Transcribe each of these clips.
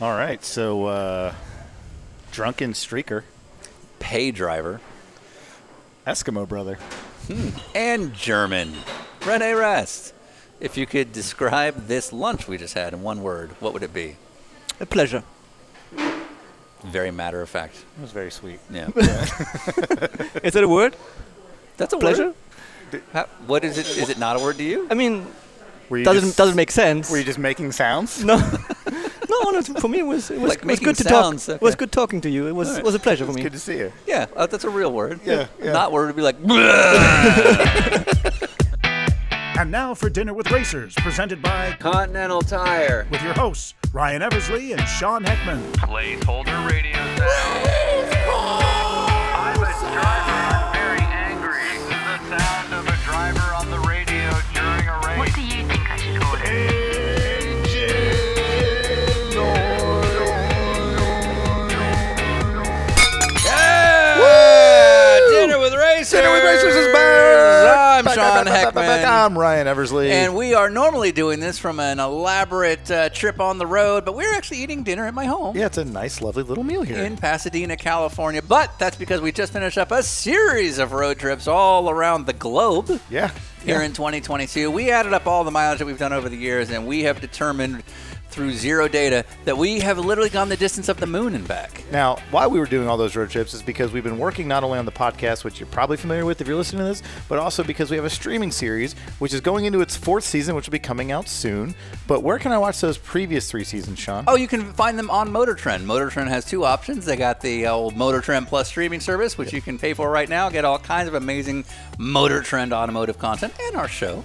All right, so uh, drunken streaker, Pay driver Eskimo brother. and German. Rene Rest. If you could describe this lunch we just had in one word, what would it be? A pleasure. Very matter of fact. That was very sweet. Yeah. Is that a word? That's a Pleasure? word. How- what is it? Is it not a word to you? I mean, Were you doesn't just, doesn't make sense. Were you just making sounds? no. no, no, for me it was it was, Like it was making good to sounds, talk. It okay. was good talking to you. It was Alright. was a pleasure for It's me. good to see you. Yeah, uh, that's a real word. Yeah, yeah. Not word would be like. And now for Dinner with Racers, presented by Continental Tire. with your hosts Ryan Eversley and Sean Heckman. Placeholder radio sound. I'm a driver. I'm very angry. This is the sound of a driver on the radio during a race. What do you think I should order? Dinner with Racers. Dinner with Racers is back. I'm Sean Heckman. I'm Ryan Eversley. And we are normally doing this from an elaborate uh, trip on the road, but we're actually eating dinner at my home. yeah, it's a nice, lovely little meal here. in Pasadena, California. But that's because we just finished up a series of road trips all around the globe yeah. here in 2022. We added up all the mileage that we've done over the years, and we have determined through zero data that we have literally gone the distance of the moon and back. Now, why we were doing all those road trips is because we've been working not only on the podcast, which you're probably familiar with if you're listening to this, but also because we have a streaming series, which is going into its fourth season, which will be coming out soon. But where can I watch those previous three seasons, Sean? Oh, you can find them on Motor Trend. Motor Trend has two options. They got the uh, old Motor Trend Plus streaming service, which you can pay for right now. Get all kinds of amazing Motor Trend automotive content and our show.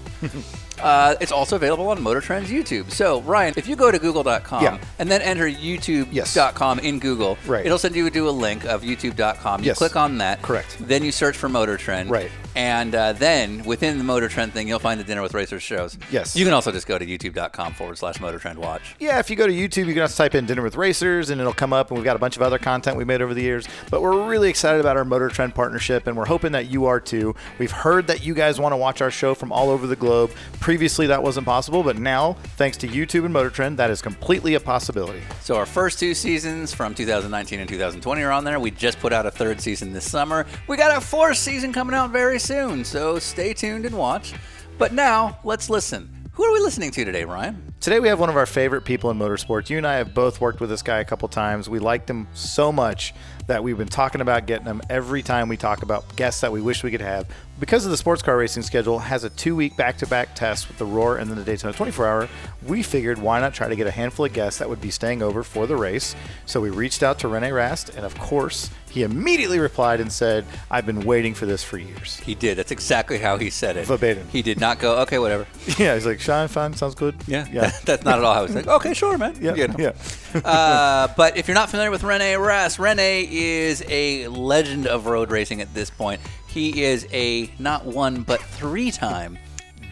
uh, it's also available on Motor Trend's YouTube. So, Ryan, if you go to google.com Yeah. and then enter youtube.com in Google, Right. it'll send you to a link of youtube.com. You Yes. click on that. Correct. Then you search for Motor Trend. Right. And uh, then within the Motor Trend thing, you'll find the Dinner with Racers shows. Yes. You can also just go to youtube.com forward slash Motor Trend Watch. Yeah, if you go to YouTube, you can just type in Dinner with Racers and it'll come up. And we've got a bunch of other content we made over the years. But we're really excited about our Motor Trend partnership and we're hoping that you are too. We've heard that you guys want to watch our show from all over the globe. Previously, that wasn't possible, but now, thanks to YouTube and Motor Trend, that is completely a possibility. So our first two seasons from 2019 and 2020 are on there. We just put out a third season this summer. We got a fourth season coming out very soon, so stay tuned and watch. But now, let's listen. Who are we listening to today, Ryan? Today we have one of our favorite people in motorsports. You and I have both worked with this guy a couple times. We liked him so much that we've been talking about getting him every time we talk about guests that we wish we could have. Because of the sports car racing schedule has a two-week back-to-back test with the Roar and then the Daytona 24-hour, we figured why not try to get a handful of guests that would be staying over for the race. So we reached out to Rene Rast, and of course he immediately replied and said, "I've been waiting for this for years." He did. That's exactly how he said it. Verbatim. He did not go, okay, whatever. Yeah, he's like, "Sean, fine, sounds good." yeah, That's not at all how he's like, okay, sure, man. yeah, You know. yeah. uh, but if you're not familiar with Rene Rast, Rene is a legend of road racing at this point. He is a not one but three-time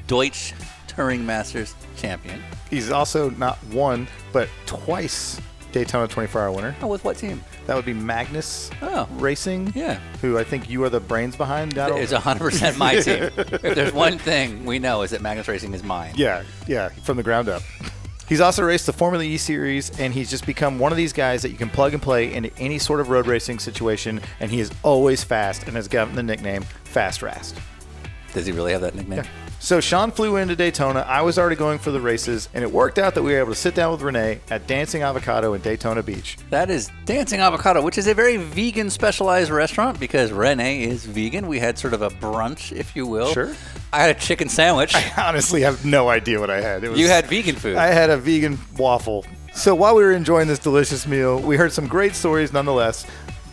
Deutsch Touring Masters champion. He's also not one, but twice Daytona 24 hour winner. Oh, with what team? That would be Magnus Oh. Racing. Yeah. Who I think you are the brains behind. I don't- It's 100% my team. if there's one thing we know is that Magnus Racing is mine. Yeah, yeah, from the ground up. He's also raced the Formula E series, and he's just become one of these guys that you can plug and play into any sort of road racing situation. And he is always fast, and has gotten the nickname Fast Rast. Does he really have that nickname? So Sean flew into Daytona. I was already going for the races, and it worked out that we were able to sit down with Renee at Dancing Avocado in Daytona Beach. That is Dancing Avocado, which is a very vegan specialized restaurant because Rene is vegan. We had sort of a brunch, if you will. Sure. I had a chicken sandwich. honestly have no idea what I had. It was, you had vegan food. I had a vegan waffle. So while we were enjoying this delicious meal, we heard some great stories nonetheless.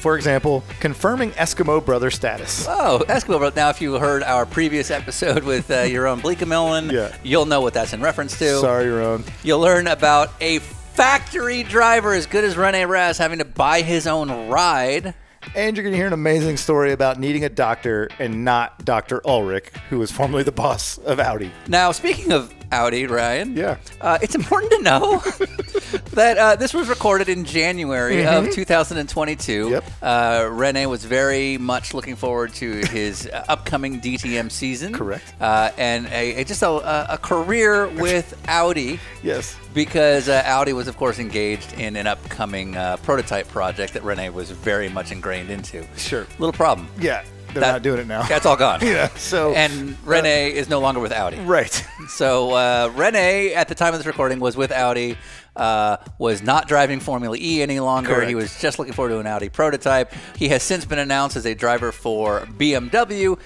For example, confirming Eskimo brother status. Oh, Eskimo Brothers. Now, if you heard our previous episode with uh, your own Bleekemelon, Yeah. you'll know what that's in reference to. Sorry, Ron. You'll learn about a factory driver as good as Rene Raz having to buy his own ride. And you're going to hear an amazing story about needing a doctor and not Dr. Ulrich, who was formerly the boss of Audi. Now, speaking of Audi, Ryan. Yeah. Uh, it's important to know that uh, this was recorded in January of 2022. Mm-hmm. Yep. Uh, Rene was very much looking forward to his uh, upcoming DTM season. Correct. Uh, and a, a- just a- a, a career with Audi. Yes. Because uh, Audi was, of course, engaged in an upcoming uh, prototype project that Rene was very much ingrained into. Sure. Little problem. Yeah, they're That- not doing it now. That's all gone. yeah. So uh, And Rene is no longer with Audi. right. So uh, Rene, at the time of this recording, was with Audi. Uh, was not driving Formula E any longer. Correct. He was just looking forward to an Audi prototype. He has since been announced as a driver for BMW,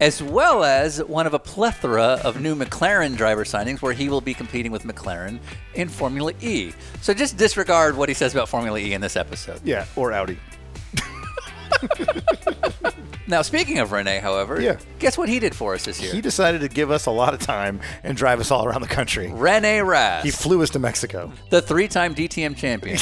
as well as one of a plethora of new McLaren driver signings, where he will be competing with McLaren in Formula E. So just disregard what he says about Formula E in this episode. Yeah, or Audi. Now, speaking of Rene, however, Yeah. guess what he did for us this year? He decided to give us a lot of time and drive us all around the country. Rene Rast. He flew us to Mexico. the three-time DTM champion,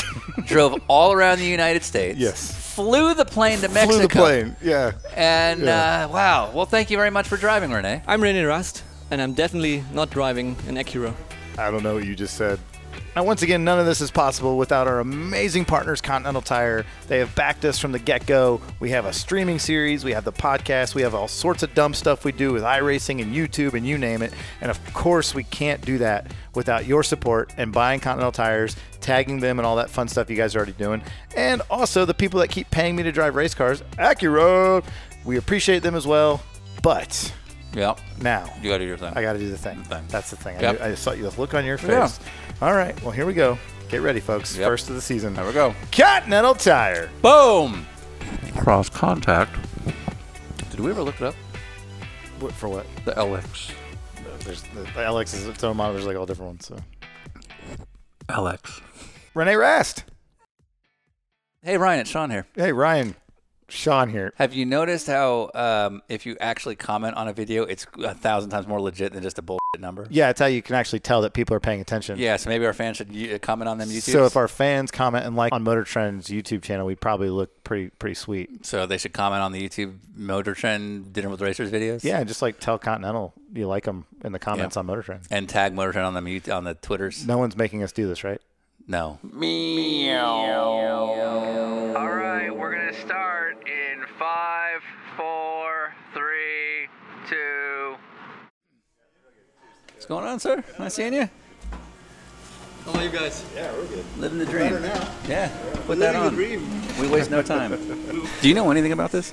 drove all around the United States. Yes. Flew the plane to Mexico. Flew the plane. Yeah. And Yeah. uh, wow. Well, thank you very much for driving, Renee. I'm René Rust, and I'm definitely not driving an Acura. I don't know what you just said. Now, once again, none of this is possible without our amazing partners, Continental Tire. They have backed us from the get go. We have a streaming series, we have the podcast, we have all sorts of dumb stuff we do with iRacing and YouTube and you name it. And of course, we can't do that without your support and buying Continental Tires, tagging them, and all that fun stuff you guys are already doing. And also the people that keep paying me to drive race cars, Acura. We appreciate them as well. But Yep. now, You got to do your thing. I got to do the thing. Thing. That's the thing. I Yep. knew- I, saw you look on your face. Yeah. All right. Well, here we go. Get ready, folks. Yep. First of the season. There we go. Continental Tire. Boom. Cross contact. Did we ever look it up? What, for what? The LX. There's the, the LX is its own model. There's like all different ones. So LX. Renee Rast. Hey, Ryan, it's Sean here. Hey Ryan, Sean here. Have you noticed how um, if you actually comment on a video, it's a thousand times more legit than just a bullshit number? Yeah, it's how you can actually tell that people are paying attention. Yeah. So maybe our fans should y- comment on them YouTube. So if our fans comment and like on Motor Trend's YouTube channel, we probably look pretty pretty sweet. so they should comment on the YouTube Motor Trend Dinner with Racers videos. Yeah, just like tell Continental you like them in the comments Yeah. on Motor Trend. and tag Motorhead on the mute on the Twitters. No one's making us do this, right? No. All right, we're gonna start in five, four, three, two. What's going on, sir? Nice seeing you. How are you guys? Living the dream. Yeah. Put that on. We waste no time. Do you know anything about this?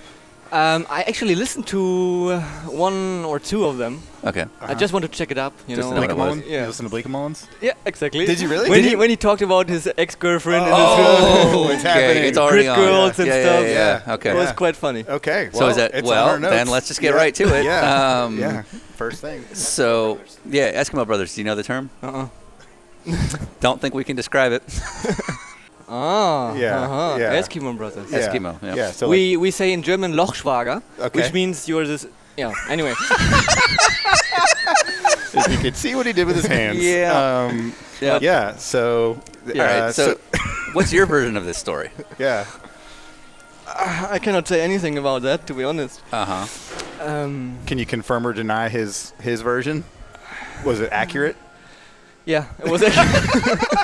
Um, I actually listened to uh, one or two of them. Okay. I just want to check it up, you Just know. to know what it was. Yeah. You listen to Blake Mullins? Yeah, exactly. Did you really? When Did he you- when he talked about his ex-girlfriend and his Oh, It's happening. It's already Grid on. girls yeah. and yeah, stuff. Yeah, yeah. Yeah. Okay. it was quite funny. Okay. So is that well? Then let's just get right to it. Yeah. Um, yeah. First thing. So yeah, Eskimo Brothers. Do you know the term? Uh-uh. Don't think we can describe it. Ah, Yeah, uh-huh. yeah. Eskimo brothers. Eskimo, yeah. So like, we we say in German Lochschwager, Okay. which means you're this. Yeah. Anyway, if you could see what he did with his hands. Yeah. Um, Yeah. Yeah. So. All uh, right. so, what's your version of this story? Yeah. I cannot say anything about that to be honest. Uh Uh-huh. huh. Um, Can you confirm or deny his his version? Was it accurate? yeah, it was. actually-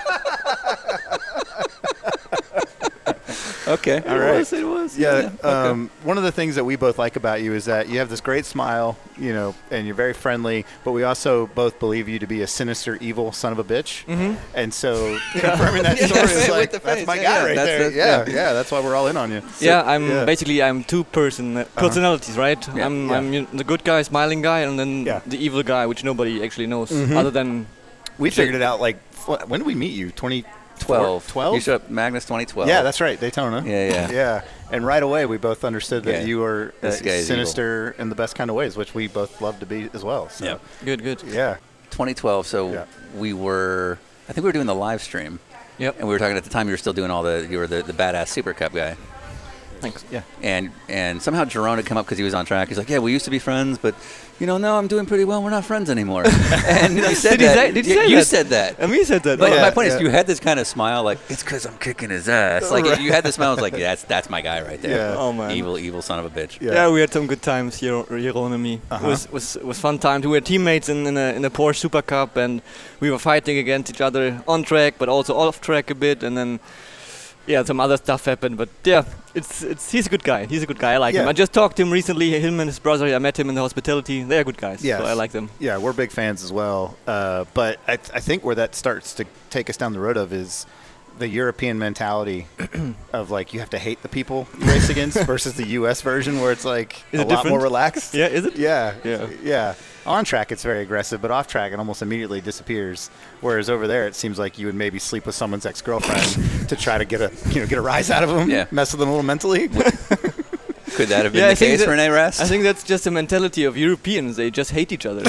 Okay. All it right. was. It was. Yeah. Um, one of the things that we both like about you is that you have this great smile, you know, and you're very friendly, but we also both believe you to be a sinister, evil son of a bitch. Mm-hmm. And so confirming that story Yes, is with like, the that's face. my Yeah, guy yeah, right that's- there. that's- yeah, yeah. yeah. That's why we're all in on you. yeah, I'm yeah. Uh-huh. basically I'm two person uh, personalities, right? Yeah. I'm Yeah. I'm you know, the good guy, smiling guy, and then Yeah. Mm-hmm. the evil guy, which nobody actually knows, other than We figured it out like f- when did we meet you? 2012? Twelve. You showed up Magnus 2012. Yeah, that's right, Daytona. Yeah, yeah. yeah. And right away we both understood that Yeah. you were uh, This guy is sinister in the best kind of ways, which we both love to be as well. So, Yeah. good, good. yeah. 2012. So Yeah. we were, I think we were doing the live stream, Yep. and we were talking at the time. You were still doing all the, you were the, the badass Super Cup guy. Thanks. Yeah. and and somehow Jerome had come up because he was on track. He's like, "Yeah, we used to be friends, but you know, now I'm doing pretty well. We're not friends anymore." and you said Did he that. say? Did he Yeah, say you that? said that. And me said that. But oh. my point yeah. is, you had this kind of smile, like it's because I'm kicking his ass. Like you had this smile, I was like, yeah, "That's that's my guy right there." Yeah. Oh, man. evil, evil son of a bitch. Yeah. Yeah. we had some good times, Jero- Jeroen and me. It was, was was fun times. We were teammates in, in, a, in a Porsche Super Cup, and we were fighting against each other on track, but also off track a bit. And then, yeah, some other stuff happened. But yeah, it's it's he's a good guy. He's a good guy. I like him. Yeah. I just talked to him recently. Him and his brother. I met him in the hospitality. They are good guys. Yes. so I like them. Yeah, we're big fans as well. Uh, but I, th- I think where that starts to take us down the road of is the European mentality of like you have to hate the people you race against versus the U.S. version where it's like Is a lot it more different? relaxed. Yeah, is it? Yeah, Yeah. yeah. On track, it's very aggressive, but off track, it almost immediately disappears. Whereas over there, it seems like you would maybe sleep with someone's ex-girlfriend to try to get a you know get a rise out of them, Yeah. mess with them a little mentally. Could that have been yeah, the case, Renee Rast? I think that's just a mentality of Europeans. They just hate each other.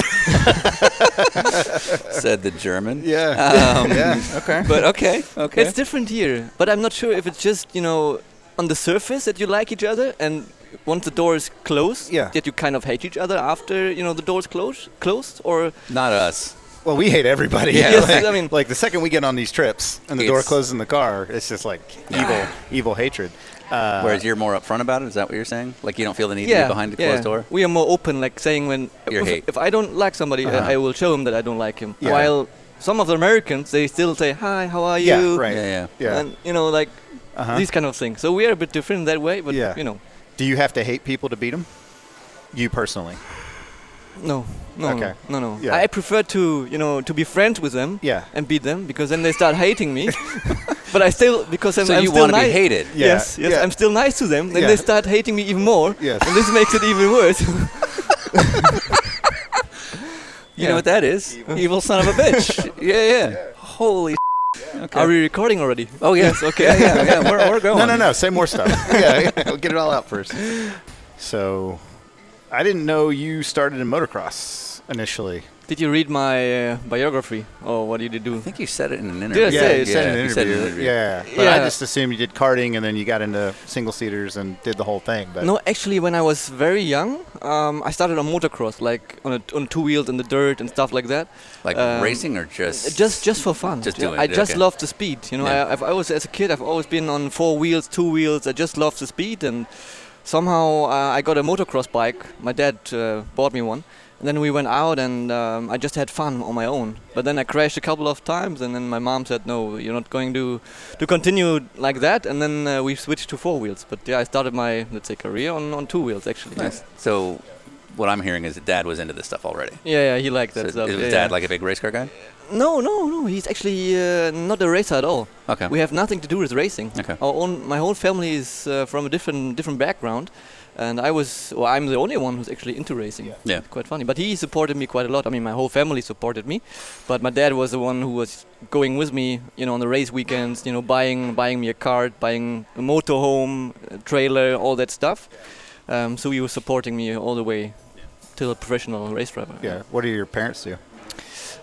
said the German. yeah, Um, yeah, okay. But okay, okay. It's different here, but I'm not sure if it's just you know on the surface that you like each other, and once the door is closed, Yeah. that you kind of hate each other after you know the door's closed, closed, or Not us. Well, we hate everybody. Yeah, Like- yes, I mean- like the second we get on these trips and the door It's- closes in the car, it's just like evil, evil hatred. Uh, Whereas you're more upfront about it. Is that what you're saying? Like you don't feel the need to yeah, be behind the yeah. closed door. We are more open, like saying when Your if, hate. if I don't like somebody, Uh-huh. I, I will show him that I don't like him. Yeah. While some of the Americans, they still say hi, how are yeah, you, right. Yeah, yeah. yeah. and you know like Uh-huh. these kind of things. So we are a bit different that way, but Yeah. you know, Do you have to hate people to beat them? You personally? no. No, Okay. no, no, no. Yeah. I prefer to, you know, to be friends with them. Yeah. and beat them because then they start hating me. but I still because I'm, So I'm you still want to nice. be hated. Yeah, Yes, yes, yeah. I'm still nice to them. Then Yeah. they start hating me even more. Yes. and this makes it even worse. You know what that is? Evil, son of a bitch. yeah, yeah, Holy. Okay. Are we recording already? oh yes. Okay. Yeah, yeah. yeah. We're, we're going. No, no, no. Say more stuff. yeah, yeah, get it all out first. So, I didn't know you started in motocross initially. Did you read my uh, biography or what did you do? I think you said it in an interview. Did I say it? you said in an you said it in interview. an interview. Yeah, but I Yeah. just assumed you did karting and then you got into single seaters and did the whole thing. But No, actually, when I was very young, um, I started on motocross, like on, a, on two wheels in the dirt and stuff like that. Like Um, racing or just just just for fun. Just Yeah, doing I it, just okay. love the speed. You know, Yeah. I, I've, I was as a kid. I've always been on four wheels, two wheels. I just love the speed, and somehow uh, I got a motocross bike. My dad uh, bought me one, and then we went out, and um, I just had fun on my own. But then I crashed a couple of times, and then my mom said, "No, you're not going to to continue like that." And then uh, we switched to four wheels. But yeah, I started my let's say career on, on two wheels actually. Nice. So, what I'm hearing is that Dad was into this stuff already. Yeah, yeah, he liked that So stuff. is yeah, was Dad yeah. like a big race car guy? No, no, no. He's actually uh, not a racer at all. Okay. We have nothing to do with racing. Okay. Our own, my whole family is uh, from a different different background, and I was, well, I'm the only one who's actually into racing. Yeah. Quite funny, but he supported me quite a lot. I mean, my whole family supported me, but my dad was the one who was going with me, you know, on the race weekends, you know, buying buying me a cart, buying a motorhome, a trailer, all that stuff. Um, so he was supporting me all the way till a professional race driver. yeah, what do your parents do?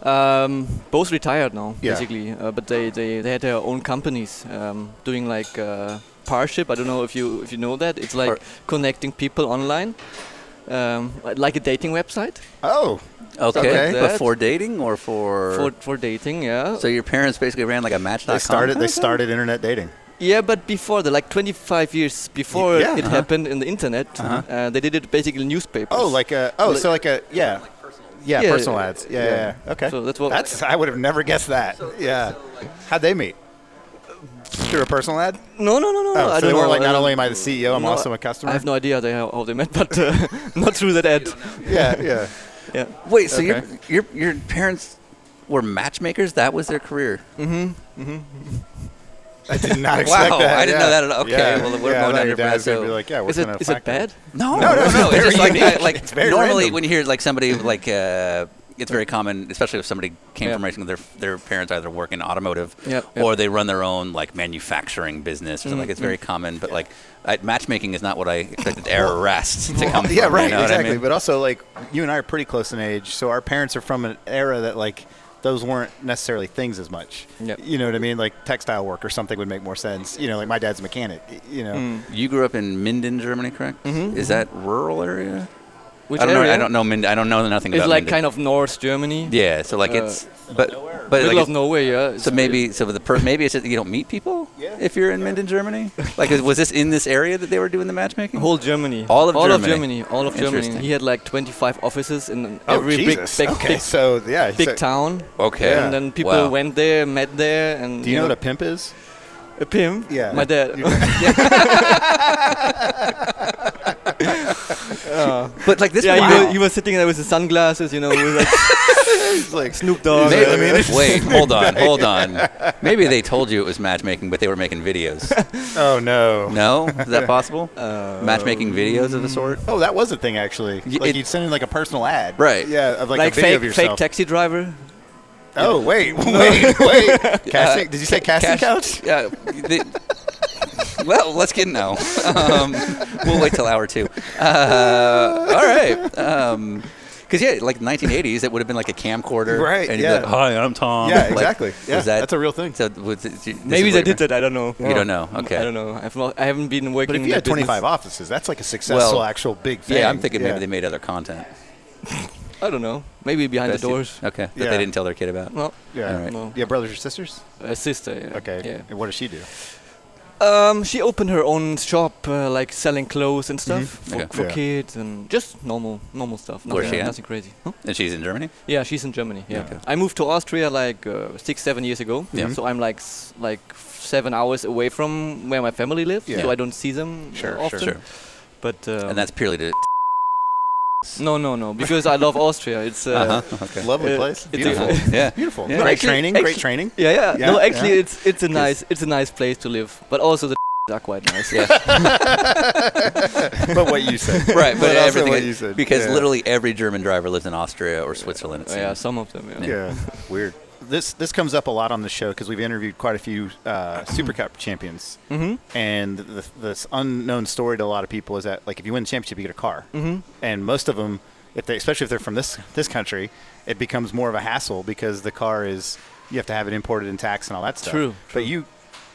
Um, both retired now, Yeah. basically, uh, but they, they, they had their own companies um, doing like uh, parship. I don't know if you if you know that. It's like Par- connecting people online, um, like a dating website Oh, Okay. Okay. But That- for dating or for for for dating. Yeah, so your parents basically ran like a match.com. they started. kind They of thing? started internet dating. yeah, but before the like 25 years before yeah, it uh-huh. happened in the internet, uh they did it basically in newspapers. Oh, like a oh, Like- so like a yeah, yeah, Yeah, personal yeah, ads. Yeah, yeah. yeah, yeah. okay. So that's what- That's I would have never guessed that. Yeah, how'd they meet? Through a personal ad? no, no, no, no. no, Oh, I so they don't weren't know, like not uh, only am I the CEO, I'm no, also a customer. I have no idea they, how, how they met, but uh, not through that ad. yeah, yeah. Yeah. Wait. So your Okay. your your parents were matchmakers. That was their career. I did not expect Wow, that. I didn't yeah. know that at all. Okay, yeah. well, yeah, I we're going thought your down your path, dad's gonna be so- like, yeah, we're Is it gonna is it fact that. bad? No, No, no, no, no. it's It's, very just like, unique. I, like It's very normally random. when you hear like somebody like uh, it's very common, especially if somebody came from racing. Their their parents either work in automotive Yep, yep. or they run their own like manufacturing business. Or something. Like it's very common, but like I, matchmaking is not what I expected. Error rest to come. yeah, right, from, You Um, know what I exactly. mean? But also, like, you and I are pretty close in age, so our parents are from an era that, like, those weren't necessarily things as much. Yep. You know what I mean? Like textile work or something would make more sense. You know, like my dad's a mechanic. y- You know, You grew up in Minden, Germany, correct? Mm-hmm, Is that rural area? Which I don't area? know. I don't know Minden. I don't know nothing It's about like Minden. kind of North Germany. Yeah, so like Uh, it's but but Middle like of it's- nowhere, yeah. so It's- maybe so the per, maybe it's just that you don't meet people Yeah. if you're in Minden, Germany. Like is- was this in this area that they were doing the matchmaking? Whole Germany. All of all of Germany. Germany. All of Germany. Interesting. He had like 25 offices in Oh, every Jesus. big, big, okay, big, so yeah, big so- town. okay, Yeah. And then people Wow. went there, met there, and Do you know what a pimp is? a pimp? Yeah. my dad. But like this, yeah, wow. he, was, he was sitting there with his sunglasses, you know, with like It's like Snoop Dogg. Maybe- I mean, it's- wait, hold on, hold on. Maybe they told you it was matchmaking, but they were making videos. oh no. No, is that possible? matchmaking videos of the sort. Oh, that was a thing actually. Y- like it- you'd send in like a personal ad, Right. Yeah, of like, like a video fake, of fake yourself. taxi driver. oh wait, wait, wait. Casting? did you say casting Cash- couch? Yeah. they- well, let's get now. Um, we'll wait till hour two. Uh, all right. Um 'cause because yeah, like 1980s, it would have been like a camcorder, Right, And you'd be yeah. like, "Hi, I'm Tom." Yeah, Like, exactly. Yeah, was that, that's a real thing. So was it- this is what Maybe they you're- did that. I don't know. You don't know. Okay. I don't know. I've not, I haven't been working. But if in you had that 25 business. offices, that's like a successful Well, actual big thing. Yeah, I'm thinking Yeah. maybe they made other content. I don't know. Maybe behind the That's it. doors. Okay. That Yeah. they didn't tell their kid about. Well, Yeah. All right. No. You have brothers or sisters? a sister. Yeah. Okay. Yeah. And what does she do? Um, she opened her own shop, uh, like selling clothes and stuff for, Okay. for Yeah. kids and just normal, normal stuff. Where's Nothing, she at? nothing crazy. Huh? And she's in Germany. Yeah, she's in Germany. Yeah, Okay. I moved to Austria like uh, six, seven years ago. Yeah. So I'm like s- like seven hours away from where my family lives, Yeah. so I don't see them uh, Sure, sure. often. Sure. But um, And that's purely to. no, no, no, because I love Austria. It's uh, Uh-huh. Okay. Lovely Uh, place. it's a- Beautiful. Yeah. Beautiful. Yeah. Great Actually- training. great actually- training. yeah, yeah, Yeah, No, actually, yeah. it's it's a nice it's a nice place to live, but also the are quite nice. Yeah. but what you said. right, but, also everything what is- you said. because Yeah. literally every German driver lives in Austria or Switzerland. It Uh, yeah, seems. some of them. Yeah. Yeah. Weird. This this comes up a lot on the show because we've interviewed quite a few uh, Super Cup champions, mm-hmm. and the, this unknown story to a lot of people is that like if you win the championship, you get a car, mm-hmm. and most of them, if they especially if they're from this this country, it becomes more of a hassle because the car is you have to have it imported and taxed and all that stuff. True, But you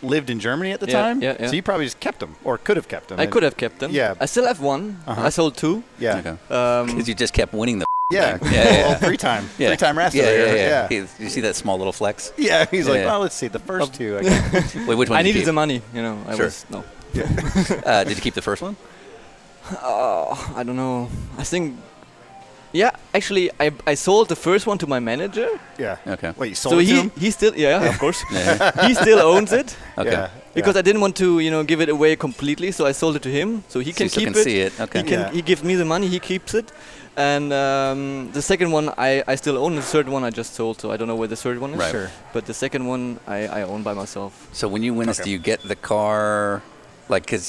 lived in Germany at the Yeah, time, yeah, yeah. so you probably just kept them or could have kept them. I could have kept them. Yeah. I still have one. I sold two. Yeah. Okay. Um, Because you just kept winning the. Yeah. yeah, yeah. Three time. Yeah. Three time raster. Yeah, yeah, yeah. yeah. He- you see that small little flex? Yeah, he's like, Yeah. well, let's see, the first two. I guess. Wait, which one? I did you needed the keep? money. You know, I Sure. was no. Uh, did you keep the first one? I don't know. I think. Yeah, actually, I, I sold the first one to my manager. yeah. Okay. Wait, you sold So it to he, him? he still yeah of course Yeah. he still owns it Okay. Yeah. because I didn't want to you know give it away completely so I sold it to him so he So can you still keep can it see it. Okay. he can Yeah. he gives me the money he keeps it and um, the second one I, I still own the third one I just sold so I don't know where the third one is Right. Sure. but the second one I, I own by myself So when you win this, Okay. do you get the car? Like, because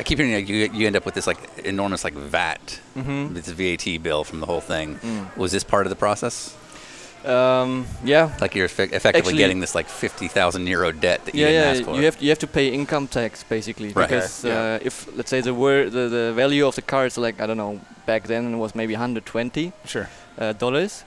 I keep hearing like, you, you end up with this like enormous like VAT. Mm-hmm. It's a VAT bill from the whole thing. Mm. Was this part of the process? um, yeah Like you're effe- effectively Actually- getting this like fifty thousand euro debt that you yeah, didn't yeah. ask for. You have you have to pay income tax basically Right. Okay, because yeah. uh, if let's say the, wor- the the value of the car is like I don't know back then it was maybe 120 Sure. uh, dollars,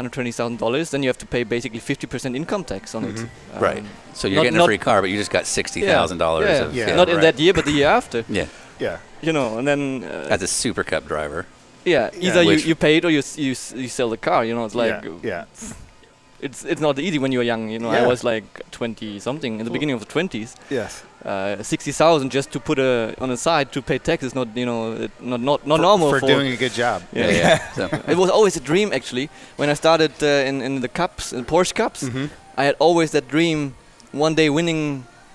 120,000 dollars, then you have to pay basically 50% income tax on it. Um, Mm-hmm. Right. So you're not- getting a not- free car, but you just got sixty yeah, thousand dollars. yeah. Of, Yeah. Not in right. that year, but the year after. Yeah. Yeah. You know, and then uh, As a super cup driver. yeah, either you, Which- you pay it or you, s- you s- you sell the car. You know, it's like yeah. uh, yeah. it's it's not easy when you're young. You know, Yeah. I was like 20 something in the beginning of the 20s. Yes. Uh, 60,000 just to put a, on the side to pay tax is not you know it- not not not normal for doing a good job. Yeah. Yeah. yeah. So, It was always a dream, actually. When I started uh, in, in the cups, in Porsche cups, Mm-hmm. I had always that dream one day winning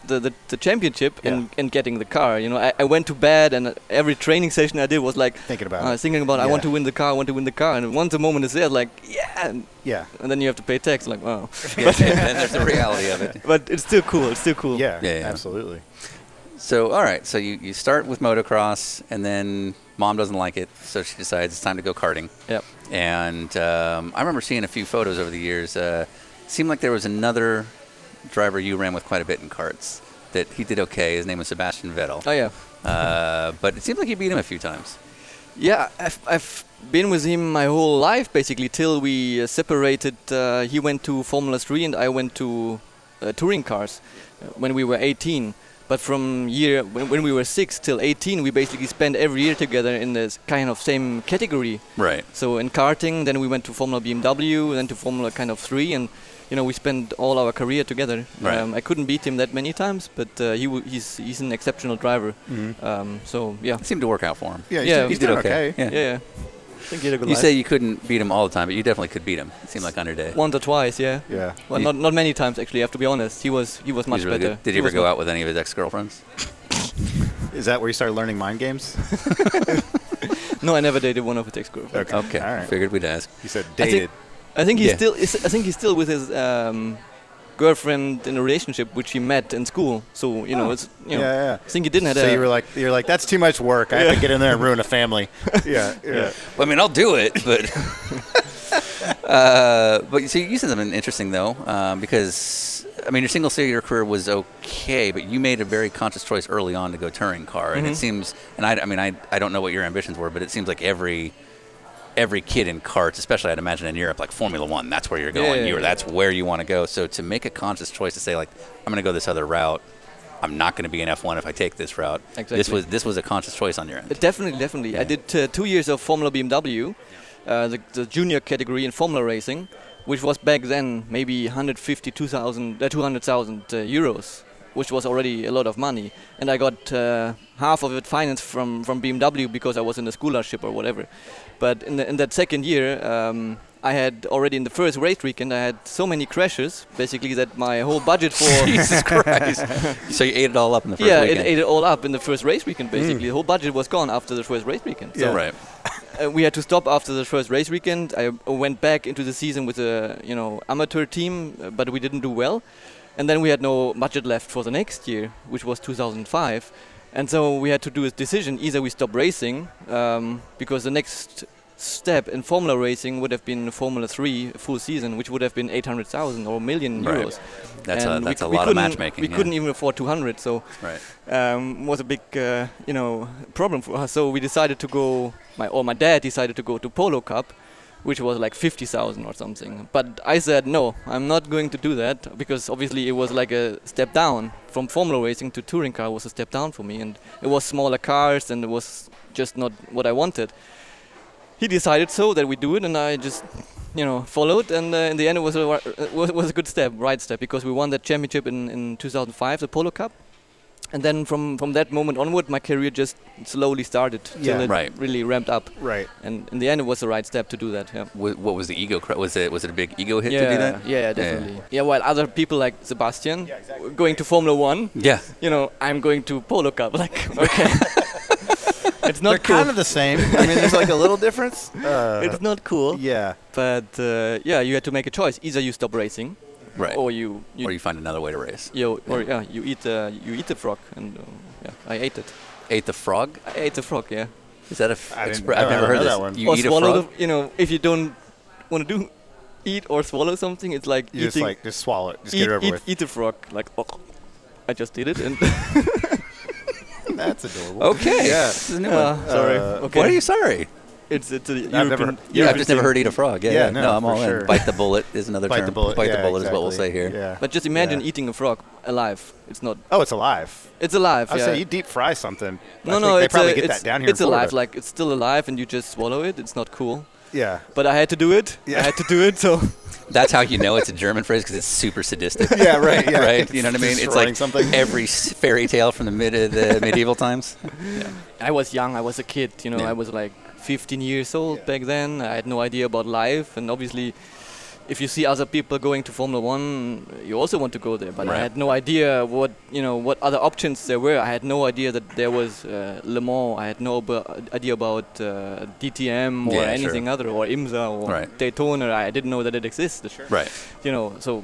the, the, the championship and, and getting the car. You know, I, I went to bed and uh, every training session I did was like Thinking about uh, it. thinking about I want Yeah. to win the car, I want to win the car. And once the moment is there, like yeah, and, Yeah. and then you have to pay tax. Like wow, yeah, and then there's the reality of it. but it's still cool. It's still cool. Yeah. Yeah, yeah. Absolutely. So, all right. So you, you start with motocross, and then mom doesn't like it, so she decides it's time to go karting. Yep. And um, I remember seeing a few photos over the years. Uh, seemed like there was another driver you ran with quite a bit in karts that he did okay. His name was Sebastian Vettel. Oh yeah. Uh, but it seemed like you beat him a few times. Yeah, I've, I've been with him my whole life basically till we uh, separated. Uh, he went to Formula 3 and I went to uh, touring cars uh, when we were 18. But from year when, when we were six till 18, we basically spent every year together in this kind of same category. Right. So in karting, then we went to Formula BMW, then to Formula kind of three, and you know we spent all our career together. Right. Um, I couldn't beat him that many times, but uh, he w- he's he's an exceptional driver. Mm-hmm. Um, so yeah, It seemed to work out for him. Yeah, he's, Yeah, doing- he he's doing okay. Yeah. yeah, yeah. I think he had a good You life. say you couldn't beat him all the time, but you definitely could beat him. It seemed like on your day. once or twice, yeah. Yeah. Well, He- not not many times actually. I have to be honest. He was he was He was much really better. good. Did He you ever was go much- out with any of his ex-girlfriends? Is that where you started learning mind games? No, I never dated one of his ex-girlfriends. Okay. All right. Figured we'd ask. You said I dated. think, I think he's Yeah. still. Is, I think he's still with his um, girlfriend in a relationship, which he met in school. So you know, it's you know, Yeah, yeah. I think he didn't have. So a, you were like, you're like, that's too much work. I have to get in there and ruin a family. yeah, yeah. Well, I mean, I'll do it, but. uh, but you see, you said something interesting though, um, because I mean, your single seater career was okay, but you made a very conscious choice early on to go touring car, and Mm-hmm. it seems, and I, I mean, I, I don't know what your ambitions were, but it seems like every every kid in carts, especially I'd imagine in Europe, like Formula One, that's where you're going. yeah, you're yeah. that's where you want to go. So to make a conscious choice to say like, I'm going to go this other route. I'm not going to be an F1 if I take this route. This Exactly. was this was a conscious choice on your end. Uh, Definitely, definitely. I Oh, Yeah. did uh, two years of Formula BMW, uh, the, the junior category in Formula Racing, which was back then maybe 152,000, uh, 200,000 uh, euros, which was already a lot of money. And I got uh, half of it financed from, from BMW because I was in a scholarship or whatever. But in, the, in that second year, um, I had already in the first race weekend, I had so many crashes basically that my whole budget for Jesus Christ! so you ate it all up in the first yeah, weekend. Hmm. it ate it all up in the first race weekend. Basically, the whole budget was gone after the first race weekend. So Right. uh, we had to stop after the first race weekend. I uh, went back into the season with a you know amateur team, uh, but we didn't do well. And then we had no budget left for the next year, which was 2005. And so we had to do a decision: either we stop racing, um, because the next step in Formula racing would have been Formula Three full season, which would have been 800,000 or a million Right. euros. That's a- And we that's c- a we lot of couldn't- matchmaking, We yeah. couldn't even afford 200, so Right. um, was a big, uh, you know, problem for us. So we decided to go. My or my dad decided to go to Polo Cup, which was like fifty thousand or something. But I said no, I'm not going to do that because obviously it was like a step down from Formula racing to touring car was a step down for me, and it was smaller cars and it was just not what I wanted. He decided so that we do it, and I just. You know, followed, and uh, in the end, it was a ri- uh, was, was a good step, right step, because we won that championship in, in 2005, the Polo Cup, and then from from that moment onward my career just slowly started till Yeah. it Right. really ramped up Right. and in the end it was the right step to do that yeah What, what was the ego? cra- Was it was it a big ego hit to do yeah, that? yeah, definitely. Yeah. while other people like Sebastian were going to Formula One, Yeah. you know, I'm going to Polo Cup. Like, okay, it's They're not cool. kind of the same. I mean, there's like a little difference. Uh, it's not cool. yeah. But uh, yeah, you had to make a choice. Either you stop racing, Right. or Oh, you you or you find another way to race. you- or yeah, you eat uh, you eat the frog. And uh, yeah, I ate it. Ate the frog? I ate the frog. Yeah. Is that a? F- I didn't- expre- I I've don't never know heard that this. one. You or eat a swallow frog? the you know if you don't want to do eat or swallow something it's like You just eating like just swallow it. Just eat, get it over eat, with. eat a frog like oh, i just did it and That's adorable. Oh, Okay. Yeah. This is a new one. uh, sorry Uh, okay Why are you sorry? it's it's a never european heard- Yeah, I've just never European heard eat a frog. Yeah, Yeah, yeah. no, no, I'm for all sure. in. Bite the bullet is another Bite term. the bullet. Bite Yeah, the bullet is what we'll say exactly. Yeah. here. thing. but just imagine Yeah. eating a frog alive it's not Oh, it's alive. it's alive I would yeah. say you deep fry something. no I no think they it's probably a, get it's, that down here. it's in alive Florida. like it's still alive and you just swallow it it's not cool yeah. but i had to do it i Yeah. had to do it so That's how you know it's a German phrase because it's super sadistic. Yeah, right. Yeah. right? You know what I mean? It's Destroying like something. every s- fairy tale from the mid of the medieval times. I was young. I was a kid. You know, Yeah. I was like 15 years old Yeah. back then. I had no idea about life, and obviously, if you see other people going to Formula One, you also want to go there. But Right. I had no idea what you know what other options there were. I had no idea that there was uh, Le Mans. I had no ab- idea about uh, DTM or Yeah, sure. anything other, or IMSA or Right. Daytona. I didn't know that it existed. Right. You know, so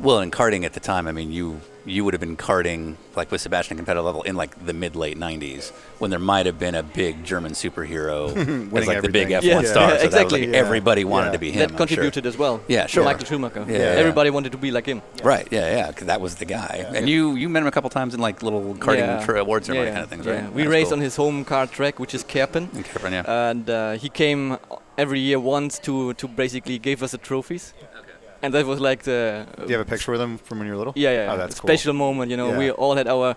Well, in karting at the time, I mean, you you would have been karting like with Sebastian at competitive level in like the mid late '90s when there might have been a big German superhero as like the big F1 everything. star. Yeah, yeah, so that was, like, exactly. Yeah. Everybody wanted Yeah. to be him. I'm that sure. contributed as well. Yeah, sure. Michael Schumacher. Yeah. Everybody wanted to be like him. Right? Yeah, yeah. 'cause that was the guy. And you you met him a couple times in like little karting Yeah. tra- awards Yeah, ceremony yeah, kind of things, yeah. right? We That's raced cool. on his home car track, which is Kerpen. In Kerpen, yeah. And uh, he came every year once to, to basically give us the trophies. And that was like the Do you have a picture with him from when you were little? yeah, yeah, Oh, that's cool. special moment. You know, Yeah. we all had our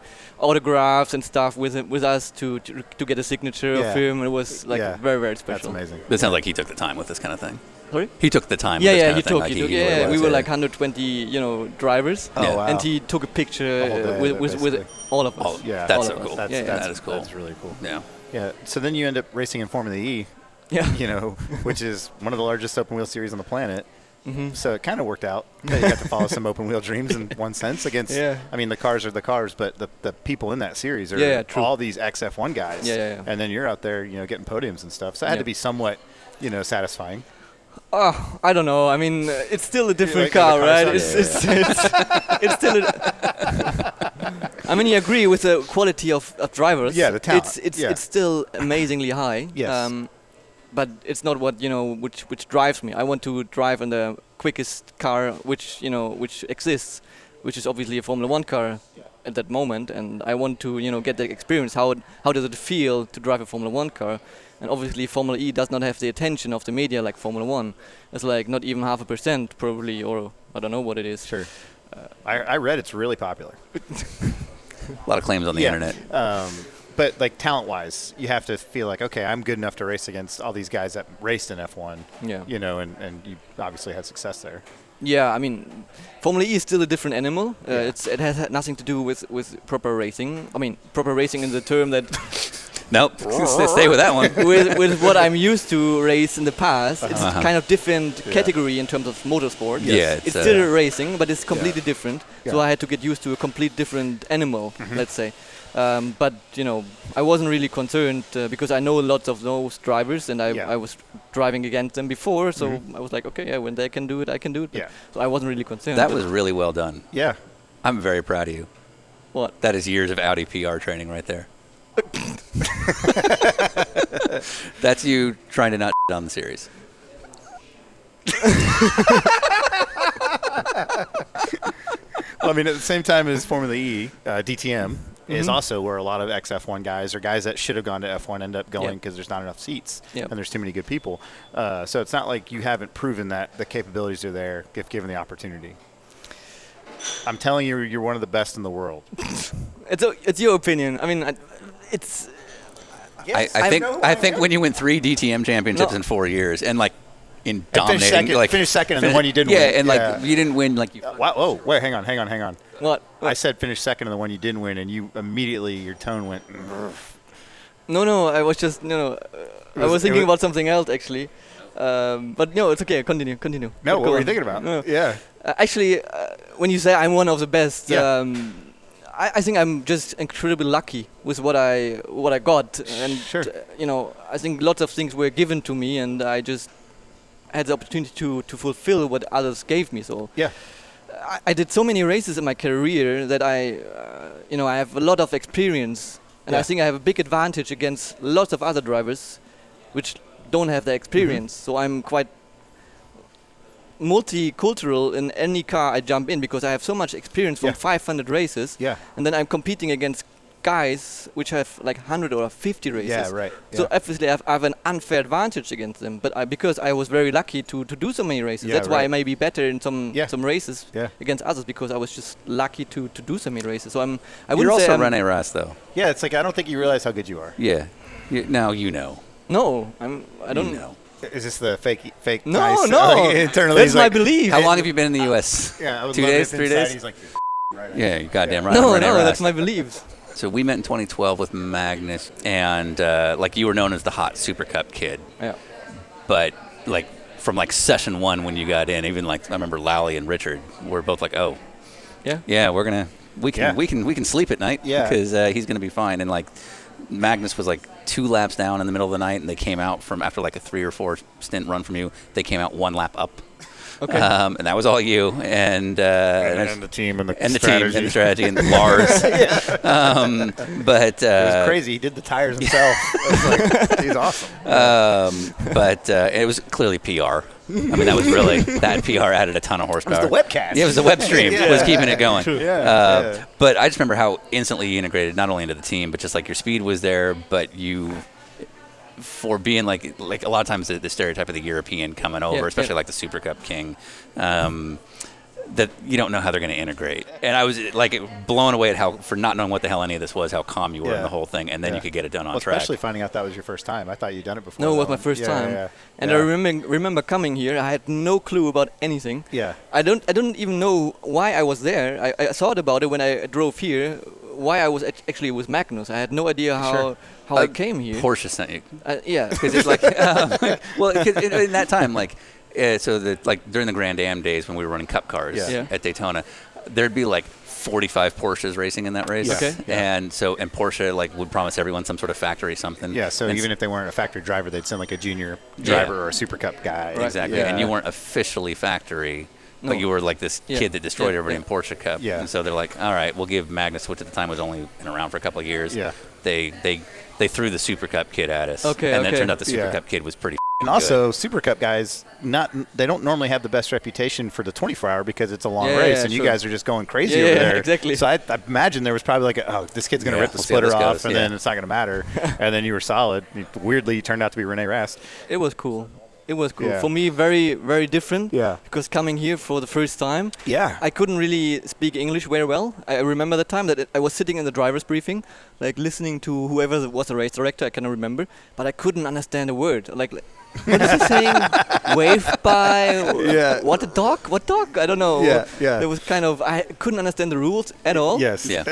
autographs and stuff with him, with us to, to to get a signature Yeah. of him. It was like Yeah. very very That's special. amazing. It sounds like he took the time with this kind of thing. Sorry. He took the time. Yeah, with this yeah, kind he of thing, took, like he took. really Yeah, we was, were yeah. like 120, you know, drivers. Oh, Yeah. wow. And he took a picture whole day uh, of with, it, with, with basically. all of us. Oh, Yeah. that's all so of us. cool. That's, Yeah, yeah. that's, That is cool. That's really cool. Yeah. Yeah. So then you end up racing in Formula E, Yeah. you know, which is one of the largest open wheel series on the planet. Mm-hmm. So it kind of worked out that you got to follow some open wheel dreams in one sense against. Yeah. I mean, the cars are the cars, but the, the people in that series are Yeah, yeah, true. all these XF1 guys. Yeah, yeah, yeah. And then you're out there, you know, getting podiums and stuff. So it had Yeah. to be somewhat, you know, satisfying. Oh, I don't know. I mean, uh, it's still a like different the car, car right? sound? It's, it's, it's, it's still. A, I mean, you agree with the quality of, of drivers. Yeah, the talent, It's it's yeah. it's still amazingly high. Um, Yes. but it's not what you know, which which drives me. I want to drive in the quickest car, which you know, which exists, which is obviously a Formula One car at that moment, and I want to you know get the experience. How it- how does it feel to drive a Formula One car? And obviously, Formula E does not have the attention of the media like Formula One. It's like not even half a percent, probably, or I don't know what it is. Sure. Uh, I, I read it's really popular. A lot of claims on the internet. Um, but like talent wise, you have to feel like okay, I'm good enough to race against all these guys that raced in F1. Yeah. You know, and, and you obviously had success there. Yeah, I mean, Formula E is still a different animal. Uh, it's, it has had nothing to do with, with proper racing. I mean, proper racing in the term that Nope. Stay with that one. with, with what I'm used to race in the past, it's Uh-huh. kind of different category in terms of motorsport. Yes. Yeah, it's, it's, still uh, racing, but it's completely different. So Yeah. I had to get used to a complete different animal, Mm-hmm. let's say. Um, but you know, I wasn't really concerned uh, because I know lots of those drivers, and I, Yeah. I was driving against them before, so Mm-hmm. I was like, okay, yeah, when they can do it, I can do it. But- Yeah. So I wasn't really concerned. That but- was really well done. Yeah. I'm very proud of you. what? That is years of Audi PR training right there. That's you trying to not on the series. Well, I mean, at the same time as Formula E, uh, DTM is also where a lot of XF1 guys or guys that should have gone to F1 end up going Yep. because there's not enough seats Yep. and there's too many good people. Uh, so it's not like you haven't proven that the capabilities are there if given the opportunity. I'm telling you, you're one of the best in the world. It's o it's your opinion. I mean, I, it's I, I, I think know I, I think am. when you win three DTM championships No. in four years and like in I finished dominating, second- like finished second in the fini- one you didn't yeah, win. and Yeah. like you didn't win, like you Wow, whoa, wait, hang on, hang on, hang on. what? I said finish second in the one you didn't win, and you immediately your tone went. "Mm." No, no, I was just no, no. uh, I was- was it thinking wa- about something else actually, um, but no, it's okay. Continue, continue. No, Go what were on. you thinking about? No. Yeah, Uh, actually, uh, when you say I'm one of the best, Yeah. um, I, I think I'm just incredibly lucky with what I what I got, and Sure. uh, you know, I think lots of things were given to me, and I just had the opportunity to to fulfill what others gave me. So yeah, I, I did so many races in my career that I, uh, you know, I have a lot of experience, and Yeah. I think I have a big advantage against lots of other drivers, which don't have the Mm-hmm. experience. So I'm quite multicultural in any car I jump in because I have so much experience from Yeah. 500 races, Yeah. and then I'm competing against guys which have like 100 or 50 races. right, So yeah. obviously I have, I have an unfair advantage against them, but I, because I was very lucky to, to do so many races, Yeah, that's why I right. may be better in some Yeah. some races Yeah. against others because I was just lucky to, to do so many races. So I'm I You're wouldn't say also I'm- Rene Rast though. yeah. It's like I don't think you realize how good you are. Yeah. You, now you know. No, I'm I don't you know. Is this the fake fake? No, nice, no. uh, internally, That's he's my like, belief. How long have you been in the U.S.? Yeah, I would Two love days, if three inside days. He's like, yeah, you goddamn right. no, Rene no, Rast. that's my beliefs. So we met in 2012 with Magnus, and uh, like you were known as the hot Super Cup kid, Yeah. but like from like session one when you got in, even like I remember Lally and Richard were both like, oh, Yeah. yeah, we're gonna we can Yeah. we can we can sleep at night Yeah. because uh, he's gonna be fine. And like Magnus was like two laps down in the middle of the night, and they came out from after like a three or four stint run from you, they came out one lap up. Okay. Um, and that was all you and uh, and, and the team and the and the strategy. team and the strategy and the Lars. um, but uh, It was crazy. He did the tires himself. It's like, he's awesome. Um, but uh, it was clearly PR. I mean, that was really that PR added a ton of horsepower. the webcast. Yeah, it was the web stream Yeah. was keeping it going. uh, yeah. But I just remember how instantly you integrated not only into the team, but just like your speed was there, but you. For being like like a lot of times the, the stereotype of the European coming over, yeah. especially like the Super Cup King, um, that you don't know how they're going to integrate. And I was like blown away at how for not knowing what the hell any of this was, how calm you were in Yeah. the whole thing, and then Yeah. you could get it done on Well, track. especially finding out that was your first time. I thought you'd done it before. No, it was though. my first Yeah, time, yeah, yeah. and I Yeah. remember remember coming here. I had no clue about anything. Yeah. I don't I don't even know why I was there. I, I thought about it when I drove here. Why I was act- actually with Magnus. I had no idea how how I Uh, came here. Porsche sent you. Uh, yeah. because it's like, um, well, 'cause in, in that time, like, uh, so the like during the Grand Am days when we were running Cup cars Yeah. Yeah. at Daytona, there'd be like. 45 Porsches racing in that race. Okay. And so, and Porsche like would promise everyone some sort of factory something. Yeah, so And even if they weren't a factory driver, they'd send like a junior driver or a Super Cup guy. Exactly. Yeah. And you weren't officially factory, No. but you were like this Yeah. kid that destroyed Yeah, everybody in Porsche Cup. Yeah. And so they're like, all right, we'll give Magnus, which at the time was only been around for a couple of years. Yeah. They they they threw the Super Cup kid at us. Okay, And then okay. it turned out the Super Yeah. Cup kid was pretty. And also, Super Cup guys, not they don't normally have the best reputation for the 24 hour because it's a long Yeah, race, yeah, and you sure. guys are just going crazy Yeah, over yeah, there. exactly. So I, I imagine there was probably like, a, oh, this kid's gonna Yeah, rip the we'll see how this splitter off, goes, and yeah. then it's not gonna matter. and then you were solid. Weirdly, you turned out to be Renee Rast. It was cool. It was cool Yeah. for me. Very very different. Yeah. Because coming here for the first time. Yeah. I couldn't really speak English very well. I I remember the time that it, I was sitting in the driver's briefing, like listening to whoever was the race director, I cannot remember, but I couldn't understand a word. Like, li- what is he saying? Wave by? Yeah. What a dog? What dog? I don't know. Yeah, yeah. There was kind of, I couldn't understand the rules at all. yes. Yeah.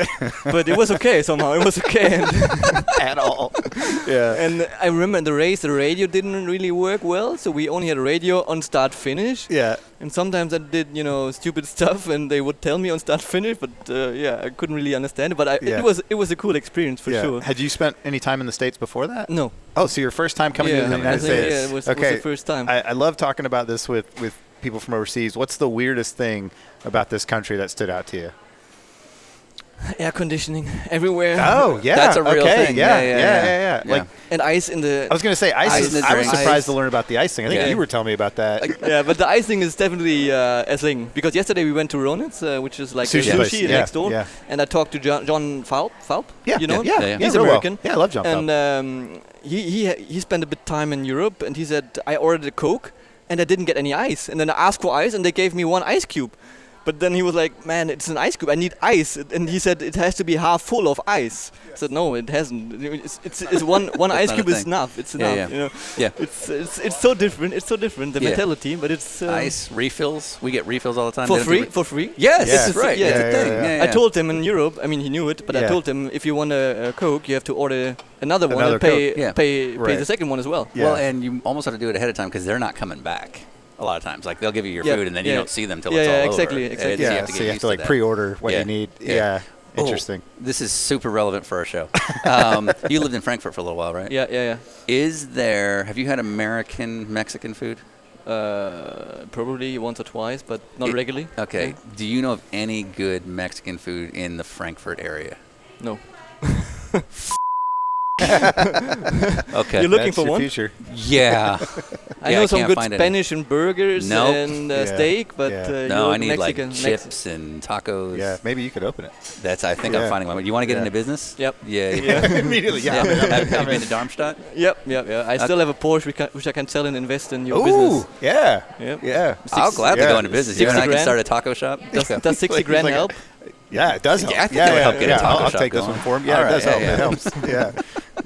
But it was okay somehow. It was okay. And, At all. yeah. and I remember in the race, the radio didn't really work well, so we only had radio on start finish. yeah. And sometimes I did, you know, stupid stuff, and they would tell me on start finish, but uh, yeah, I couldn't really understand it. But I, Yeah. it was it was a cool experience for yeah. sure. Had you spent any time in the states before that? No, Oh, so your first time coming Yeah, to the I United think, States? yeah, it was- was okay. the first time. I, I love talking about this with with people from overseas. What's the weirdest thing about this country that stood out to you? air conditioning everywhere. Oh, yeah, That's a real okay, thing. Yeah, Yeah, yeah, yeah, yeah, yeah. yeah. Yeah. Like and ice in the. I was gonna say, ice. Ice is- in the I was drink. surprised Ice. to learn about the icing. I think Yeah. you were telling me about that. yeah, but the icing is definitely uh, a thing because yesterday we went to Ronitz, uh, which is like Sushi a place, sushi yeah, next door, yeah. and I talked to John, John Falp, Falp, yeah, you know, yeah, Yeah, yeah, yeah. yeah, he's real well. American. Yeah, I love John. and Phelps. um, he, he he spent a bit time in Europe, and he said I ordered a Coke, and I didn't get any ice, and then I asked for ice, and they gave me one ice cube, but then he was like, man, it's an ice cube, I need ice, and he said it has to be half full of ice. I said no, it hasn't. It's, it's, it's one one ice not a cube is thing. enough. It's Yeah, enough. yeah. You know? Yeah. It's, it's it's so different. It's so different the Yeah. mentality, but it's um, Ice refills. We get refills all the time. for They don't do free. re- For free. yes, Yeah. it's right. Yeah, it's a yeah, thing. yeah, Yeah, I yeah. told him in Europe. I mean, he knew it, but I Yeah. told him if you want a, a Coke, you have to order another one Another and pay Coke, yeah. pay pay Right. the second one as well. Yeah. Well, and you almost have to do it ahead of time because they're not coming back. A lot of times, like they'll give you your Yeah, food and then you yeah. don't see them till Yeah, it's all yeah, over. exactly, And exactly. so yeah, you have to so get you have used to like that. pre-order what Yeah, you need. Yeah, Oh, interesting. this is super relevant for our show. Um, you lived in Frankfurt for a little while, right? Yeah, yeah, Is there? Have you had American Mexican food? yeah. Uh, probably once or twice, but not It- regularly. Okay. Do you know of any good Mexican food in the Frankfurt area? No. Okay. You're looking That's for your one. future. yeah. I Yeah, know I some can't good find any. Spanish and burgers Nope. and uh, Yeah, steak, but yeah. uh, No, you're I need Mexican. like Mex- chips and tacos. Yeah, maybe you could open it That's I think I'm Yeah. finding one. You want to get Yeah. into business? Yep. Yeah. Yeah. immediately. Yeah, Have, have you been to Darmstadt? Yep, yep, yeah. I still have a Porsche which, ca- which I can sell and invest in your Ooh, business. yeah, Yep. yeah. I'll gladly yeah. go into business. You and I 60 can start grand. a taco shop. Does, Okay. does 60 Like- grand like a- help? Yeah, it does help. Yeah, I think yeah, that would yeah, help get a yeah. taco I'll, I'll shop take this going. one for him. Yeah, All it does right, help. yeah, It helps.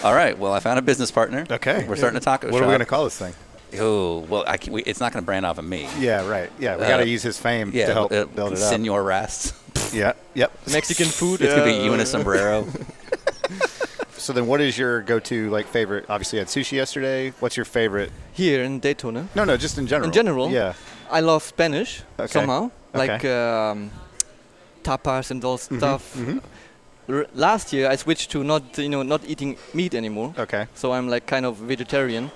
Yeah, All right. Well, I found a business partner. yeah. Okay. We're starting a taco What shop. are we gonna call this thing? Oh, well, I can, we, it's not going to brand off of me. Yeah, right. Yeah, we Uh, got to use his fame Yeah. to help uh, build it up. Senor Rast. Yeah, yep. Mexican food. It's going to uh, be you in a sombrero. So then, what is your go-to like favorite? Obviously, you had sushi yesterday. What's your favorite? Here in Daytona. No, no, just in general. In general, Yeah. I love Spanish Okay. somehow, like Okay. Mm-hmm. um, tapas and all stuff. R- last year, I switched to not you know not eating meat anymore, Okay. so I'm like kind of vegetarian.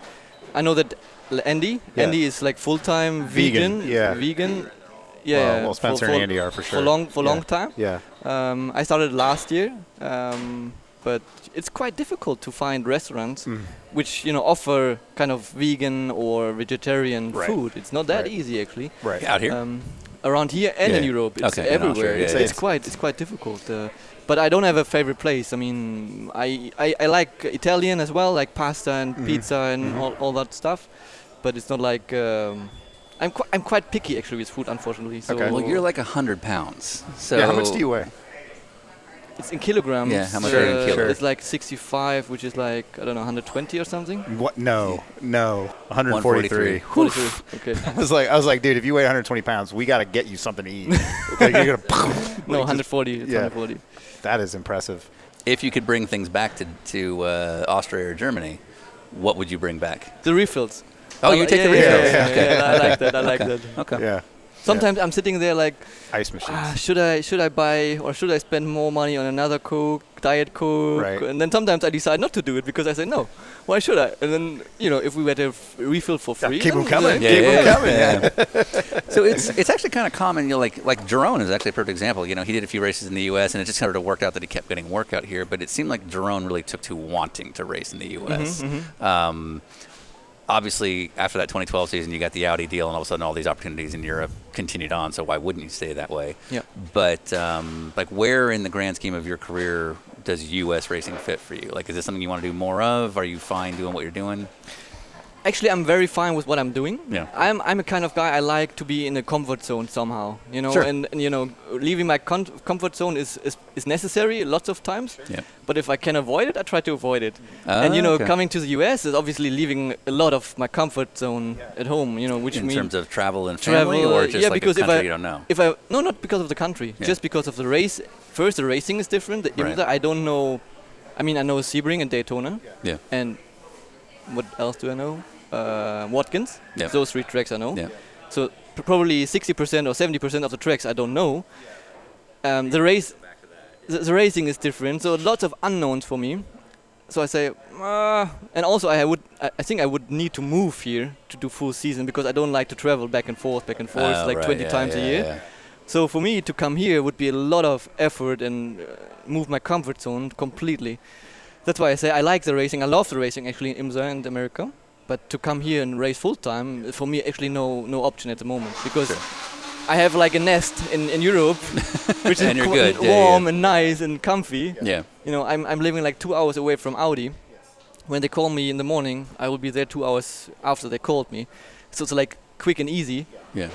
I know that L- Andy. Yeah. Andy is like full time Vegan, vegan. yeah. Vegan. Yeah. Well, yeah, well, Spencer and Andy are for sure. For long for Yeah. long time. Yeah. Um, I started last year, um, but it's quite difficult to find restaurants which you know offer kind of vegan or vegetarian Right. food. It's not that Right. easy actually. Right. Out here. Um, around here and in Yeah. Europe, it's Okay, in Austria, everywhere. yeah, it's, yeah. it's quite it's quite difficult. Uh, but I don't have a favorite place. I mean, I, I, I like Italian as well, like pasta and pizza and all, all that stuff. But it's not like um, I'm qui- I'm quite picky actually with food, unfortunately. So Okay. well, you're like hundred pounds. So yeah. How much do you weigh? It's in kilograms. Uh, Yeah, how much are you in kilos? It's like 65, which is like, I don't know, 120 or something. What? No. No. 143. 143. Okay. I was like, I was like, dude, if you weigh 120 pounds, we gotta get you something to eat. like you're gonna. No, 140. It's yeah. 140. that is impressive. If you could bring things back to to uh, Austria or Germany, what would you bring back? The refills. Oh, I you li- take yeah, the yeah, refills. Yeah, yeah, Okay. yeah, I like that. I like Okay. that. Okay. Yeah. Sometimes I'm sitting there like, Ice machines. ah, should I should I buy or should I spend more money on another Coke, Diet Coke? Right. And then sometimes I decide not to do it because I say no. Why should I? And then you know if we were to f- refill for free, keep 'em then- coming. then- Yeah. Keep 'em coming, yeah. so it's it's actually kind of common. You know, like like Jerome is actually a perfect example. You know, he did a few races in the U.S. and it just sort of worked out that he kept getting work out here. But it seemed like Jerome really took to wanting to race in the U.S. Um, obviously, after that 2012 season, you got the Audi deal, and all of a sudden, all these opportunities in Europe continued on. So why wouldn't you stay that way? Yeah. But um, like, where in the grand scheme of your career does U.S. racing fit for you? Like, is this something you want to do more of? Are you fine doing what you're doing? Actually, I'm very fine with what I'm doing. Yeah. I'm I'm a kind of guy I like to be in a comfort zone somehow. You know, Sure. and, and you know, leaving my con- comfort zone is, is is necessary lots of times. Yeah. But if I can avoid it, I try to avoid it. Ah, and you know, okay. coming to the US is obviously leaving a lot of my comfort zone at home. You know, which in means terms of travel and travel. uh, family, or just yeah, like because a country if I you don't know? if I no, not because of the country, Yeah. just because of the race. First, the racing is different. The Right. IMSA, I don't know. I mean, I know Sebring and Daytona. yeah, And what else do I know? Uh, Watkins. Yeah. Those three tracks I know. yeah, So p- probably 60% or 70% of the tracks I don't know. Um, the race, the, the racing is different. So lots of unknowns for me. So I say, uh, and also I would, I, I think I would need to move here to do full season because I don't like to travel back and forth, back and forth Ah, like right, 20 yeah, times yeah, a year. yeah. So for me to come here would be a lot of effort and uh, move my comfort zone completely. That's why I say I like the racing. I love the racing actually in IMSA and America. But to come here and race full time for me actually no no option at the moment because I have like a nest in, in Europe, which is And you're qu- good, yeah, yeah. warm and nice and comfy. Yeah. You know I'm I'm living like two hours away from Audi. When they call me in the morning, I will be there two hours after they called me. So it's like quick and easy yeah.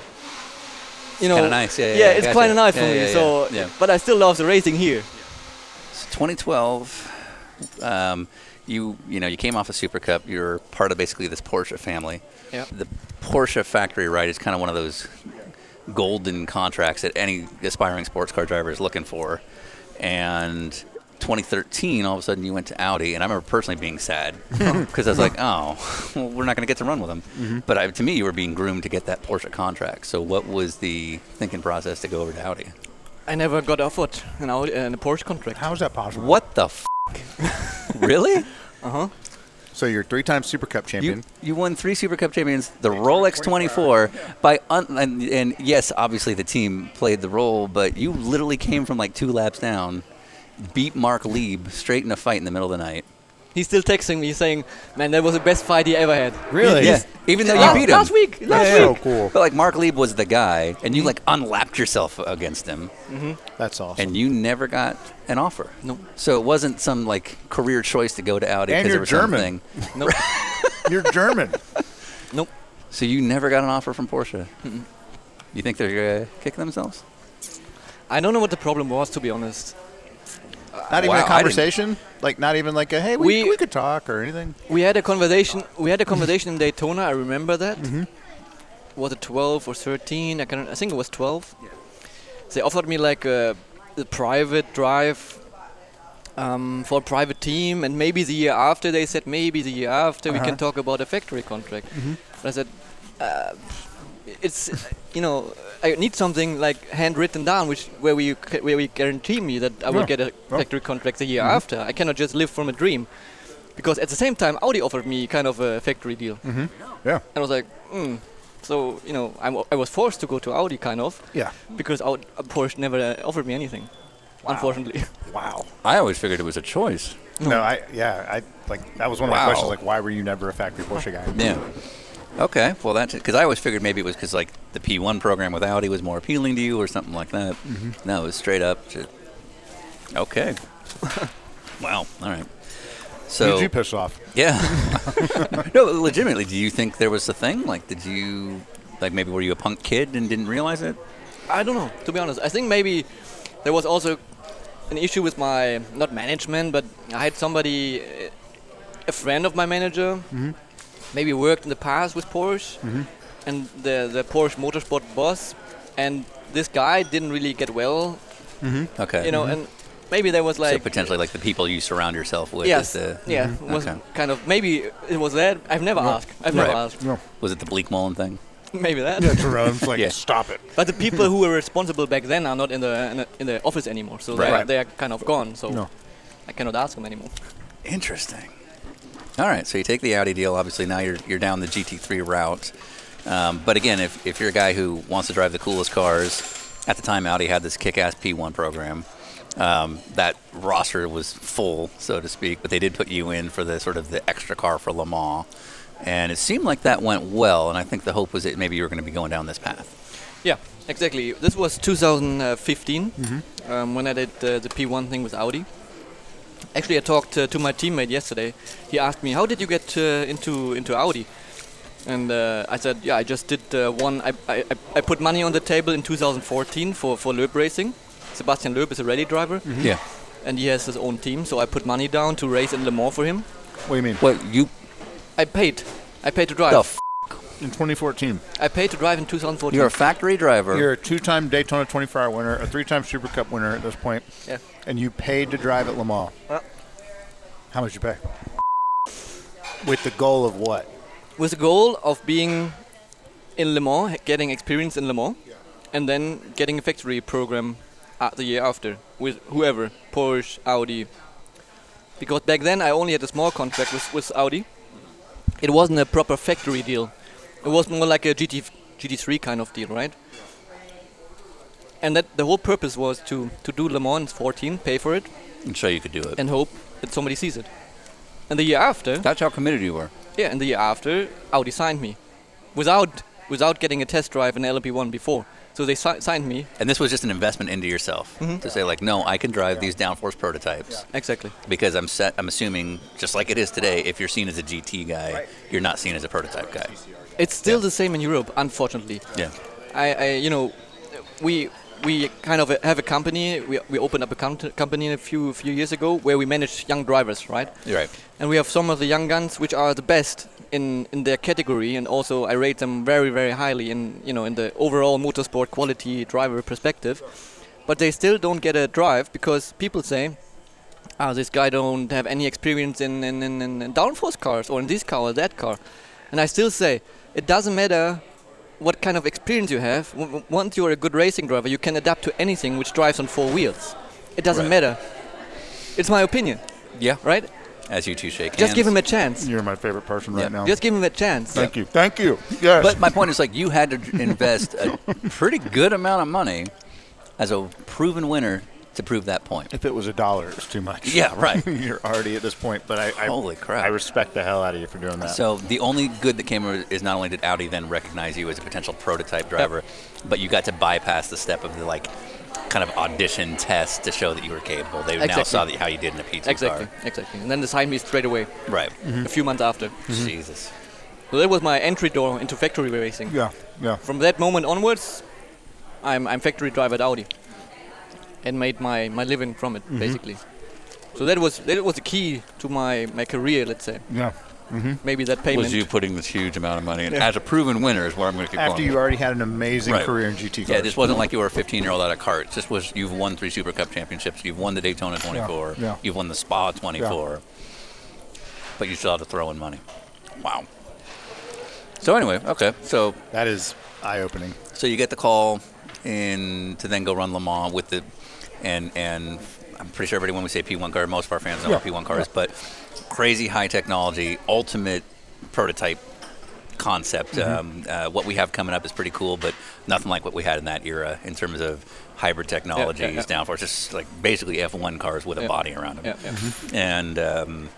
you know, kinda nice, yeah, yeah, yeah yeah, it's gotcha. quite a nice for Yeah, me. yeah, yeah, so, yeah. but I still love the racing here. So 2012, um, you you know you came off a Super Cup. You're part of basically this Porsche family. Yeah. The Porsche factory ride is kind of one of those golden contracts that any aspiring sports car driver is looking for. And 2013, all of a sudden, you went to Audi, and I remember personally being sad because I was like, "Oh, well, we're not going to get to run with them." But I, to me, you were being groomed to get that Porsche contract. So, what was the thinking process to go over to Audi? I never got offered an Audi, uh, a Porsche contract. How is that possible? What the f? really? So you're three-time Super Cup champion. You, you won three Super Cup champions, the Rolex 24 by un- and, and yes, obviously the team played the role, but you literally came from like two laps down, beat Mark Lieb straight in a fight in the middle of the night. He's still texting me saying, "Man, that was the best fight he ever had." really? Yeah, even though last, you beat him last week. Mm-hmm. Last That's week. so cool. But like Mark Lieb was the guy, and you like unlapped yourself against him, That's awesome. and you never got an offer. No. So it wasn't some like career choice to go to Audi And because you're there was German. something. Nope. you're German. nope. So you never got an offer from Porsche. You think they're gonna kick themselves? I don't know what the problem was, to be honest. Not even Wow, I a didn't- conversation. Like not even like a hey, we, We- we could talk or anything. We had a conversation. We had a conversation in Daytona. I remember that. Mm-hmm. Was it 12 or 13? I can I think it was 12. They offered me like a, a private drive um, for a private team, and maybe the year after they said maybe the year after we can Uh-huh. talk about a factory contract. Mm-hmm. But I said, uh, it's you know I need something like handwritten down, which where we ca- where we guarantee me that I will Yeah. Mm-hmm. get a Yeah. factory contract the year after. I cannot just live from a dream. because at the same time Audi offered me kind of a factory deal, Mm-hmm. and Yeah. I was like, mm. so you know, I'm, I was forced to go to Audi kind of, Yeah. because Audi, Porsche never uh, offered me anything, unfortunately. Wow. I always figured it was a choice. No, I yeah, I like that was one of my Wow. questions. Like, why were you never a factory Porsche guy? Yeah. Okay. Well, that's because I always figured maybe it was because like the P1 program with Audi was more appealing to you or something like that. No, it was straight up. To, okay. wow. All right. So Did you piss off? yeah. no, legitimately, do you think there was a thing? Like, did you like maybe were you a punk kid and didn't realize it? I don't know, to be honest. I think maybe there was also an issue with my not management, but I had somebody, uh, a friend of my manager, maybe worked in the past with Porsche, and the the Porsche Motorsport boss, and this guy didn't really get well, Okay. you know, and maybe there was Mm-hmm. so like. potentially like the people you surround yourself with. Yes. Is the, yeah. it Was mm-hmm. Okay. kind of maybe it was that. I've never asked. I've never Right. asked. Was it the Bleak Mullen thing? Maybe that. Yeah, Jerome's like, Yeah. stop it. But the people who were responsible back then are not in the in the, in the office anymore, so they, Right. are, they are kind of gone. So No. I cannot ask them anymore. Interesting. All right, so you take the Audi deal. Obviously, now you're you're down the GT3 route. Um, but again, if if you're a guy who wants to drive the coolest cars, at the time Audi had this kick-ass P1 program. Um, that roster was full, so to speak, but they did put you in for the sort of the extra car for Le Mans, and it seemed like that went well. And I think the hope was that maybe you were going to be going down this path. Yeah, exactly. This was 2015 um, when I did uh, the P1 thing with Audi. Actually, I talked uh, to my teammate yesterday. He asked me, "How did you get uh, into into Audi?" And uh, I said, "Yeah, I just did uh, one. I, I, I- I put money on the table in 2014 for for Loeb Racing. Sebastian Loeb is a rally driver, Yeah. and he has his own team. So I put money down to race in Le Mans for him. What do you mean? Well, you I paid. I paid to drive. the f- In 2014, I paid to drive in 2014. you're a factory driver. you're a two-time Daytona 24-hour winner, a three-time Super Cup winner at this point, Yeah. and you paid to drive at Le Mans. Yeah. How much you pay? With the goal of what? with the goal of being in Le Mans, ha- getting experience in Le Mans, and then getting a factory program uh, the year after with whoever, Porsche, Audi. Because back then I only had a small contract with, with Audi. It wasn't a proper factory deal. It was more like a GT GT3 kind of deal, right? And that the whole purpose was to to do Le Mans 14, pay for it, I'm sure you could do it. and hope that somebody sees it. And the year after, That's how committed you were. yeah, and the year after, Audi signed me, without without getting a test drive in LMP1 before. So they si- signed me And this was just an investment into yourself Mm-hmm. to say like, no, I can drive these downforce prototypes exactly. because I'm set. I'm assuming just like it is today, if you're seen as a GT guy, you're not seen as a prototype guy. It's still the same in Europe, unfortunately. Yeah. I, I you know, we we kind of have a company. We, we opened up a com- company a few few years ago where we manage young drivers, right? You're right. And we have some of the young guns which are the best in, in their category, and also I rate them very very highly in you know in the overall motorsport quality driver perspective. But they still don't get a drive because people say, "Ah, this guy don't have any experience in in, in, in in downforce cars or in this car or that car," and I still say it doesn't matter what kind of experience you have. W- w- once you're a good racing driver, you can adapt to anything which drives on four wheels. It doesn't Right. matter. It's my opinion, Yeah. right? As you two shake Just give him hands. a chance. You're my favorite person Yeah. right now. Just give him a chance. Thank you. Thank you. Yes. But my point is like, you had to invest a pretty good amount of money as a proven winner to prove that point. if it was a dollar, it's too much. Yeah, right. You're already at this point, but I, I Holy crap. I respect the hell out of you for doing that. So the only good that came of it is not only did Audi then recognize you as a potential prototype driver, but you got to bypass the step of the like kind of audition test to show that you were capable. They now Exactly. saw that how you did in a P2 Exactly, exactly. And then they signed me straight away, car. Right. a few months after. Mm-hmm. Jesus. So that was my entry door into factory racing. yeah, yeah. From that moment onwards, I'm, I'm factory driver at Audi, and made my, my living from it basically. So that was that was the key to my, my career, let's say. Mm. Yeah. Maybe that payment. Was you putting this huge amount of money in? As a proven winner is where I'm going to keep After going. you already had an amazing Right. career in GT cars. yeah, this wasn't like you were a 15 year old out of cart. It just was you've won three Super Cup championships. You've won the Daytona 24. yeah. You've won the Spa 24. But you still had to throw in money. Wow. So anyway, okay. So that is eye-opening. So you get the call in to then go run Le Mans with the and and I'm pretty sure everybody when we say P1 car, most of our fans know Yeah. what P1 car is, but crazy high technology, ultimate prototype concept. Mm-hmm. Um, uh, what we have coming up is pretty cool, but nothing like what we had in that era in terms of hybrid technologies, yeah. downforce, just like basically F1 cars with a Yeah. body around them. Yeah, Mm-hmm. yeah. And um,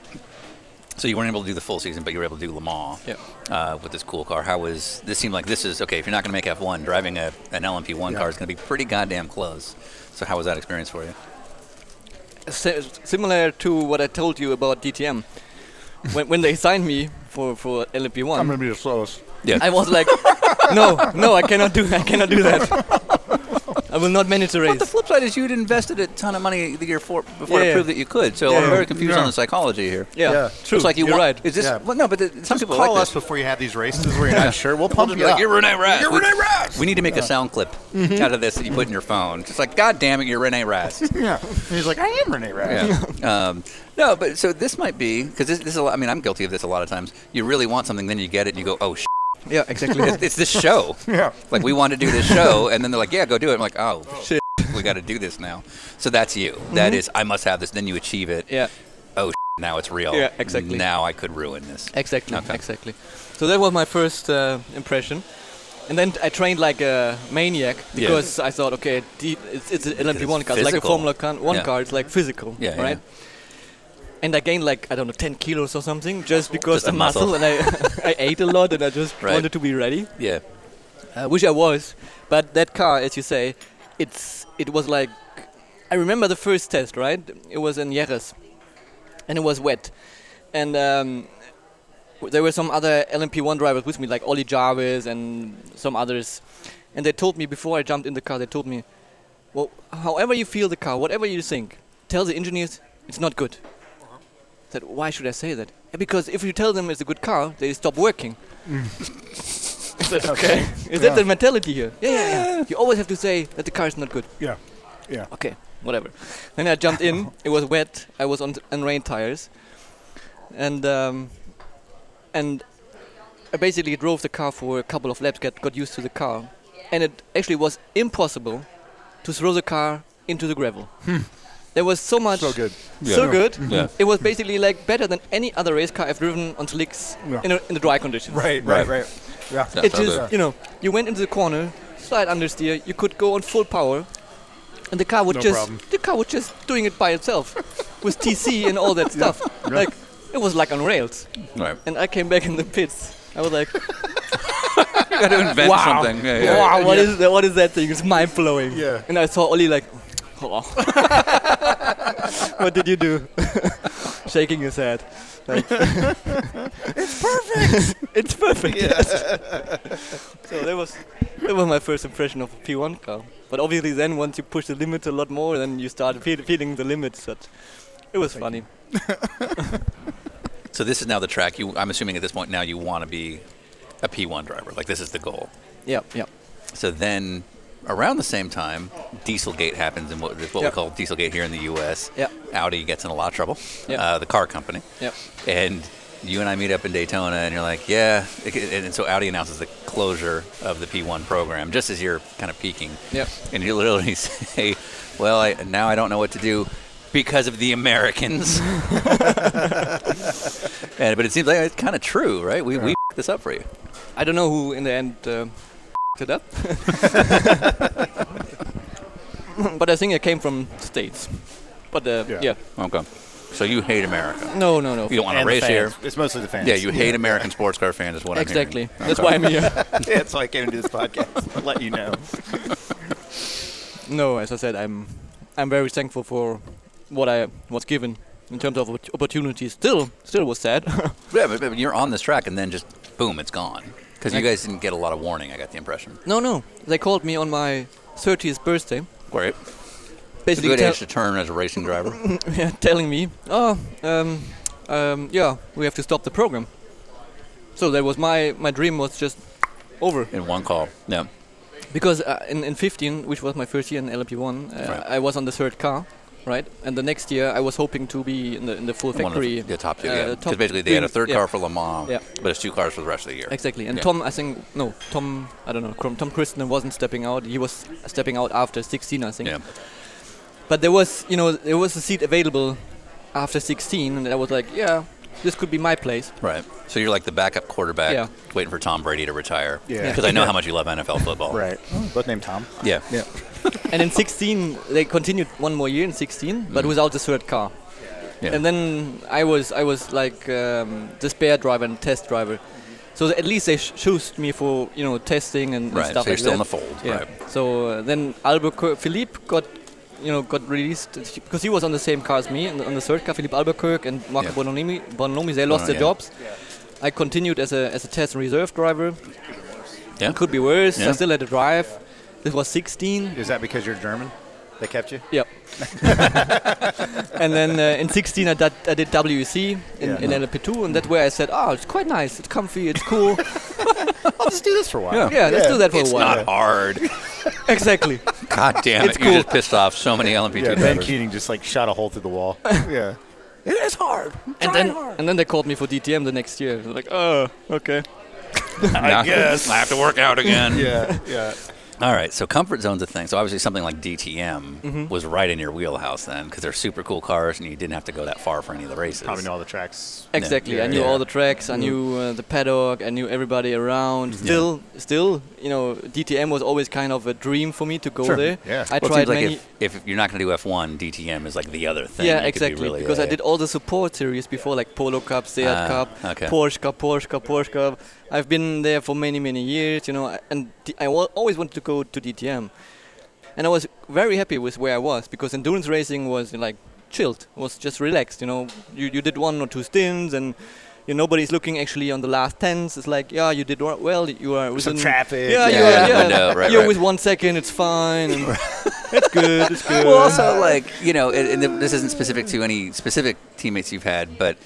so you weren't able to do the full season, but you were able to do Le Mans Yeah. uh, with this cool car. How was this? Seemed like this is okay. If you're not going to make F1, driving a, an LMP1 car is going to be pretty goddamn close. So how was that experience for you? si- similar to what I told you about DTM. when, when they signed me for for LMP1, I'm going to be the slowest. Yeah, I was like, no, no, I cannot do, I cannot do that. I will not manage the But the race. flip side is you'd invested a ton of money the year for, before Yeah, to yeah. prove that you could. So I'm Yeah. very confused Yeah. on the psychology here. Yeah, Yeah. It's like you You're want, right. Is this Yeah. well, no? But the, some people Call like us this. before you have these races where you're not sure. We'll We'll pump just you be like, up. you're Renee Rass. You're We- Renee Rass! We need to make a sound clip out of this that you put in your phone. Just like, God damn it, you're Renee Rass. Yeah. And he's like, I am Renee Rapp. Yeah. um, no, but so this might be because this, this is. A lot, I mean, I'm guilty of this a lot of times. You really want something, then you get it, and you go, "Oh, sh-. yeah, exactly. It's, it's this show." Yeah. Like we want to do this show, and then they're like, "Yeah, go do it." I'm like, "Oh, shit, we got to do this now." So that's you. That is, I must have this. Then you achieve it. yeah, Oh, sh-, now it's real. Yeah, exactly. Now I could ruin this. exactly, Okay. exactly. So that was my first uh, impression, and then I trained like a maniac Yeah. because I thought, okay, D- it's, it's an LMP1 it's car, it's like a physical. Formula car, one Yeah. car, it's like physical, Yeah, yeah. right? And I gained like I don't know 10 kilos or something just because Just a the muscle, muscle. and I, I ate a lot and I just Right. wanted to be ready. Yeah. I wish I was, but that car, as you say, it's it was like I remember the first test, right? It was in Jerez, and it was wet, and um, w- there were some other LMP1 drivers with me, like Ollie Jarvis and some others, and they told me before I jumped in the car, they told me, well, however you feel the car, whatever you think, tell the engineers it's not good. I Said, why should I say that? Because if you tell them it's a good car, they stop working. I said, okay. Is that the mentality here? Yeah, yeah, yeah. You always have to say that the car is not good. Yeah. Okay, whatever. Then I jumped in. it was wet. I was on, on rain tires, and um, and I basically drove the car for a couple of laps. Got got used to the car, and it actually was impossible to throw the car into the gravel. There was so much. Hmm. So good. So Yeah. good. Yeah. It was basically like better than any other race car I've driven on slicks Yeah. in, a, in the dry conditions. Right, Right. right, right. Yeah. Yeah. It so just, the- you know, you went into the corner, slight understeer, you could go on full power, and the car would No just, problem. the car would just doing it by itself, with TC and all that stuff. Like it was like on rails. Right. And I came back in the pits. I was like, got to invent Wow. something. Yeah, yeah. wow, what is that? What is that thing? It's mind blowing. Yeah. And I saw Oli like, oh. what did you do? Shaking his head. Like, it's perfect. it's perfect. yes. so that was that was my first impression of a P1 car. But obviously, then once you push the limits a lot more, then you start feel, feeling the limits. But it was funny. So this is now the track. You, I'm assuming at this point now you want to be a P1 driver. Like this is the goal. Yeah, yeah. So then, around the same time, Dieselgate happens, and what, what Yep. we call Dieselgate here in the U.S. Yep. Audi gets in a lot of trouble. Yep. Uh, the car company. Yep. And you and I meet up in Daytona, and you're like, "Yeah." And and so Audi announces the closure of the P1 program just as you're kind of peaking. Yep. And you literally say, "Well, I, now I don't know what to do." Because of the Americans, and, but it seems like it's kind of true, right? We, we this up for you. I don't know who in the end uh, it up. but I think it came from states. But uh, yeah. Yeah. Okay, so you hate America. no, no, no. You don't want to And the race here. fans. It's mostly the fans. Yeah, you hate American sports car fans is what exactly. I'm hearing. That's Okay. why I'm here. That's why I came to this podcast. to Let you know. no, as I said, I'm I'm very thankful for what I was given in terms of oppor- opportunities. Still, still was sad. Yeah, but, but you're on this track and then just boom, it's gone. Because you guys didn't get a lot of warning. I got the impression. no, no. They called me on my 30th birthday. Great. It's a Basically, good tell- age to turn as a racing driver. yeah, telling me, oh, um, um, yeah, we have to stop the program. So that was my my dream was just over. in one call. Yeah. Because uh, in, in 15, which was my first year in LMP1, uh, Right. I was on the third car, right? And the next year, I was hoping to be in the in the full One of factory. the, the top two. uh, yeah. top Because basically they had a team. third Yeah, car for Le Mans, Yeah. but it's two cars for the rest of the year. Exactly. And Yeah. Tom, I think no, Tom, I don't know, Crom- Tom Christen wasn't stepping out. He was stepping out after 16, I think. Yeah. But there was, you know, there was a seat available after 16, and I was like, yeah, this could be my place. Right. So you're like the backup quarterback, Yeah. waiting for Tom Brady to retire. Yeah. Because I know how much you love NFL football. Right. Both named Tom. Yeah. Yeah. and in 16, they continued one more year in 16, but without the third car. Mm. Yeah. And then I was, I was like um, the spare driver and test driver. So at least they sh- chose me for you know testing and, and Right, stuff so you're like still in that. the fold, Yeah. right. So uh, then Albuquerque Philippe got you know got released because he was on the same car as me and on the third car Philippe Albuquerque and Marco Yeah. Bonomi, Bonomi they lost Bonomi, their yeah. jobs. I continued as a as a test and reserve driver. Yeah. Could be worse. Yeah. I still had to drive. This was 16. Is that because you're German? They kept you? Yep. and then uh, in 16, I, did I did WEC in, Yeah. in LP2, and that's where I said, oh, it's quite nice, it's comfy, it's cool. I'll just do this for a while. yeah, let's do that for It's a while. not hard. Exactly. God damn it! It's You cool. just pissed off so many LMP2 Yeah, Ben drivers. Keating just like shot a hole through the wall. Yeah. it is hard. and then and then they called me for DTM the next year. Like, oh, okay. I guess I have to work out again. Yeah. Yeah. All right, so comfort zone's a thing. So obviously something like DTM Mm-hmm. was right in your wheelhouse then, because they're super cool cars, and you didn't have to go that far for any of the races. Probably know all the tracks. Exactly. Yeah, I knew yeah. all the tracks. I knew uh, the paddock. I knew everybody around. Still, still, you know, DTM was always kind of a dream for me to go there. yeah. I Well, it tried seems like many. if, if you're not going to do F1, DTM is like the other thing. You Yeah, could be exactly. really because a- I did all the support series before, like Polo Cup, Seat Ah, Cup, okay. Porsche Cup, Porsche Cup, Porsche Cup. I've been there for many, many years, you know, I- and d- I wa- always wanted to go to DTM. And I was very happy with where I was because endurance racing was like chilled, was just relaxed, you know. You, you did one or two stints and you know, nobody's looking actually on the last tens. It's like, yeah, you did wa- well, you are within. Some traffic. Yeah, Yeah, you are, yeah, yeah. window, right, you're right. with one second, it's fine. And it's good, it's good. Well, also like you know, and, and th- this isn't specific to any specific teammates you've had, but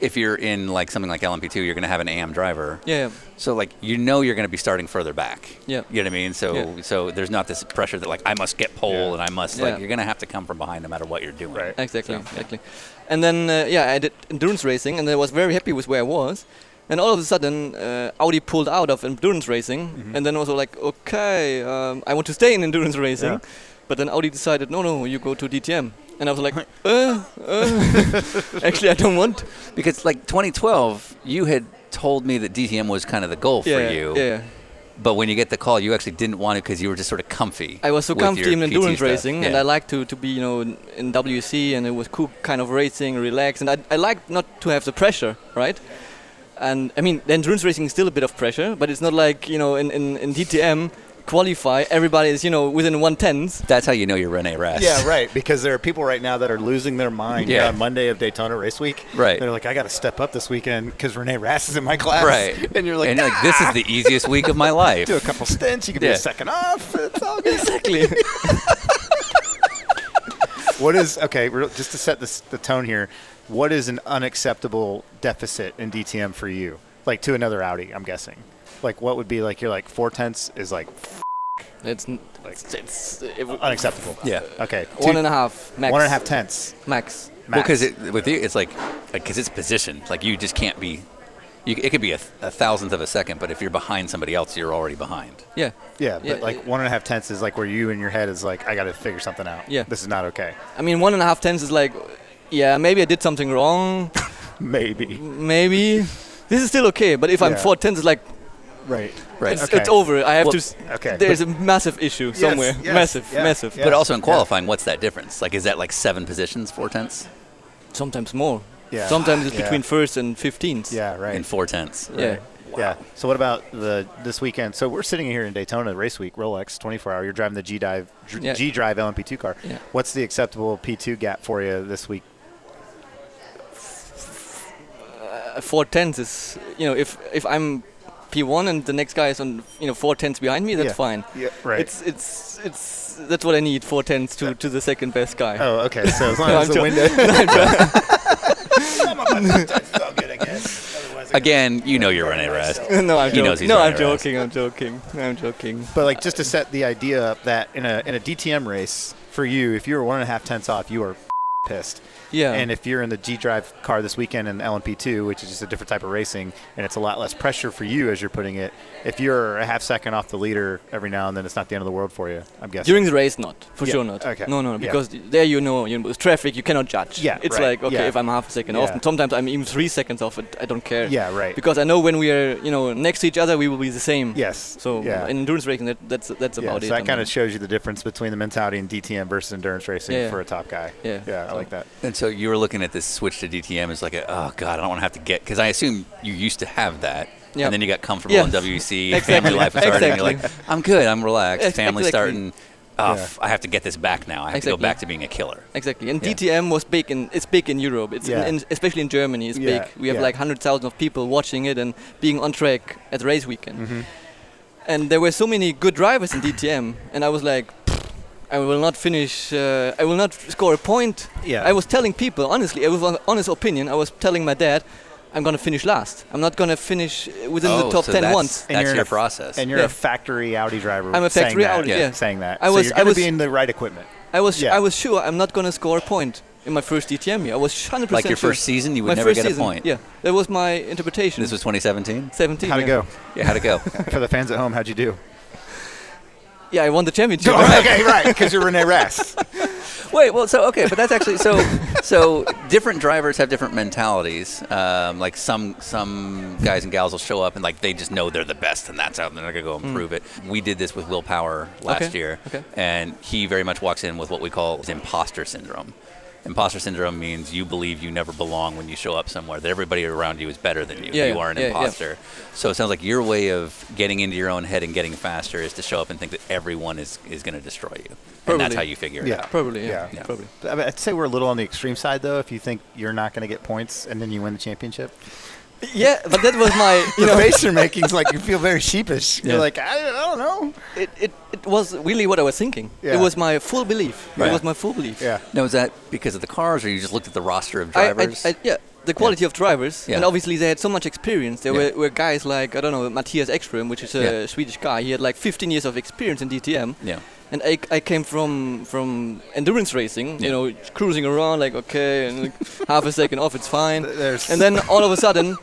if you're in like something like LMP2, you're going to have an AM driver. yeah. So like you know you're going to be starting further back. Yeah. You know what I mean? So Yeah. so there's not this pressure that like I must get pole and I must like Yeah. you're going to have to come from behind no matter what you're doing. Right. Exactly, So, yeah. exactly. And then uh, yeah, I did endurance racing, and I was very happy with where I was. And all of a sudden, uh, Audi pulled out of endurance racing, Mm-hmm. and then also like, okay, um, I want to stay in endurance racing. But then Audi decided, no, no, you go to DTM. And I was like, uh, uh. actually, I don't want. Because like 2012, you had told me that DTM was kind of the goal Yeah, for you. yeah. But when you get the call, you actually didn't want it because you were just sort of comfy. I was so with your comfy in PT endurance stuff. racing, and Yeah. I like to, to be you know in, in WC, and it was cool kind of racing, relaxed, and I I like not to have the pressure, right? And I mean, the endurance racing is still a bit of pressure, but it's not like you know in in, in DTM qualify everybody is you know within one tenth. That's how you know you're Rene Rast. Yeah, right. Because there are people right now that are losing their mind Yeah. on Monday of Daytona Race Week. Right. They're like, I got to step up this weekend because Renee Rass is in my class. Right. And you're like, and you're like this is the easiest week of my life. do a couple stints. You can be Yeah. a second off. It's all good. Exactly. what is okay? real- Just to set this, the tone here, what is an unacceptable deficit in DTM for you? Like to another Audi, I'm guessing. Like what would be like? You're like four tenths is like it's n- Like- it's, it's it w- unacceptable. Yeah. Okay. one Two- and a half max. One and a half tenths. max. Well, max. because with you, it's like because it's positioned. Like you just can't be. You, it could be a, th- a thousandth of a second, but if you're behind somebody else, you're already behind. Yeah. yeah, but yeah, like it- one and a half tenths is like where you in your head is like, I got to figure something out. Yeah. This is not okay. I mean, one and a half tenths is like, yeah, maybe I did something wrong. Maybe. Mm, maybe this is still okay, but if I'm Yeah. four tenths, it's like Right. Right. It's, Okay. it's over. I have Well, to. S- okay. There's a massive issue somewhere. yes, massive, yeah, massive. yeah. But also in qualifying, what's that difference? Like, is that like seven positions, four tenths, Sometimes more. Yeah. Sometimes it's Yeah. between first and fifteenth. Yeah. Right. and four tenths? Yeah. Yeah. So what about the this weekend? So we're sitting here in Daytona Race Week, Rolex 24 hour. You're driving the G Dive G Yeah. G Drive LMP2 car. Yeah. What's the acceptable P2 gap for you this week? Uh, four tenths is you know if if I'm P1 and the next guy is on you know four tenths behind me, that's Yeah. fine. Yeah, right. It's it's it's that's what I need. Four tenths to to the second best guy. Oh, okay. So as long No, as I'm the jo- window. Again, you know you're Rene Rast. no, I'm He knows joking. he's No, on I'm your ass. joking. I'm joking. I'm joking. But like just to set the idea up that in a in a DTM race for you, if you were one and a half tenths off, you are pissed. Yeah. And if you're in the G Drive car this weekend in the LMP2, which is just a different type of racing, and it's a lot less pressure for you as you're putting it, if you're a half second off the leader every now and then, it's not the end of the world for you, I'm guessing. During the race, not for Yeah, sure, not. okay. No, no, no Yeah. because there you know, you know, with traffic you cannot judge. Yeah, it's right, like okay, yeah. if I'm half a second Yeah. off, and sometimes I'm even three seconds off. It, I don't care. Yeah, right. Because I know when we are, you know, next to each other, we will be the same. Yes, So yeah. in endurance racing, that, that's that's yeah, about so it. that I kind mean. of shows you the difference between the mentality in DTM versus endurance racing Yeah. for a top guy. Yeah. yeah, I So- like that. And so you were looking at this switch to DTM as like, a, oh god, I don't want to have to get because I assume you used to have that, Yeah. and then you got comfortable Yeah. in WC, Exactly. family life was starting, and you're like, Exactly. I'm good, I'm relaxed, Ex- family exactly. starting. Oh, f- I have to get this back now. I have to go Exactly. back to being a killer. Exactly, and Yeah. DTM was big in it's big in Europe. It's Yeah. in, in- especially in Germany. It's Yeah, big. We have yeah. like hundred thousand of people watching it and being on track at race weekend. And there were so many good drivers in DTM, and I was like, I will not finish. Uh, I will not score a point. Yeah. I was telling people honestly. I was on honest opinion. I was telling my dad, I'm gonna finish last. I'm not gonna finish within Oh, the top so ten that's- once. And That's you're in your a- process. And you're Yeah. a factory Audi driver. I'm a saying factory that, Audi, yeah. saying that. I so was- you're I gonna was- be in the right equipment. I was Yeah. I was sure I'm not gonna score a point in my first DTM year. I was 100% Like your sure. first season, you would my never first get a season, point. Yeah, that was my interpretation. This was 2017. 17. How'd yeah. it go? Yeah, how'd it go? For the fans at home, how'd you do? Yeah, I won the championship. okay, right, because you're Rene Rast. Wait, well, so okay, but that's actually so. So different drivers have different mentalities. Um, like some some guys and gals will show up and like they just know they're the best, and that's how they're gonna go and prove it. We did this with Will Power last Hmm. Okay, year, okay. and he very much walks in with what we call imposter syndrome. Imposter syndrome means you believe you never belong when you show up somewhere. That everybody around you is better than you. Yeah, you are an yeah, yeah. imposter. So it sounds like your way of getting into your own head and getting faster is to show up and think that everyone is, is going to destroy you. And that's Probably. how you figure it Yeah. out. Probably, yeah. Yeah. Probably. I mean, I'd say we're a little on the extreme side, though. If you think you're not going to get points and then you win the championship, Yeah, but that was my, you the know, face you're making is like you feel very sheepish. You're Yeah. like, I, I don't know. it, it, it was really what I was thinking. Yeah. It was my full belief. Right. It was my full belief. Yeah, Now, is that because of the cars, or you just looked at the roster of I, I, drivers? I, yeah, the quality of drivers, Yeah. and obviously they had so much experience. There Yeah. were, were guys like I don't know Matthias Ekström, which is a Yeah. Swedish guy. He had like 15 years of experience in DTM. Yeah. And I, I came from from endurance racing, Yeah. you know, cruising around like okay, and like, half a second off, it's fine. There's- And then all of a sudden,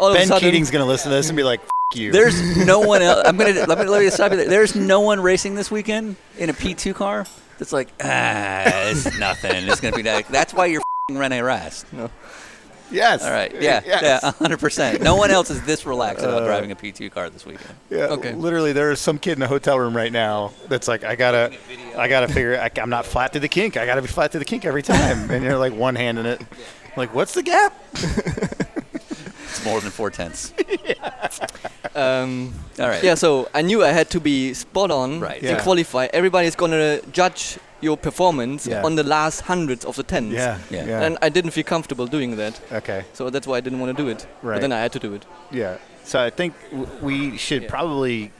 all of a Ben sudden, Keating's going to listen to this and be like, F- you. There's no one else. I'm gonna let me let me stop you there. There's no one racing this weekend in a P2 car. That's like ah, it's nothing. It's gonna be like that's why you're fing Rene Rast. yes. All right, yeah, Yes. yeah, uh, 100. percent No one else is this relaxed about driving a P2 car this weekend. Yeah, Okay. Literally, there is some kid in a hotel room right now that's like, I gotta, I gotta figure. I, I'm not flat to the kink. I gotta be flat to the kink every time. and you're like one hand in it. Like, what's the gap? It's more than four tenths. Um, All right. Yeah, so I knew I had to be spot on Right. in Yeah. qualify. Everybody's gonna judge your performance Yeah. on the last hundreds of the tens. Yeah. And I didn't feel comfortable doing that, okay. so that's why I didn't want to do it. Right. But then I had to do it. Yeah. So I think w- we should probably,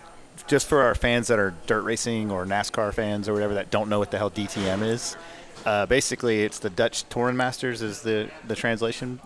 just for our fans that are dirt racing or NASCAR fans or whatever that don't know what the hell DTM is, uh, basically it's the Dutch Touring Masters is the, the translation,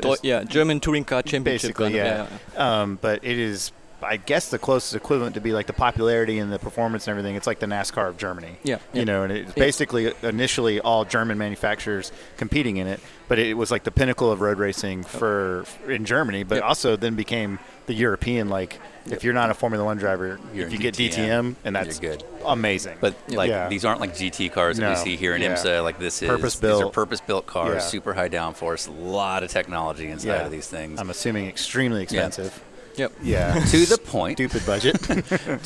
Do- yeah, German touring car championship. basically. kind of, Yeah. yeah. Um, but it is, I guess, the closest equivalent to be like the popularity and the performance and everything. It's like the NASCAR of Germany. Yeah, You yeah. know, and it's basically uh, initially all German manufacturers competing in it, but it was like the pinnacle of road racing Oh. for in Germany, but Yep. also then became the European like. If you're not a Formula One driver, You're if in you get DTM, DTM, and that's you're good. amazing. But like Yeah. these aren't like GT cars that No. we see here in Yeah. IMSA. Like this is These are Purpose-built. purpose-built cars, Yeah. super high downforce, a lot of technology inside yeah, of these things. I'm assuming extremely expensive. Yep. Yeah. to the point, Stupid budget.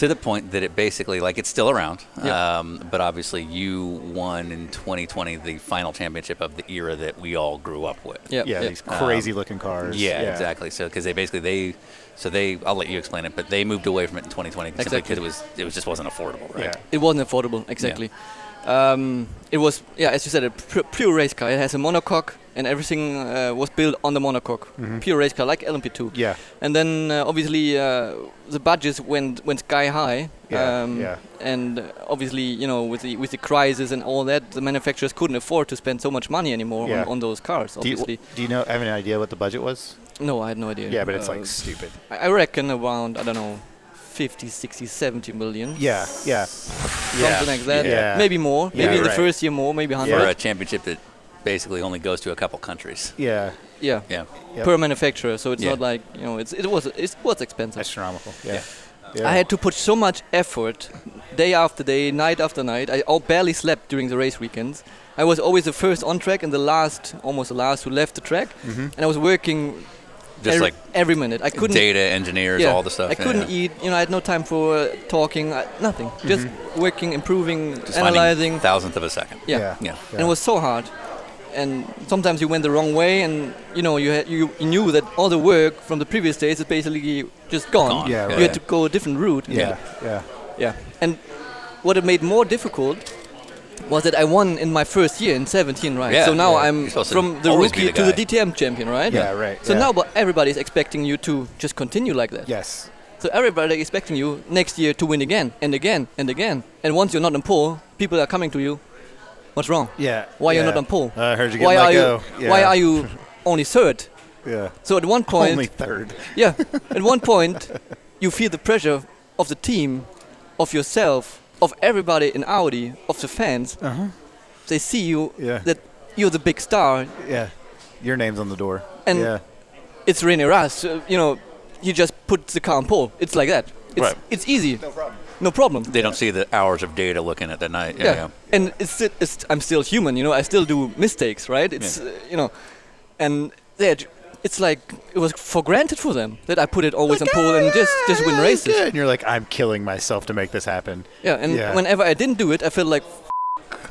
to the point that it basically like it's still around. Yeah. Um, but obviously, you won in 2020 the final championship of the era that we all grew up with. Yep, yeah, yep. these crazy looking cars. Yeah, exactly. So because they basically they, so they I'll let you explain it, but they moved away from it in 2020 simply Exactly. because it was it was just wasn't affordable, right? Yeah. It wasn't affordable, exactly. Um, it was, yeah, as you said, a pr- pure race car. It has a monocoque, and everything uh, was built on the monocoque. Pure race car, like LMP2. Mm-hmm. Yeah. And then uh, obviously uh, the budgets went went sky high. Um, Yeah, yeah. And uh, obviously, you know, with the with the crisis and all that, the manufacturers couldn't afford to spend so much money anymore Yeah. on, on those cars. Do you, Obviously, do you know have any idea what the budget was? no, I had no idea. Yeah, but it's Uh, like stupid. I I reckon around I don't know, 50, 60, 70 million. Yeah, yeah, something like that. Yeah. Maybe more. Yeah, Maybe in the right. first year more. Maybe For hundred. a championship that basically only goes to a couple countries. Yeah, Yeah. Yeah. Yep. Per manufacturer, so it's Yeah. not like you know, it's it was it was expensive. astronomical. Yeah. yeah. I had to put so much effort, day after day, night after night. I all barely slept during the race weekends. I was always the first on track and the last, almost the last who left the track. And I was working Just every, like every minute. I couldn't data engineers, all the stuff. I couldn't e- yeah. Mm-hmm. eat. You know, I had no time for uh, talking. I, nothing. Just working, improving, Just finding analyzing. thousandth of a second. yeah. Yeah. Yeah. And it was so hard. And sometimes you went the wrong way, and you know you had, you you knew that all the work from the previous days is basically just gone. Gone. Yeah, you right. had to go a different route. yeah, yeah, Yeah. And what it made more difficult was that I won in my first year in 17, right? Yeah, so now yeah. I'm You're supposed to from the always be rookie the to the guy. DTM champion, right? Yeah, right, So yeah. now but everybody's expecting you to just continue like that. yes, So everybody expecting you next year to win again and again and again. And once you're not on pole, people are coming to you. What's wrong? yeah. Why yeah. you're not on pole? I heard you get why let are go. you? Why Yeah. are you only third? Yeah, So at one point, only third. yeah, at one point, you feel the pressure of the team, of yourself, of everybody in Audi, of the fans. Uh-huh. They see you Yeah. that you're the big star. Yeah, your name's on the door. And- yeah, It's René Rast. uh, you know, you just put the car on pole. It's like that. It's, Right. it's easy. No problem. No problem. They don't see the hours of data looking at the night. Yeah. yeah. yeah. And it's, sti- it's I'm still human, you know. I still do mistakes, right? It's uh, you know, and that it's like it was for granted for them that I put it always on pole and just just win races. Ah, and you're like, I'm killing myself to make this happen. Yeah, and Yeah. whenever I didn't do it, I felt like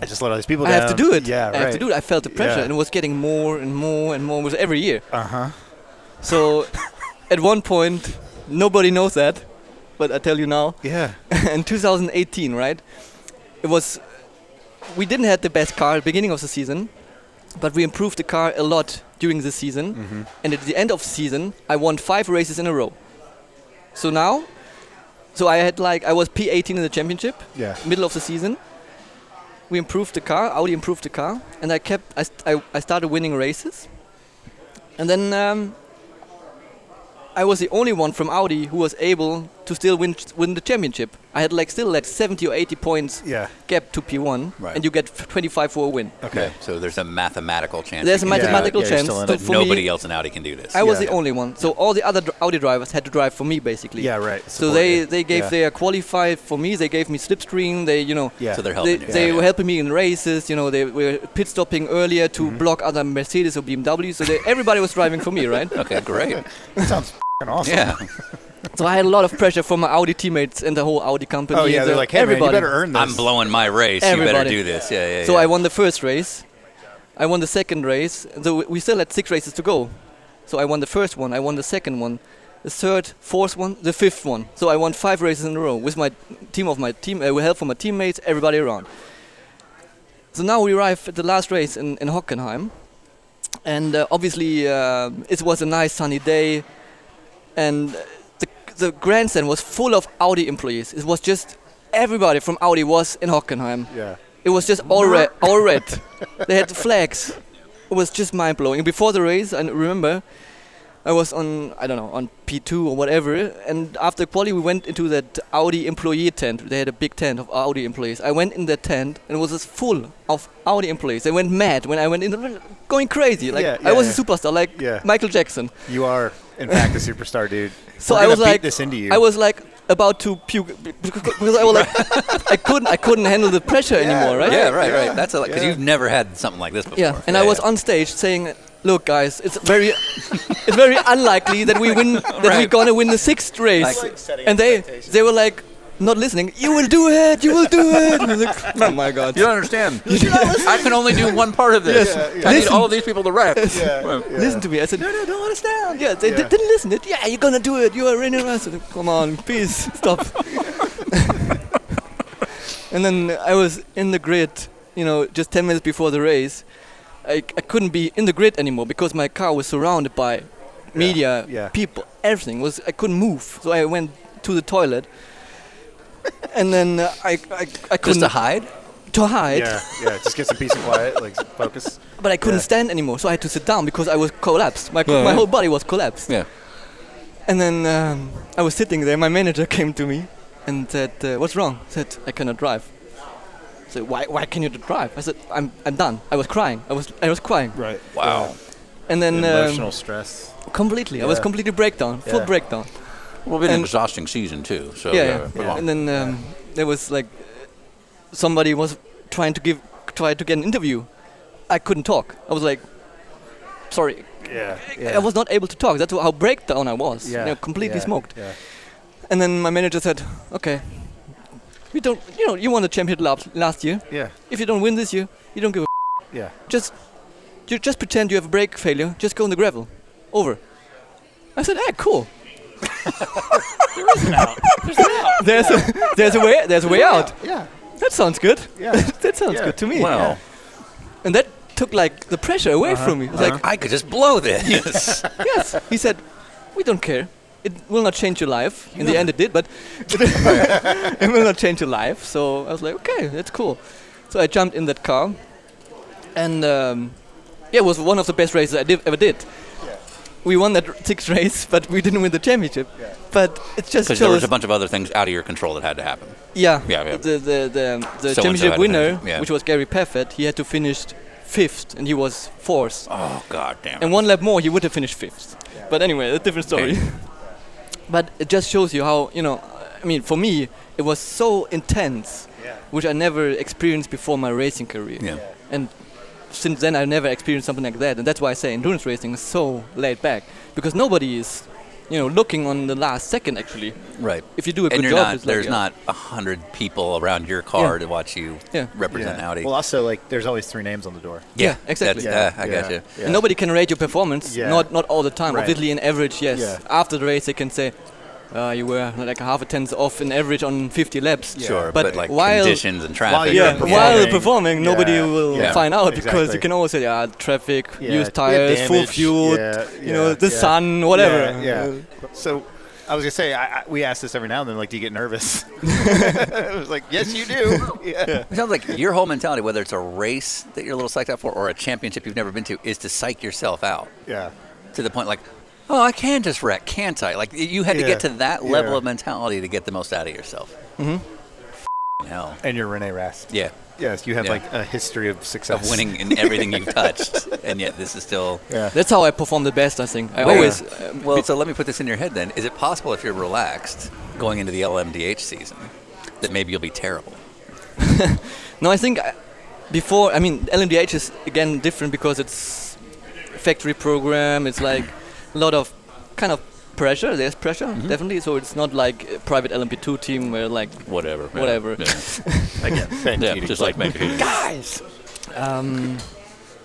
I just let all these people I down. have to do it. Yeah, I right. have to do it. I felt the pressure, Yeah. and it was getting more and more and more with every year. Uh huh. So, at one point, nobody knows that, but I tell you now, Yeah. in 2018, right? It was we didn't have the best car at the beginning of the season, but we improved the car a lot during the season. And at the end of the season, I won five races in a row. So now, so I had like I was P18 in the championship, Yeah. middle of the season. We improved the car. Audi improved the car, and I kept. I st- I, I started winning races, and then um, I was the only one from Audi who was able to still win win the championship. I had like still like 70 or 80 points Yeah. gap to P1, Right. and you get f- 25 for a win. Okay. So there's a mathematical chance. There's a you can do it. mathematical yeah, you're chance still in to, it. for Nobody me. else in Audi can do this. I was Yeah. the only one, so all the other dr- Audi drivers had to drive for me basically. Yeah, right. So Support they, you. they gave Yeah. their qualify for me. They gave me slipstream. They you know Yeah. So they're they, helping you. they Yeah, yeah. were helping me in races. You know, they were pit stopping earlier to Mm-hmm. block other Mercedes or BMW. So they, everybody was driving for me, right? Okay, great. Sounds f***ing awesome. Yeah. So I had a lot of pressure from my Audi teammates and the whole Audi company. Oh yeah, and they're the- like, hey everybody. man, you better earn this. I'm blowing my race. You better Everybody. do this. Yeah, yeah. So yeah. I won the first race. I won the second race. So we- we still had six races to go. So I won the first one. I won the second one, the third, fourth one, the fifth one. So I won five races in a row with my team of my team, uh, with help from my teammates, everybody around. So now we arrive at the last race in, in Hockenheim, and uh, obviously uh, it was a nice sunny day, and uh, the the grandstand was full of Audi employees. It was just everybody from Audi was in Hockenheim. Yeah. It was just all red. All red. they had flags. It was just mind blowing. Before the race, I remember I was on I don't know on P2 or whatever, and after quali we went into that Audi employee tent. They had a big tent of Audi employees. I went in that tent and it was just full of Audi employees. They went mad when I went in, going crazy. Like Yeah, I yeah, was a yeah. superstar, like Yeah. Michael Jackson. You are, in fact, a superstar, dude. So We're I gonna was beat like, this into you. I was like about to puke because I was like, I couldn't, I couldn't handle the pressure anymore, right? yeah, right, right. That's a because yeah. you've never had something like this before. Yeah, and I was on stage saying, "Look, guys, it's very, it's very unlikely that we win, that we're Right. gonna win the sixth race." Like and they, they were like, not listening. You will do it. You will do it. And I was like, oh my god. You don't understand. I can only do one part of this. I need all of these people to rap. Listen to me. I said, no, no, don't understand. Yeah, they Did, not listen. It. Yeah, you're gonna do it. You are running around. I said, Come on, please stop. and then I was in the grid, you know, just 10 minutes before the race. I, I couldn't be in the grid anymore because my car was surrounded by media, yeah. people, everything was. I couldn't move, so I went to the toilet. and then uh, I, I, I Just couldn't to hide. to hide Yeah, yeah. Just get some peace and quiet, like focus. but I couldn't Yeah. stand anymore, so I had to sit down because I was collapsed. My, Yeah, my yeah. whole body was collapsed. Yeah. And then um, I was sitting there. My manager came to me and said, uh, "What's wrong?" I said, "I cannot drive." So why why can you drive? I said I'm I'm done. I was crying. I was I was crying. Right. Wow. And then Emotional um, stress. completely, I was Yeah. completely breakdown, full Yeah. Oh, breakdown. Well, been an And- exhausting season too. So yeah, uh, yeah. but well, And then um, there was like somebody was trying to give try to get an interview. I couldn't talk. I was like, sorry, Yeah. I was not able to talk. That's how breakdown I was. Yeah. You know, completely yeah, smoked. Yeah. And then my manager said, okay, you don't, you know, you won the championship last, last year. Yeah. If you don't win this year, you don't give a Yeah. just you just pretend you have a brake failure. Just go on the gravel. Over. I said, ah, cool. there is an out. There's, a, there's a way. There's a way out. Yeah. That sounds good. Yeah. that sounds Yeah. good to me. well, And that took like the pressure away Uh-huh. from me. It's Like I could just blow this. yes, he said, we don't care. It will not change your life. In the end, it did, but it will not change your life. So I was like, okay, that's cool. So I jumped in that car, and um, yeah, it was one of the best races I did, ever did. We won that r- sixth race, but we didn't win the championship. But it Because just there was shows, a bunch of other things out of your control that had to happen. yeah, Yeah, yeah. the the the, the So-and-so had championship to winner, finish, yeah. which was Gary Paffett, he had to finish fifth, and he was fourth. Oh god damn. And it. one lap more, he would have finished fifth. But anyway, a different story. Okay. but it just shows you how, you know, I mean, for me, it was so intense, which I never experienced before my racing career. Yeah. And since then, I never experienced something like that. And that's why I say endurance racing is so laid back, because nobody is, you know, looking on the last second, actually. Right. If you do a and good you're job, not, it's like, there's yeah. not a hundred people around your car to watch you Yeah. represent Audi. Well, also like there's always three names on the door. Yeah, exactly. that's- Yeah, uh, I got yeah. you. Yeah. And nobody can rate your performance. Yeah. Not not all the time. Right. Obviously, in average, yes. Yeah. After the race, they can say uh, you were like half a tenth off in average on 50 laps. Sure, but, like while conditions and traffic. you're yeah, and- performing. while performing, nobody Yeah, will yeah, find out because exactly. you can always say, ah, traffic, Yeah, used yeah, tires, full damage, fuel, yeah, you know, yeah, the yeah. sun, whatever. Yeah. yeah. So I was gonna say I, I, we ask this every now and then. Like, do you get nervous? I was like, yes, you do. yeah. It sounds like your whole mentality, whether it's a race that you're a little psyched out for or a championship you've never been to, is to psych yourself out Yeah. to the point like, oh, I can just wreck, can't I? Like y- you had to Yeah, get to that level yeah. of mentality to get the most out of yourself. Mm-hmm. Hell, And you're Rene Rast. yeah, Yes, you have Yeah. like a history of success. of winning in everything you've touched, and yet this is still. Yeah. That's how I perform the best, I think. I Wait, always. uh, well, so let me put this in your head then. Is it possible if you're relaxed going into the LMDH season that maybe you'll be terrible? No, I think I, before, I mean, LMDH is again different because it's factory program. It's like a lot of kind of pressure. There's pressure, Mm-hmm. definitely. So it's not like a private LMP2 team where like Whatever. Whatever. I guess. Yeah, just like maybe guys. Um,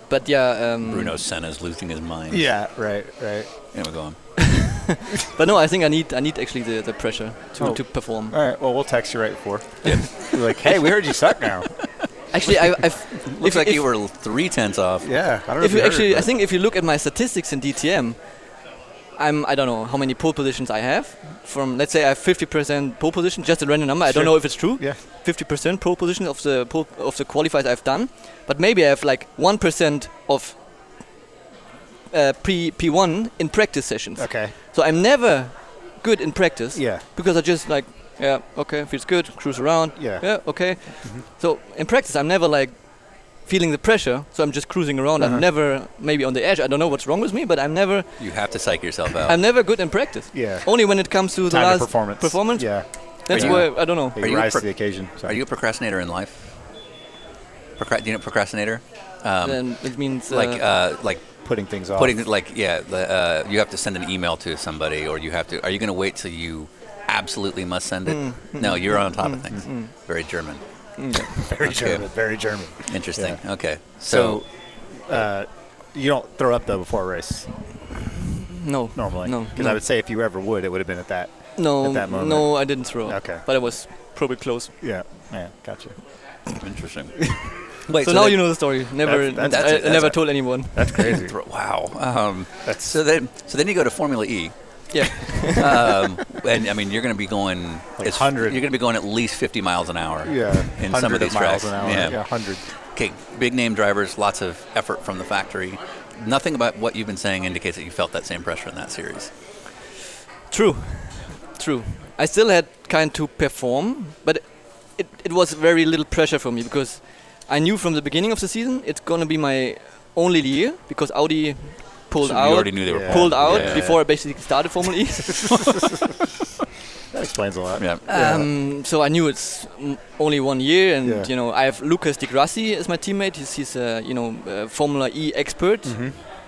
but yeah, um, Bruno Senna's losing his mind. Yeah. Right. Right. And we're going. But no, I think I need I need actually the, the pressure Oh. to, to perform. Uh, All right. Well, we'll text you right for. Yeah. like, hey, we heard you suck now. Actually, I I've, Looks if, like if, you were three tenths off. Yeah. I don't know If you heard, actually, I but- think if you look at my statistics in DTM, I'm I don't know how many pole positions I have. From let's say I have 50% pole position, just a random number. I don't Sure. know if it's true. Yeah. 50% pole position of the pole, of the qualifiers I've done, but maybe I have like 1% of uh, P P1 in practice sessions. Okay. So I'm never good in practice. Yeah. Because I just like, yeah, okay, feels good, cruise around. Yeah. Mm-hmm. Yeah, okay. So in practice, I'm never like feeling the pressure. So I'm just cruising around. Uh-huh. I'm never maybe on the edge. I don't know what's wrong with me, but I'm never You have to psych yourself out. I'm never good in practice. Yeah. Only when it comes to the Time to last performance. Performance. Yeah. That's Are you- where I don't know. They you a rise pro- to the occasion. So. Are you a procrastinator in life? Procra- do you know procrastinator? Um, Then it means uh, like, uh, like putting things off? putting like yeah, the, uh, you have to send an email to somebody, or you have to. Are you going to wait till you absolutely must send it? Mm, No, you're on top of things. Very German. very German. Very German. Interesting. Yeah. Okay. So, So, uh, you don't throw up though before a race no. normally. No. Because No. I would say if you ever would, it would have been at that. no, at that moment. no, I didn't throw. up. Okay. But I was probably close. Yeah. Yeah. Gotcha. interesting. Wait. So, now that- you know the story. Never, That's- that's I, it, I that's never it. told anyone. That's crazy. Wow. Um, That's- so then, so then you go to Formula E. Yeah. um, and I mean, you're going to be going Like it's- 100. You're going to be going at least 50 miles an hour. yeah. in some 100 of these miles tracks. an hour. Yeah. Yeah. Hundred. Okay, big name drivers, lots of effort from the factory. Nothing about what you've been saying indicates that you felt that same pressure in that series. True, true. I still had kind to perform, but it, it was very little pressure for me because I knew from the beginning of the season it's gonna be my only year because Audi pulled So you out. already knew they were Yeah. pulled out Yeah. before I basically started Formula E. That explains a lot. Yeah. Um, so I knew it's mm, only one year, and Yeah. you know I have Lucas Di Grassi as my teammate. He's, he's a you know uh Formula E expert.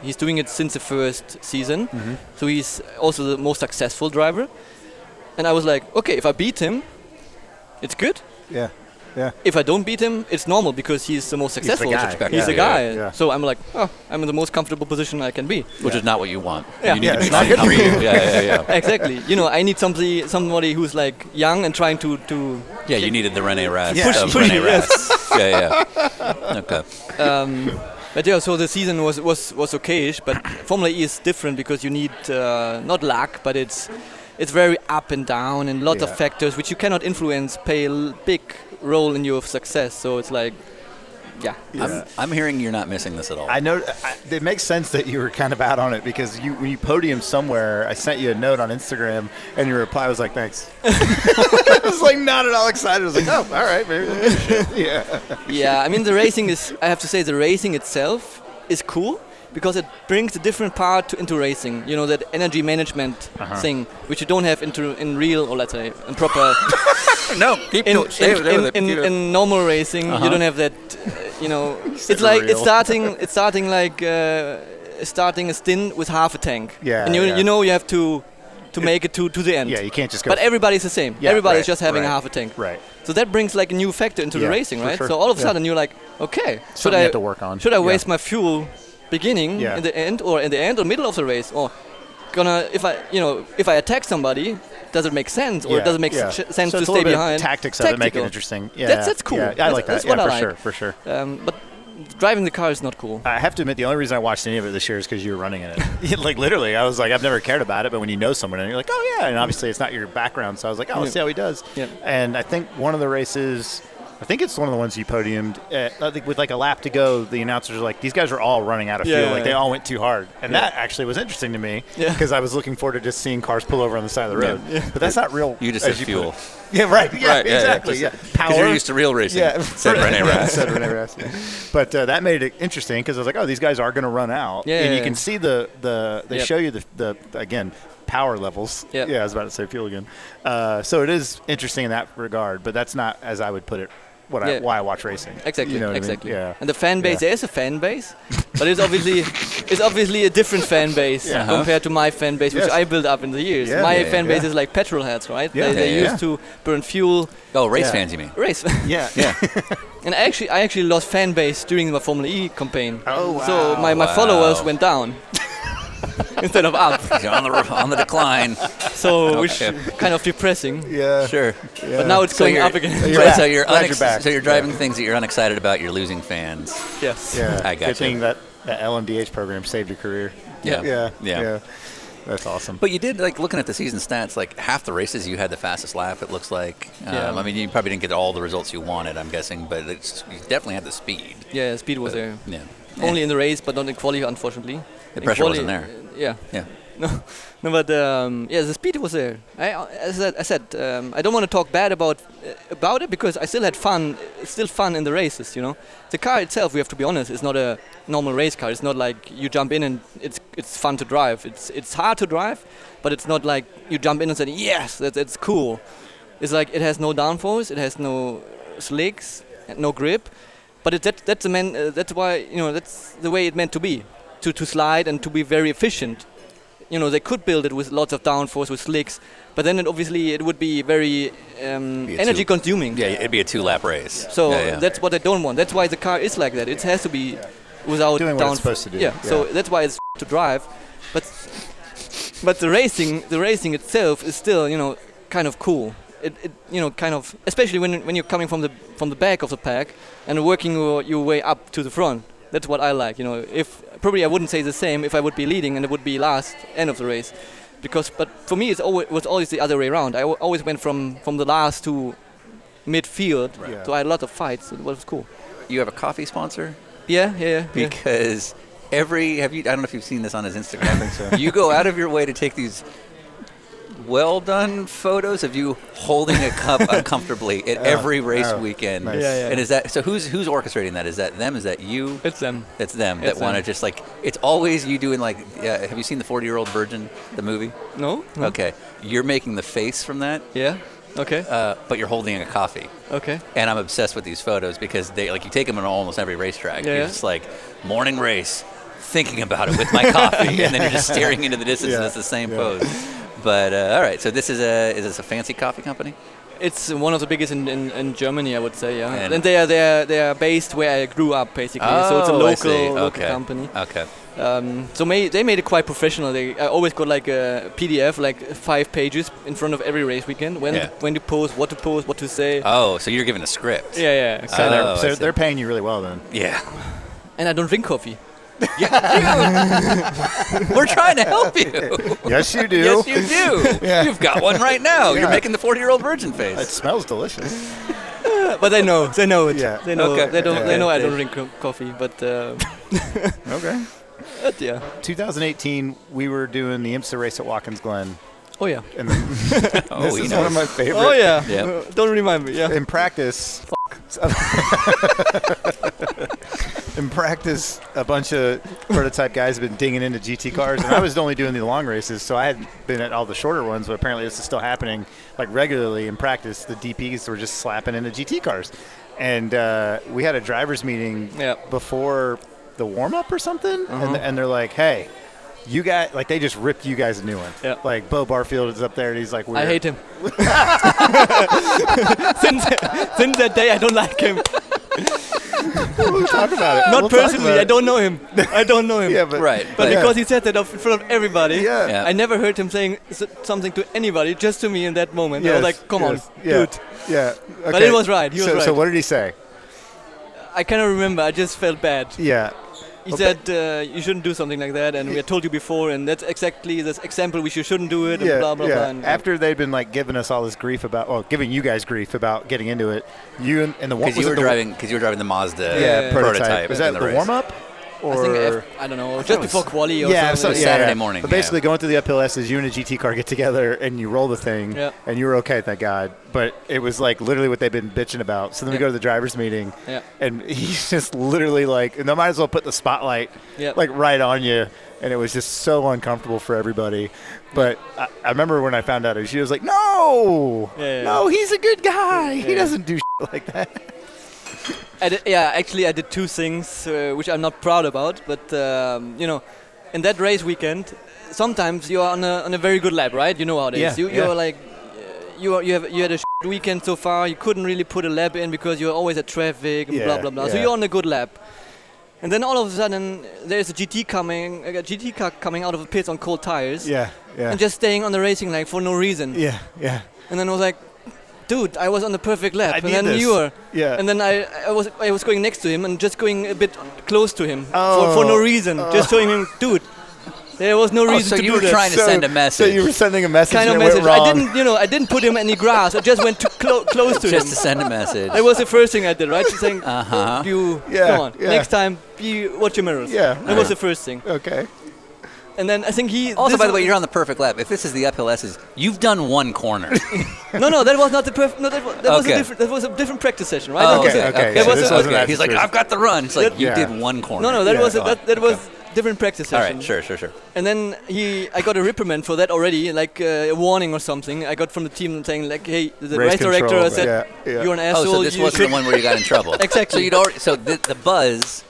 He's doing it since the first season, so he's also the most successful driver. And I was like, okay, if I beat him, it's good. Yeah. Yeah. If I don't beat him, it's normal because he's the most successful. guy. He's Yeah. the guy. Yeah. Yeah. So I'm like, oh, I'm in the most comfortable position I can be. Which is not what you want. Yeah. You need Yeah, to be it's not good for uncomfortable. Yeah, yeah, yeah. exactly. You know, I need somebody, somebody who's like young and trying to to Yeah, you needed the Rene Rat. Push- of push- Rene Rat. Yeah, yeah. Okay. um, but yeah, so the season was was was okayish. But Formula E is different because you need uh, not luck, but it's it's very up and down and lots Yeah. of factors which you cannot influence play a l- big role in your success. So it's like, yeah, I'm, I'm hearing you're not missing this at all. I know I, it makes sense that you were kind of out on it because you when you podium somewhere, I sent you a note on Instagram, and your reply was like, "Thanks." I was like, not at all excited. I was like, "Oh, all right, maybe." yeah, yeah. I mean, the racing is. I have to say, the racing itself is cool because it brings a different part to, into racing. You know that energy management thing, which you don't have into in real or let's say in proper. no, keep in, in, in, in, in normal racing, Uh-huh. you don't have that. Uh, you know, it's like it's real. starting. It's starting like uh, starting a stint with half a tank. Yeah, And you yeah. you know you have to to make it to to the end. yeah. You can't just go. But everybody's the same. Yeah, everybody's right, just having a right, half a tank. right. So that brings like a new factor into Yeah, the racing, for right? sure. So all of a Yeah. sudden you're like, okay, should Something you I have to work on. Should I Yeah. waste my fuel beginning Yeah. in the end or in the end or middle of the race or gonna if I you know if I attack somebody does it make sense or Yeah, does it make yeah. sh- sense So to it's a stay little bit of behind? Tactics of it make it Tactical. interesting. Yeah, That's- that's cool. Yeah, I That's- like that. that's yeah, what I for like. sure, for sure. Um, but driving the car is not cool. I have to admit, the only reason I watched any of it this year is because you were running in it. like literally, I was like, I've never cared about it, but when you know someone and you're like, oh yeah, and obviously it's not your background, so I was like, oh, let's Yeah. see how he does. Yeah. And I think one of the races, I think it's one of the ones you podiumed. uh I think with like a lap to go, the announcers were like, these guys are all running out of Yeah, fuel, yeah, like they yeah. all went too hard, and that actually was interesting to me Yeah. because I was looking forward to just seeing cars pull over on the side of the Yeah. road. But that's not real. You just as said put fuel. it. Yeah, right. Yeah, Right, yeah, yeah, exactly. Yeah, just- Because you're used to real racing. yeah, Said Rene Rat. Said Rene Rast. But uh, that made it interesting because I was like, oh, these guys are going to run out. Yeah, and yeah, you can yeah. see the the they Yep. show you the, the again power levels. Yep. Yeah, I was about to say fuel again. Uh, so it is interesting in that regard, but that's not as I would put it. What I Yeah. why I watch racing. Exactly. You know what I mean? exactly. Yeah. And the fan base, Yeah. there's a fan base, but it's obviously it's obviously a different fan base compared to my fan base, which Uh-huh. Yes. I built up in the years. Yeah. my Yeah, fan yeah. base is like petrol heads, Yeah. right? They, Yeah, they yeah, used to burn fuel, Oh, race Yeah. fans, you mean? race. yeah. Yeah. and I actually, I actually lost fan base during my Formula E campaign. Oh, So wow. my, my Wow. followers went down instead of up. You're on the r- on the decline. So which Okay. kind of depressing. Yeah. Sure. Yeah. But now it's So going you're- up again. You're back. right, so you're Glad unex- you're back. so you're driving things that you're unexcited about. You're losing fans. yes. Yeah. I gotcha. Good thing that that LMDH program saved your career. Yeah. Yeah. Yeah. That's awesome. But you did like looking at the season stats. Like half the races, you had the fastest lap. It looks like. Um, Yeah. I mean, you probably didn't get all the results you wanted. I'm guessing, but it's, you definitely had the speed. Yeah, speed Uh, was there. Yeah. Only in the race, but not in quali, unfortunately. The In pressure quali- wasn't there. uh, Yeah. Yeah. No, no, but um, yeah, the speed was there. I, as I, I said, um, I don't want to talk bad about uh, about it because I still had fun. It's still fun in the races, you know. The car itself, we have to be honest, is not a normal race car. It's not like you jump in and it's it's fun to drive. It's it's hard to drive, but it's not like you jump in and say yes, that, that's cool. It's like it has no downforce, it has no slicks, and no grip. But it, that, that's the man, uh, that's why you know that's the way it meant to be, to to slide and to be very efficient you know they could build it with lots of downforce with slicks but then it obviously it would be very um, Be a energy two- consuming Yeah, it'd be a two-lap race. so Yeah, yeah. that's what i don't want that's why the car is like that it has to be without Doing what downforce it's supposed to do. yeah, so Yeah. that's why it's to drive but but the racing the racing itself is still you know kind of cool it, it you know kind of especially when when you're coming from the from the back of the pack and working your, your way up to the front that's what i like you know if probably i wouldn't say the same if i would be leading and it would be last end of the race because but for me it's always was always the other way around i al- always went from from the last to midfield Right. so i had a lot of fights it was cool you have a coffee sponsor yeah yeah, yeah yeah because every have you? I don't know if you've seen this on his Instagram. you go out of your way to take these well done photos of you holding a cup uncomfortably at every race yeah, weekend. nice. Oh, Yeah, yeah. And is that so? Who's who's orchestrating that? Is that them? Is that you? It's um, them. That's them It's that want to them. just like it's always you doing like. Yeah, have you seen the Forty Year Old Virgin, the movie? No? No? Okay, you're making the face from that, Yeah. Okay. uh, but you're holding a coffee. okay. And I'm obsessed with these photos because they like you take them on almost every racetrack. Yeah, You're yeah. just like morning race, thinking about it with my coffee, and then you're just staring into the distance, and Yeah, it's the same yeah. pose. But uh, all right, so this is a is this a fancy coffee company? It's one of the biggest in, in, in Germany, I would say. Yeah. And- And, they are they are they are based where I grew up, basically. Uh, so it's a Oh, I see. local local okay. company. Okay. Um, so may, they made it quite professional. They I always got like a PDF, like five pages in front of every race weekend. When Yeah. when to post, what to post, what to say. Oh, so you're given a script? yeah, yeah. exactly. So, Oh, I they're, so see. they're paying you really well then. Yeah. And I don't drink coffee. We're trying to help you. Yes, you do. Yes, you do. You've got one right now. You're Yeah. making the 40 year old virgin face. It smells delicious. But they know, they know it. Yeah. They know. Okay. They don't. Okay. They know I don't drink co- coffee. But, uh, Okay. but yeah. 2018, we were doing the IMSA race at Watkins Glen. Oh yeah. And this oh, he is knows. one of my favorite. Oh yeah. Yeah. Uh, Don't remind me. Yeah. In practice, in practice, a bunch of prototype guys have been dinging into GT cars, and I was only doing the long races, so I hadn't been at all the shorter ones. But apparently, this is still happening like regularly in practice. The DPs were just slapping into GT cars, and uh, we had a drivers meeting Yeah. before the warm up or something, Mm-hmm. and, and they're like, "Hey." You guys, like they just ripped you guys a new one. Yeah. Like Bo Barfield is up there and he's like, I weird. hate him. since since that day, I don't like him. We'll talk about it. We'll Not talk personally. about I it. don't know him. I don't know him. Yeah, but Right. But Yeah. because he said that of- in front of everybody, Yeah. Yeah. I never heard him saying s- something to anybody, just to me in that moment. I was like, come yes, on, yeah, dude. Yeah. But he was right, he was so, So right. what did he say? I cannot remember. I just felt bad. Yeah. He said uh, you shouldn't do something like that, and we had told you before, and that's exactly this example we shouldn't do it, and Yeah. blah blah yeah. blah. And After they'd been like giving us all this grief about, well, giving you guys grief about getting into it, you and, and the one Because was it you were the, driving, because you were driving the Mazda Yeah, prototype. prototype. Was in that the, the, race. warm up? I think Or af- I don't know, that just was- before quali or yeah, so, something. yeah, was Saturday yeah. morning, But yeah. basically, going through the uphill S's, you and a GT car get together and you roll the thing, Yeah. and you were okay, thank God. But it was like literally what they've been bitching about. So then we Yeah. go to the drivers' meeting, Yeah. and he's just literally like, and they might as well put the spotlight Yeah. like right on you, and it was just so uncomfortable for everybody. But I, I remember when I found out, it was- she was like, "No, Yeah, yeah, no, he's a good guy. He Yeah. doesn't do shit like that." I did, yeah, actually, I did two things uh, which I'm not proud about, but um, you know, in that race weekend, sometimes you are on a, on a very good lap, right? You know how it is. Yeah, you, yeah. You're like, uh, you are, you have you had a shit weekend so far. You couldn't really put a lap in because you're always at traffic and Yeah, blah blah blah. So yeah. you're on a good lap, and then all of a sudden there's a GT coming, a GT car coming out of the pits on cold tires, Yeah, yeah, and just staying on the racing line for no reason. yeah, yeah. And then I was like, dude, I was on the perfect lap, I and need then this. you were. Yeah. And then I, I was I was going next to him and just going a bit close to him Oh. for, for no reason, just showing him, dude, there was no Oh, reason so to you do were that. trying to So- send a So message. you were sending a message. kind of and it went message. I wrong. didn't, you know, I didn't put him any grass. I just went too clo- close to just him. to send a message. That was the first thing I did, right? Just saying, "Oh, Uh-huh. you, Yeah, come on, yeah. next time, be watch your mirrors. Yeah, That right. was the first thing. Okay. And then I think he. Also, this by the way, was- you're on the perfect lap. If this is the uphill S's, you've done one corner. No, no, that was not the perfect. No, that was, that, was a Okay. different, that was a different practice session, right? Oh, That was okay, a- okay, That so was this a- wasn't okay. that He's like, serious. I've got the run. It's like That- you Yeah. did one corner. No, no, that Yeah, was a, okay. that, that was different practice All session. right, sure, sure, sure. And then he, I got a reprimand for that already, like uh, a warning or something. I got from the team saying like, hey, the Race race, director control, said yeah, yeah. you're an Oh, asshole. so this you wasn't the should-" one where you got in trouble. Exactly. So you'd already. So the, the buzz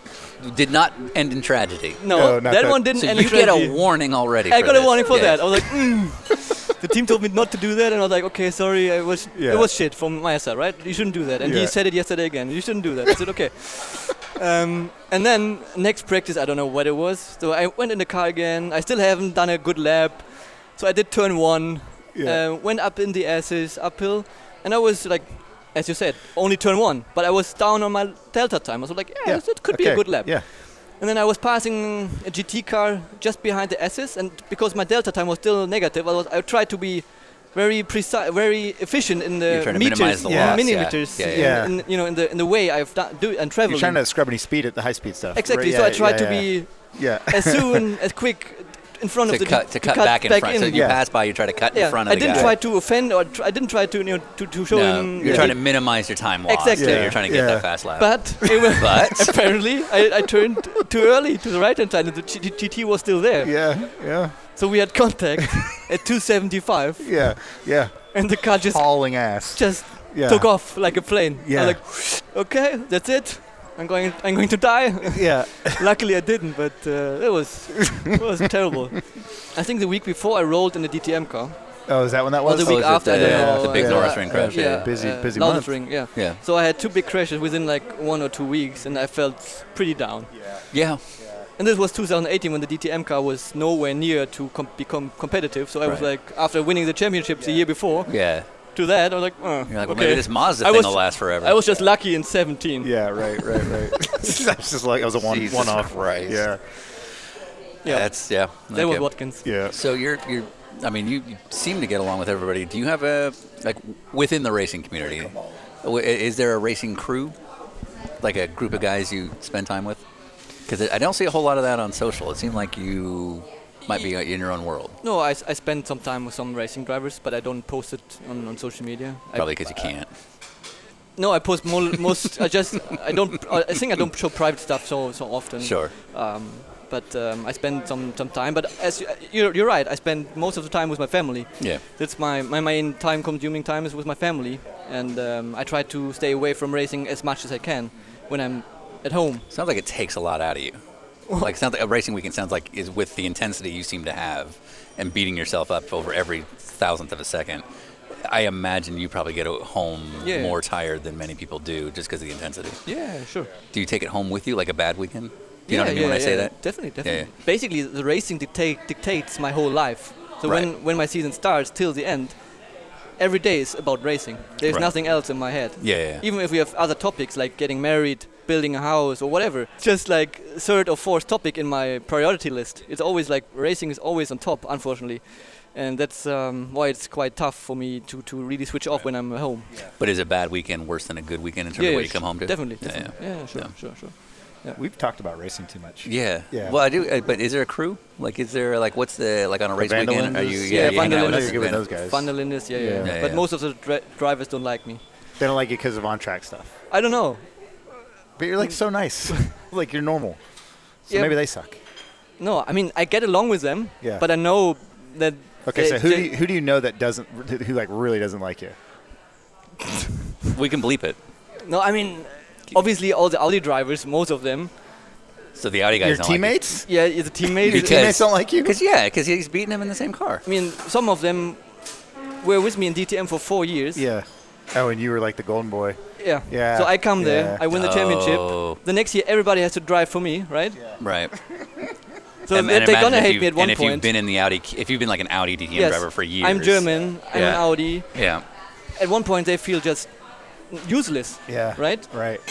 did not end in tragedy. No, No, not that, that. one didn't. So end you in get a tragedy. warning already. I for got a this. warning for Yeah. that. I was like, mm. the team told me not to do that, and I was like, okay, sorry, I was, Yeah. it was shit from my side, right? You shouldn't do that. And Yeah. he said it yesterday again. You shouldn't do that. I said, okay. Um, and then next practice, I don't know what it was. So I went in the car again. I still haven't done a good lap, so I did turn one. Yeah. Uh, went up in the asses uphill, and I was like, as you said, only turn one. But I was down on my delta time. I was like, yeah, it could be a Okay. good lap. Yeah. And then I was passing a GT car just behind the S's, and because my delta time was still negative, I, was, I tried to be very precise, very efficient in You're the trying to meters, minimize the in loss, yeah. millimeters, Yeah, in- yeah. In, you know, in the in the way I've done, do and traveling. You're trying to scrub any speed at the high speed stuff. exactly. right? so Yeah, I tried yeah, to be Yeah. as soon as quick in front to of the cut dude- to cut back in front. So if you Yeah. pass by, you try to cut yeah, in front of I the didn't guy. try to offend or tr- I didn't try to you know to, to show no, him. you're trying to that- minimize your time lost. Exactly. Yeah, you're trying to get Yeah. that fast lap. but it was- But- apparently I, I turned too early to the right hand side and the G- G- GT was still there. Yeah, yeah, So we had contact at 275 yeah, yeah. and the car just Hauling ass. just Yeah. took off like a plane. Yeah. I'm like, okay, that's it. I'm going. I'm going to die. Yeah. Luckily, I didn't, but uh, it was it was terrible. I think the week before I rolled in a DTM car. Oh, is that when that Or was? the Oh, week is it after, I the- don't yeah, know, the big uh, Norris ring uh, crash, yeah. Busy- busy Norris month. ring, yeah. yeah, So I had two big crashes within like one or two weeks, and I felt pretty down. yeah. And this was 2018 when the DTM car was nowhere near to com- become competitive. So I was Right. like, after winning the championships the year before, Yeah. to that, I was like, oh, You're like, well, okay. maybe this Mazda I thing was- will last forever. I was just lucky in 17. Yeah, right, right, right. That's just like I was a one, Jesus one off. Christ. Yeah, yeah. That's yeah. that was okay. Watkins. yeah. So you're you're. I mean, you, you seem to get along with everybody. Do you have a like within the racing community? w- i- Is there a racing crew, like a group of guys you spend time with? Because I don't see a whole lot of that on social. It seemed like you might be in your own world, No, I, s- I spent some time with some racing drivers, but I don't post it on, on social media. I- Mm. probably because you can't. no, I post more, most. I just I don't. I I think I don't show private stuff so so often. Sure. Um, but um, I spend some some time. But as you, you're, you're right, I spend most of the time with my family. Yeah. That's my my main time-consuming time is with my family, and um, I try to stay away from racing as much as I can when I'm at home. Sounds like it takes a lot out of you. Like sounds like a racing weekend sounds like is with the intensity you seem to have and beating yourself up over every thousandth of a second. I imagine you probably get o- home Yeah. more tired than many people do just because of the intensity. Yeah, sure. Do you take it home with you like a bad weekend? Do you yeah, know what I mean yeah, when I say yeah, that? Definitely, definitely. yeah. Basically, the racing dictate, dictates my whole life. So when, Right. when my season starts till the end, every day is about racing. There's Right. nothing else in my head. Yeah, yeah, yeah. Even if we have other topics like getting married, building a house, or whatever, just like third or fourth topic in my priority list. It's always like racing is always on top, unfortunately. And that's um, why it's quite tough for me to, to really switch off when I'm at home. But is a bad weekend worse than a good weekend in terms of what you sh- come home to? Definitely. Yeah, definitely. Yeah. Yeah, sure, Yeah. sure, sure. We've talked about racing too much. Yeah. Yeah. Well, I do. uh, But is there a crew? Like, is there like what's the like on a race weekend? Are Vanderlinders? you Yeah, yeah? you hanging out Vanderlinders. with You're good with those guys. Fun to Lindis, yeah, yeah. Yeah. yeah. Yeah, but yeah. most of the dri- drivers don't like me. They don't like it because of on-track stuff. I don't know. But you're like so nice, like you're normal. So Yeah. maybe they suck. No, I mean I get along with them, Yeah. but I know that. Okay, they- so who they- do you, who do you know that doesn't who like really doesn't like you? We can bleep it. no, I mean, obviously all the Audi drivers, most of them, So the Audi guys. Your don't teammates? yeah, it's a teammate. Your Your teammates don't like you? Because yeah, because he's beating him in the same car. I mean, some of them were with me in DTM for four years. Yeah. Oh, and you were like the golden boy. yeah. Yeah, So I come yeah. there, I win the championship. Oh. The next year, everybody has to drive for me, right? Right. So And- they- and they're imagine gonna if hate you've- me at one and if you've point. been in the Audi, if you've been like an Audi DTM yes, driver for years, I'm German. I'm an Yeah. Audi. Yeah. At one point, they feel just useless, Yeah. right? Right.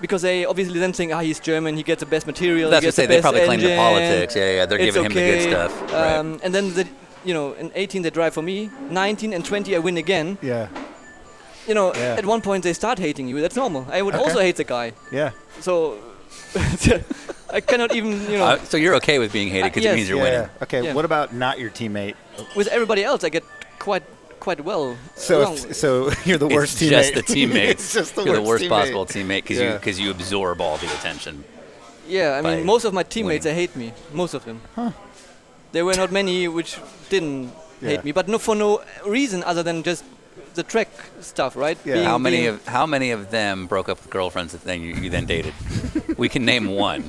because they obviously then think, ah, he's German, he gets the best material. That's he what gets say. the They best probably claim the engine, politics. Yeah, yeah. They're it's giving him the okay." good stuff. Right. Um, and then the, you know, in 18 they drive for me, 19 and 20 I win again. Yeah. You know, Yeah. at one point they start hating you. That's normal. I would also hate the guy. Yeah. So I cannot even, you know, Uh, so you're okay with being hated Uh, because yes. it means you're yeah. winning. Okay. Yeah. What about not your teammate? with everybody else I get quite quite well. So along. if, so you're the worst it's teammate. just the teammates. it's just the you're worst, the worst teammate. possible teammate because you Yeah. because you absorb all the attention. yeah, I by mean, most of my teammates winning. they hate me. Most of them. There were not many which didn't Yeah. hate me, but no for no reason other than just the track stuff, right? Yeah. Being- How many being- of how many of them broke up with girlfriends that then you, you then dated? we can name one,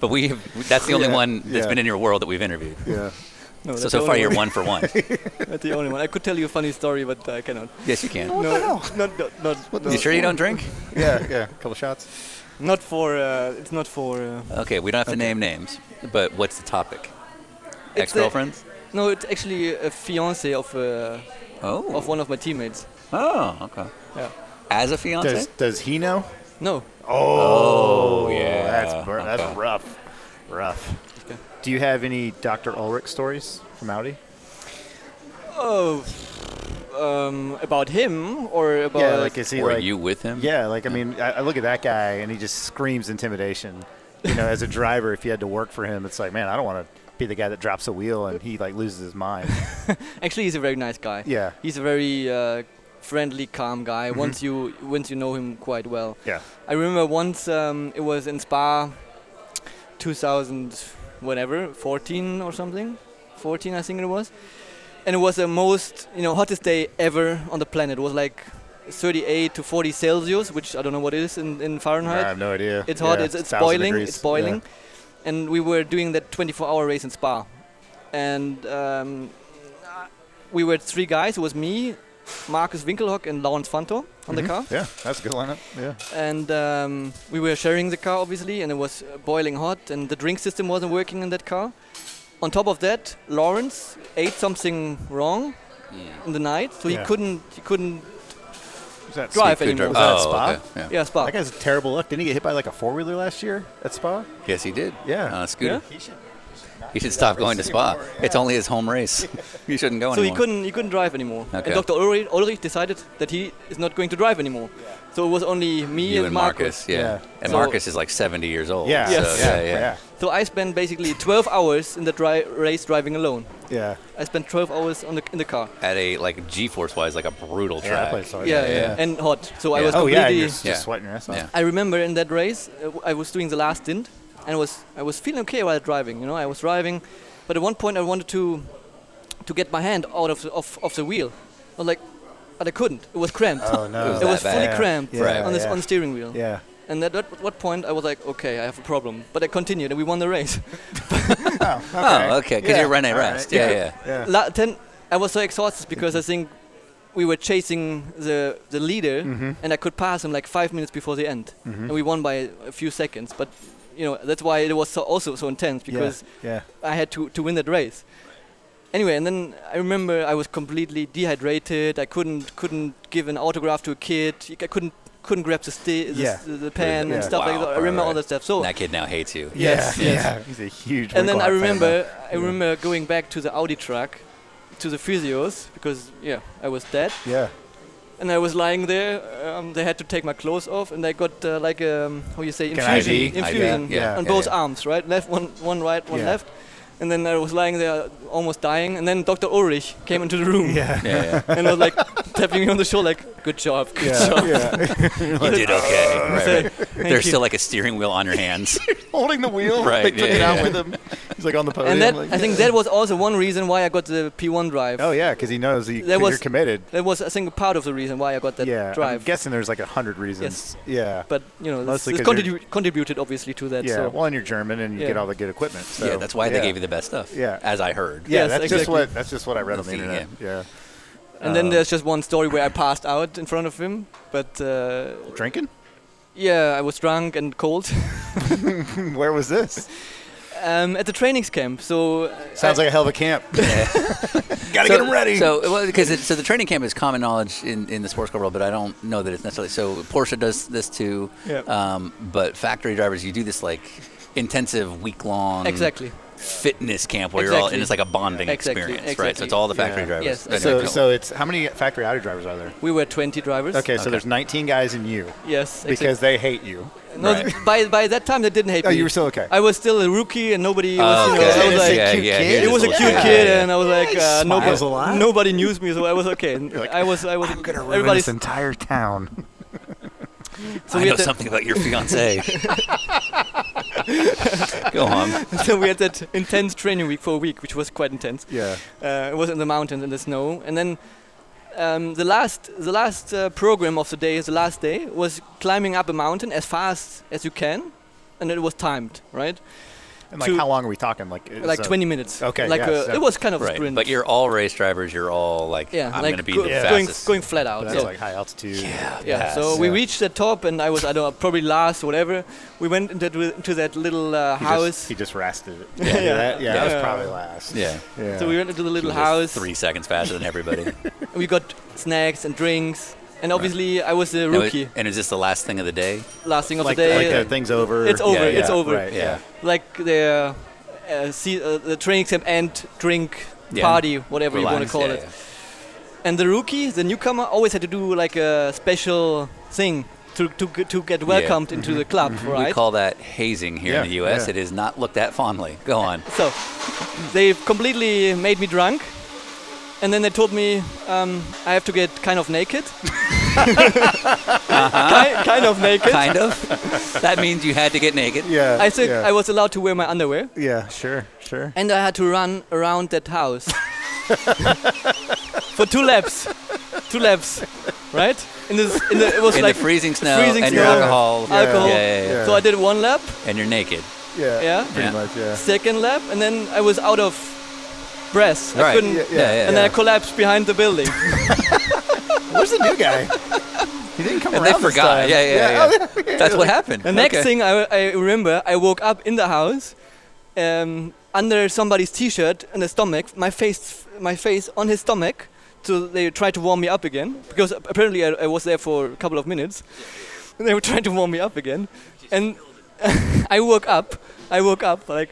but we have, that's the only Yeah, one that's yeah. been in your world that we've interviewed. Yeah. No, So that's so the far only you're one one. for one. That's the only one. I could tell you a funny story, but uh, I cannot. yes, you can. What the hell? Not, not, not, You sure you don't drink? Yeah. Yeah. A couple shots. not for. Uh, it's not for. Uh, Okay, we don't have to name names, but what's the topic? the- Ex girlfriends? no, it's actually a fiance of uh, Oh. of one of my teammates. Oh, okay. Yeah. As a fiance? Does does he know? No, oh, yeah. That's br- okay. that's rough. Rough. Okay. Do you have any Dr. Ulrich stories from Audi? oh, um, about him or about yeah, like is he Were like you with him? Yeah, like I mean, I, I look at that guy and he just screams intimidation. You know, as a driver, if you had to work for him, it's like, man, I don't want to be the guy that drops a wheel and he like loses his mind. Actually, he's a very nice guy. Yeah. He's a very uh, friendly, calm guy. Once you once you know him quite well. Yeah. I remember once um, it was in Spa, 2000 whatever, 14 or something, 14 I think it was, and it was the most you know hottest day ever on the planet. It was like 38 to 40 Celsius, which I don't know what it is in, in Fahrenheit. I have no idea. It's Yeah, hot. It's, it's 1,000 boiling. degrees. It's boiling. And we were doing that 24-hour race in Spa, and um, we were three guys. It was me, Marcus Winkelhock, and Lawrence Fanto on the car. Mm-hmm. Yeah. yeah, that's a good lineup. Yeah. And um, we were sharing the car, obviously, and it was uh, boiling hot, and the drink system wasn't working in that car. On top of that, Lawrence ate something wrong in the night, so he Yeah. couldn't he couldn't Was that drive anymore. driver? that oh, Spa? okay. Yeah. Yeah, Spa. That guy's terrible luck. Didn't he get hit by like a four wheeler last year at Spa? Yes, he did. Yeah. Uh, scooter. Yeah? He should. stop going to Spa. It's only his home race. you shouldn't go So he anymore. couldn't he couldn't drive anymore. Okay. And Dr. Ulrich, Ulrich decided that he is not going to drive anymore. So it was only me You and, and Marcus, yeah. Yeah. And So- Marcus is like 70 years old. Yeah. so, Yes. yeah, yeah. So I spent basically 12 hours in the dri- race driving alone. yeah. yeah. I spent 12 hours on the, in the car. At a like G-force wise, like a brutal Yeah, that track. place is hard. Yeah, yeah, yeah. and hot. So Oh, I Yeah. was Oh yeah, completely. you're just Yeah. sweating your ass off. Yeah. I remember in that race, uh, w- I was doing the last stint, and I was I was feeling okay while driving. You know, I was driving, but at one point I wanted to to get my hand out of the- of, of the wheel. I was like, but I couldn't. It was cramped. Oh no, It it was that fully bad. cramped Yeah, on, this, yeah. on the steering wheel. yeah. And at that what point I was like, okay, I have a problem. But I continued, and we won the race. Oh, okay. Because Yeah. you're Rene All right. Rast. Yeah, yeah. Yeah. Mm-hmm. La- then I was so exhausted because I think we were chasing the the leader, Mm-hmm. and I could pass him like five minutes before the end, and we won by a few seconds. But you know that's why it was so also so intense because yeah, I had to to win that race. Anyway, and then I remember I was completely dehydrated. I couldn't couldn't give an autograph to a kid. I couldn't couldn't grab the sti- the, Yeah. s- the pen Yeah. and stuff like Wow. that. I remember all Alright. that stuff. So That kid now hates you. yeah, Yes, yeah, yes. yeah. He's a huge. and then Winklehock I fan, remember though. I remember going back to the Audi track to the physios because yeah I was dead Yeah, and I was lying there um, they had to take my clothes off and I got uh, like um, how you say Can infusion I IV? infusion IV, yeah, on yeah, both yeah. arms right left one one right one Yeah. left and then I was lying there almost dying and then Dr. Ulrich came into the room yeah, Yeah, yeah. and was like tapping me on the shoulder like good job good yeah. job yeah. you did okay. Right, right. Thank There's you. still like a steering wheel on your hands. Holding the wheel, Right, They took yeah, it out yeah. with him. He's like on the podium. and that like, I think that was also one reason why I got the P1 drive Oh yeah, because he knows he, That that was- you're committed. that was I think part of the reason why I got that yeah, drive I'm guessing there's like a hundred reasons. Yeah, but you know, this, Mostly this 'cause you're- contribu- contributed obviously to that. yeah. so. Well, and you're German, and you Yeah. get all the good equipment. So, yeah, that's why they yeah. gave you the best stuff. Yeah. As I heard. Yeah, Yes, that's just exactly. what that's just what I read on the Nothing, internet. Yeah, and uh, then there's just one story where I passed out in front of him, but uh, drinking. yeah, I was drunk and cold Where was this? um, at the trainings camp. So uh, Sounds I- like a hell of a camp. Gotta get them ready. So, well, because it, so the training camp is common knowledge in, in the sports car world, but I don't know that it's necessarily so. Porsche does this too, Yep. um, but factory drivers, you do this like intensive week long exactly. fitness camp where you're all and Exactly. it's like a bonding Exactly, experience, right? So exactly. it's all the factory Yeah. drivers. Yes, Anyway, So, cool. so it's how many factory Audi drivers are there? We were 20 drivers. Okay, so there's 19 guys in you Yes. because they hate you. exactly. no, Right. by by that time they didn't hate Oh, me. you were still okay. I was still a rookie, and nobody was. Oh, You know, okay. I was Innocent like, yeah, cute yeah, kid. here's it was a this cute little guy. kid, Yeah, yeah. and I was like, uh, smiles a lot. nobody, nobody knew me, so I was okay. I was, I was. everybody's. entire town. I So we know had that, something about your fiance. Go on. so we had that intense training week for a week, which was quite intense. yeah. Uh, it was in the mountains in the snow, and then um, the last the last uh, program of the day, the last day, was climbing up a mountain as fast as you can, and it was timed, right? And like, To- how long are we talking? Like, is Like a- 20 minutes. Okay, Like yeah, a, so- it was kind of a Right. sprint. But you're all race drivers, you're all like yeah, I'm like gonna be go- the going fastest. going flat out. But so- that's like high altitude. Yeah. yeah, pass. so we yeah. reached the top, and I was I don't know probably last or whatever. We went into, that- into that little uh, He house. just, he just rasted it. Yeah, Yeah. that, yeah, that was Yeah. probably last. Yeah. yeah. so we went into the He little was house. three seconds faster than everybody. and we got snacks and drinks, and obviously I was a And was- rookie, And is this the last thing of the day? last thing of like, the day. like the thing's over. It's over, it's over. Right, yeah. like the uh, see, uh, the training camp and drink Yeah. party, whatever you want to Relax, call yeah, it. And the rookie, the newcomer, always had to do like a special thing. to to get- to get welcomed into the club, right? Mm-hmm. We call that hazing here Yeah, in the U.S. yeah. It is not looked at fondly. Go on. So they completely made me drunk, and then they told me um, I have to get kind of naked. Ki- kind of naked. Uh-huh. kind of. That means you had to get naked. Yeah. I think yeah. I was allowed to wear my underwear, Yeah, sure, sure. and I had to run around that house for two laps, two laps, right? In this, in the, it was In like the freezing snow freezing and your snow. alcohol. alcohol. Yeah, yeah, yeah. So I did one lap, And you're naked. Yeah. yeah, Pretty Yeah. much, yeah. second lap, and then I was out of breath. I Right. couldn't. Yeah, yeah. Yeah, yeah, yeah. and then I collapsed behind the building. Where's the new guy? He didn't come And around. they this forgot. time. Yeah, yeah, yeah. yeah. That's what happened. The next Okay. thing I, I remember, I woke up in the house, um, under somebody's T-shirt and a stomach, my face, my face on his stomach. So they tried to warm me up again because ap- apparently I, I was there for a couple of minutes. And they were trying to warm me up again, and I woke up. I woke up like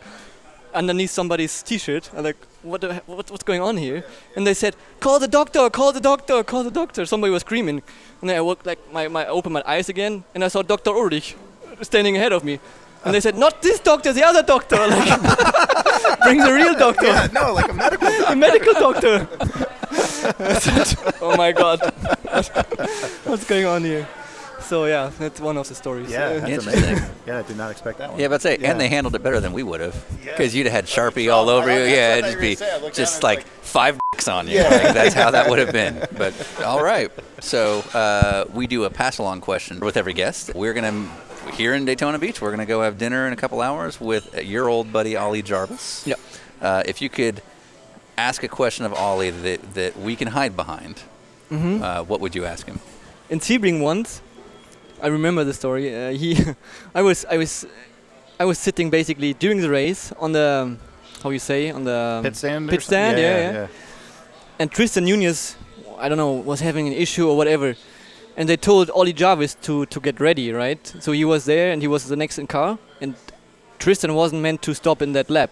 underneath somebody's T-shirt. I'm like, what, the, he- what, what's going on here? And they said, call the doctor, call the doctor, call the doctor. Somebody was screaming, and then I woke like my, my I opened my eyes again, and I saw Doctor Ulrich standing ahead of me. And they said, not this doctor, the other doctor. Like, bring the real doctor, Yeah, no, like a medical. the medical doctor. I said, oh my god, what's going on here? So yeah, that's one of the stories. Yeah, that's Interesting. amazing. Yeah, I did not expect that one. Yeah, but say, Yeah. and they handled it better than we would have, Yeah. because you'd have had Sharpie all over you. that's what Yeah, I it'd just was be gonna say. I looked just down and like five dicks on you. Like, that's how that would have been. But all right, so uh, we do a pass along question with every guest. We're gonna here in Daytona Beach. We're gonna go have dinner in a couple hours with uh, your old buddy Ollie Jarvis. Yep. Uh, if you could ask a question of Ollie that that we can hide behind, Mm-hmm. uh, what would you ask him? in Sebring once, I remember the story. Uh, he, I was, I was, I was sitting basically during the race on the, um, how you say, on the um, Pit stand. or Pit something? stand, yeah, yeah. yeah. and Tristan Nunez, I don't know, was having an issue or whatever, and they told Ollie Jarvis to to get ready, right? So he was there and he was the next in car, and Tristan wasn't meant to stop in that lap,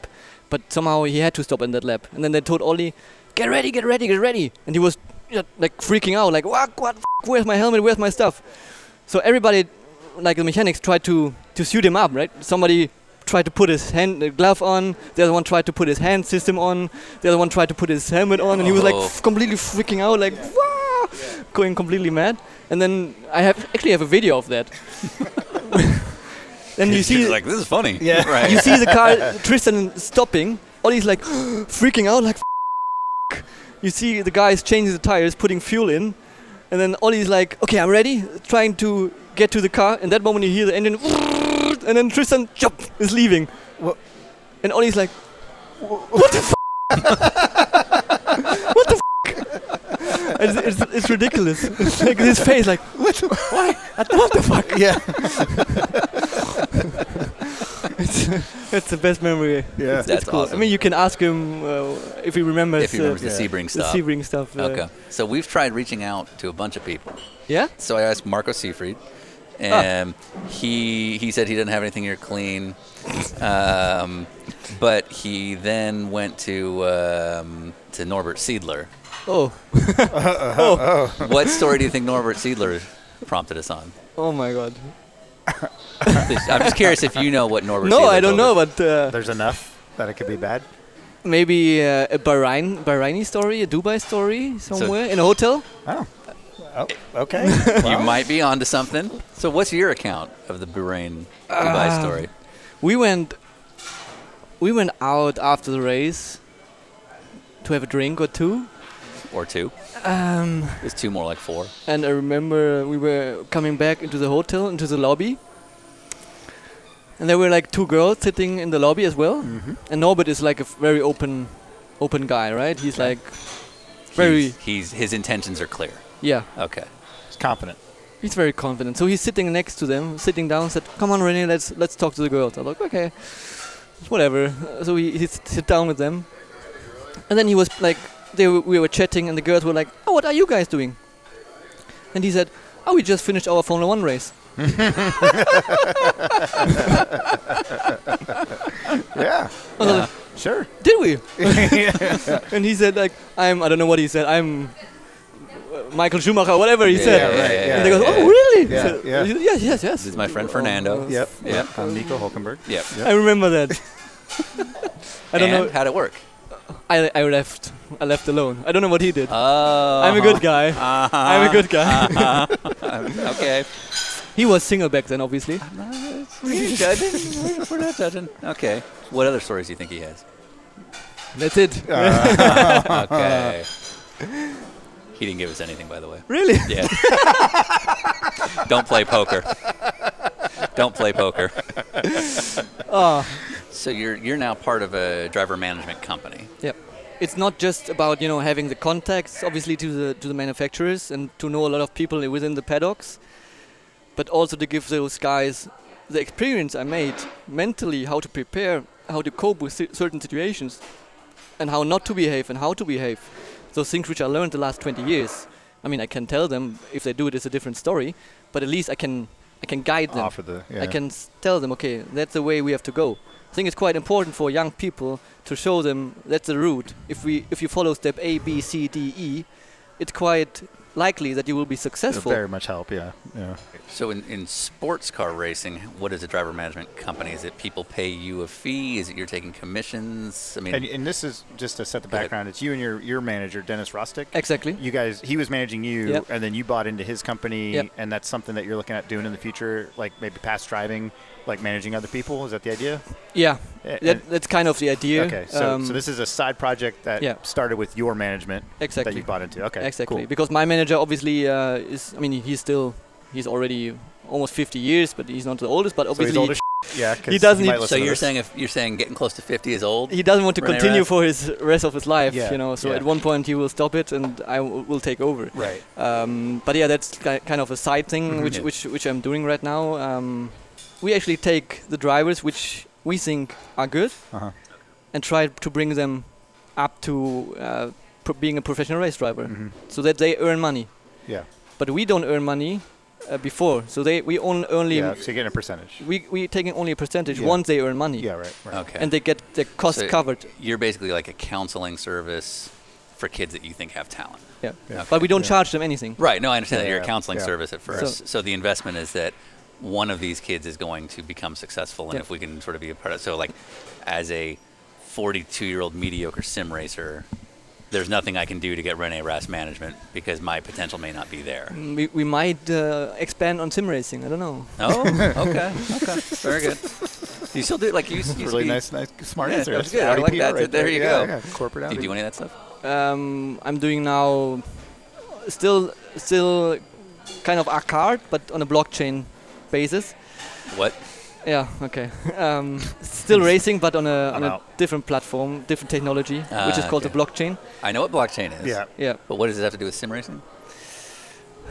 but somehow he had to stop in that lap, and then they told Ollie, get ready, get ready, get ready, and he was yeah, like freaking out, like what, what, f- where's my helmet, where's my stuff? So everybody, like the mechanics, tried to to suit him up, right? Somebody tried to put his hand uh, glove on. The other one tried to put his hand system on. The other one tried to put his helmet on, and he was like Oh. f- completely freaking out, like "Wah!" going completely mad. And then I have actually have a video of that. Then you He's see like this is funny. Yeah. Right. you see the car Tristan stopping. Ollie's like freaking out, like. "F***." You see the guys changing the tires, putting fuel in, and then Ollie's like, "Okay, I'm ready." Trying to get to the car. In that moment, you hear the engine, and then Tristan chop, is leaving. Wha- And Ollie's like, "What the f***? what the f***? It's, it's, it's ridiculous. It's like his face, like, "What? The, why? What the fuck?" Yeah. That's the best memory. Yeah. That's It's cool. awesome. I mean, you can ask him uh, if he remembers. uh, if he remembers the yeah. Sebring the stuff. Sebring stuff. uh, Okay. So we've tried reaching out to a bunch of people. Yeah. So I asked Marco Siefried, and he he said he didn't have anything here clean. Um, but he then went to um, to Norbert Siedler. Oh. What story do you think Norbert Siedler prompted us on? Oh my God. I'm just curious if you know what Norbert. No, Siedler I don't told us. know, but uh, There's enough that it could be bad. maybe uh, a Bahrain, Bahraini story, a Dubai story somewhere in a hotel. Oh, okay. You might be onto something. So what's your account of the Bahrain Uh, Dubai story? We went. We went out after the race to have a drink or two. Or two? Um, It's two more like four. and I remember we were coming back into the hotel, into the lobby, and there were like two girls sitting in the lobby as well. And Norbert is like a f- very open, open guy, right? He's like very, He's, he's his intentions are clear. yeah, Okay. It's confident. he's very confident. So he's sitting next to them, sitting down. Said, "Come on, Renee, let's let's talk to the girls." I'm like, "Okay, whatever." Uh, So he he sit sit down with them, and then he was like, they were, we were chatting, and the girls were like, "Oh, what are you guys doing?" And he said, "Oh, we just finished our Formula One race." Yeah. I was like, Sure. did we? and he said like I'm I don't know what he said I'm uh, Michael Schumacher, whatever he said. yeah, right, and they yeah, go, yeah. oh, really? Yeah, So- yeah. Yes, yes, yes. It's my friend Fernando. Yep. Yep. I'm Nico Hulkenberg. Yep. Yep. I remember that. I don't and know. How'd it work? I, I left. I left alone. I don't know what he did. Uh, I'm a good guy. I'm a good guy. Okay. he was single back then, obviously. We're judging. We're- We're not judging. Okay. What other stories do you think he has? That's it. Uh-huh. Okay. he didn't give us anything, by the way. Really? Yeah. Don't play poker. Don't play poker. Ah. So you're you're now part of a driver management company. Yep. It's not just about you know having the contacts, obviously to the to the manufacturers and to know a lot of people within the paddocks, but also to give those guys the experience I made mentally, how to prepare, how to cope with cer- certain situations, and how not to behave and how to behave. Those things which I learned the last 20 years. I mean, I can tell them if they do it, it's a different story, but at least I can I can guide them. Offer the. Yeah. I can s- tell them, okay, that's the way we have to go. I think it's quite important for young people to show them that's the route. If we, if you follow step A, B, C, D, E, it's quite likely that you will be It'll successful. very much help. Yeah. Yeah. So in, in sports car racing, what is a driver management company? Is it people pay you a fee? Is it you're taking commissions? I mean, And, and this is just to set the Go ahead. background. It's you and your your manager Dennis Rostick. Exactly. You guys, he was managing you, Yep. and then you bought into his company, Yep. and that's something that you're looking at doing in the future, like maybe past driving, like managing other people. Is that the idea? Yeah, Eh, eh. that, that's kind of the idea. Okay, so, Um, so this is a side project that yeah. started with your management that Exactly. you bought into. Okay, exactly cool. because my manager obviously uh, is. I mean, he's still, he's already almost 50 years, but he's not the oldest. But So obviously, he's old as shit. yeah. 'cause he doesn't might need- so listen to you're this. saying if you're saying getting close to 50 is old. he doesn't want to Rene continue Rast- for his rest of his life. Yeah, You know, so yeah. at one point he will stop it, and I w- will take over. Right. Um, but yeah, that's ki- kind of a side thing Mm-hmm. Mhm. which, Yeah. which which I'm doing right now. Um, we actually take the drivers which we think are good Uh-huh. and try to bring them up to uh, pro- being a professional race driver, Mhm. so that they earn money. Yeah. But we don't earn money uh, before, so they we on, only yeah, so you're getting a percentage. we we taking only a percentage Yeah. once they earn money, Yeah, right. right. Okay. and they get their cost So- covered. you're basically like a counseling service for kids that you think have talent. Yeah. Yeah. But we don't Yeah. charge them anything. Right. No, I understand that you're Yeah, a counseling yeah. service at first. So, the investment is that one of these kids is going to become successful, and Yeah. if we can sort of be a part of, so like as a 42 year old mediocre sim racer, there's nothing I can do to get Rene Rast management because my potential may not be there. We, we might uh, expand on sim racing. I don't know. Oh, okay, okay, very good. Do you still do like you? used- used to Really be- nice, nice, smart Yeah, answer. that was That's good. I Audi like PR that. Right There you Yeah, go. yeah, Corporate Do you Audi. do any of that stuff? Um, I'm doing now still still kind of a card but on a blockchain basis. What? Yeah, okay. Um, still racing but on a, on I'm a out. different platform, different technology, which is Ah, called okay. the blockchain. I know what blockchain is. Yeah. Yeah. But what does it have to do with sim racing?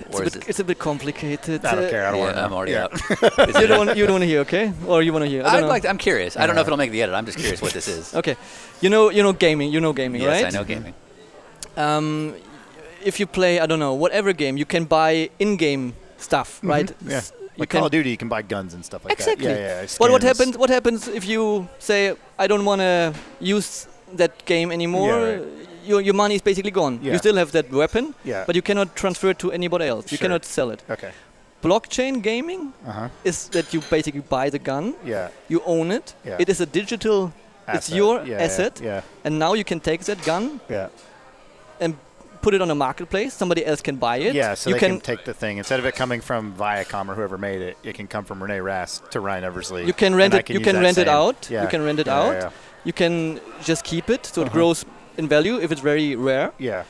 It's a, bit, it's a bit complicated. I don't Uh, care. I don't want Yeah, to. I'm already yeah. out. You don't, want- you don't want to hear, okay? Or you want to hear? I don't I'd know. like. To, I'm curious. I don't know if it'll make the edit. I'm just curious what this is. Okay, you know, you know gaming. You know gaming, yes, right? Mm-hmm. I know gaming. um, if you play, I don't know, whatever game, you can buy in-game stuff, right? Mm-hmm. Yeah. S- You Like can Call of Duty, you can buy guns and stuff like exactly. that. Yeah, yeah. but what skins. happens? What happens if you say, I don't want to use that game anymore? right. Your your money is basically gone. Yeah. You still have that weapon, Yeah. but you cannot transfer it to anybody else. You Sure. cannot sell it. Okay. Blockchain gaming Uh huh. is that you basically buy the gun, Yeah. you own it. Yeah. It is a digital. It's Asset. your Yeah, yeah, asset, Yeah. and now you can take that gun Yeah. and put it on a marketplace. Somebody else can buy it. Yeah, so you they can, take the thing instead of it coming from Viacom or whoever made it, it can come from Renee Rast to Ryan Eversley. You can rent and I it. you use can that rent it same- out. Yeah. You can rent it Yeah, out. yeah, Uh-huh. You can just keep it, so it grows in value if it's very rare. Yeah.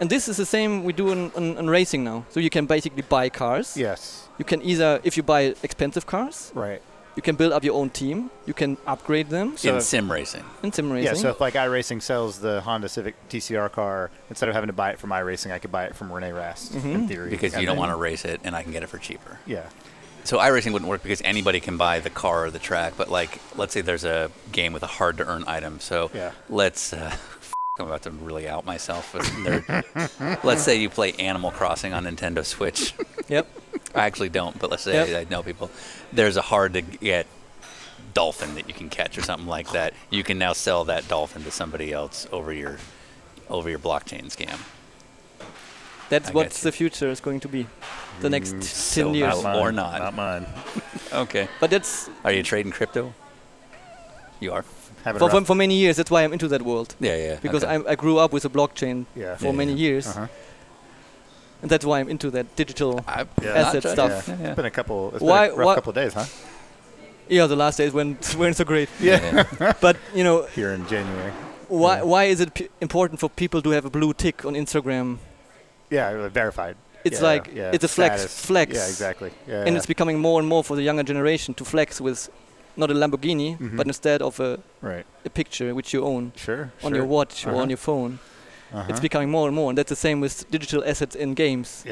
And this is the same we do in, in, in racing now. So you can basically buy cars. yeah. Yes. You can either, if you buy expensive cars, Right. you can build up your own team. You can upgrade them in sim racing. in sim Yeah. racing. So if like iRacing sells the Honda Civic TCR car, instead of having to buy it from iRacing, I could buy it from Renee Rast Mm-hmm. in theory. Because and you don't then- want to race it, and I can get it for cheaper. Yeah. So iRacing wouldn't work because anybody can buy the car or the track. But like, let's say there's a game with a hard-to-earn item. So Yeah. let's. Uh, I'm about to really out myself. as a nerd. let's say you play Animal Crossing on Nintendo Switch. Yep. I actually don't, but let's say Yep. I know people. There's a hard to get dolphin that you can catch or something like that. You can now sell that dolphin to somebody else over your over your blockchain scam. That's I what got you. the future is going to be. The next Mm, 10 so years. not Or not. Not mine. Okay. But that's Are you trading crypto? You are. Having for, rough- for, for many years. That's why I'm into that world. Yeah, yeah. Because okay. I, I grew up with the blockchain Yeah. for Yeah, many years. Uh-huh. And that's why I'm into that digital. I, Yeah. not asset judging. stuff. Yeah, yeah. It's been a couple. It's Why- been a rough why- couple days, huh? Yeah, the last days weren't, weren't so great. Yeah. but, you know, Here in January. why, why is it p- important for people to have a blue tick on Instagram? Yeah, it was verified. It's Yeah, like, yeah, it's a flex. status. Flex. Yeah, exactly. Yeah, And yeah. it's becoming more and more for the younger generation to flex with not a Lamborghini, Mm-hmm. but instead of a, right. a picture which you own Sure. on your sure. watch or Uh-huh. on your phone. It's Uh-huh. becoming more and more. And that's the same with digital assets in games.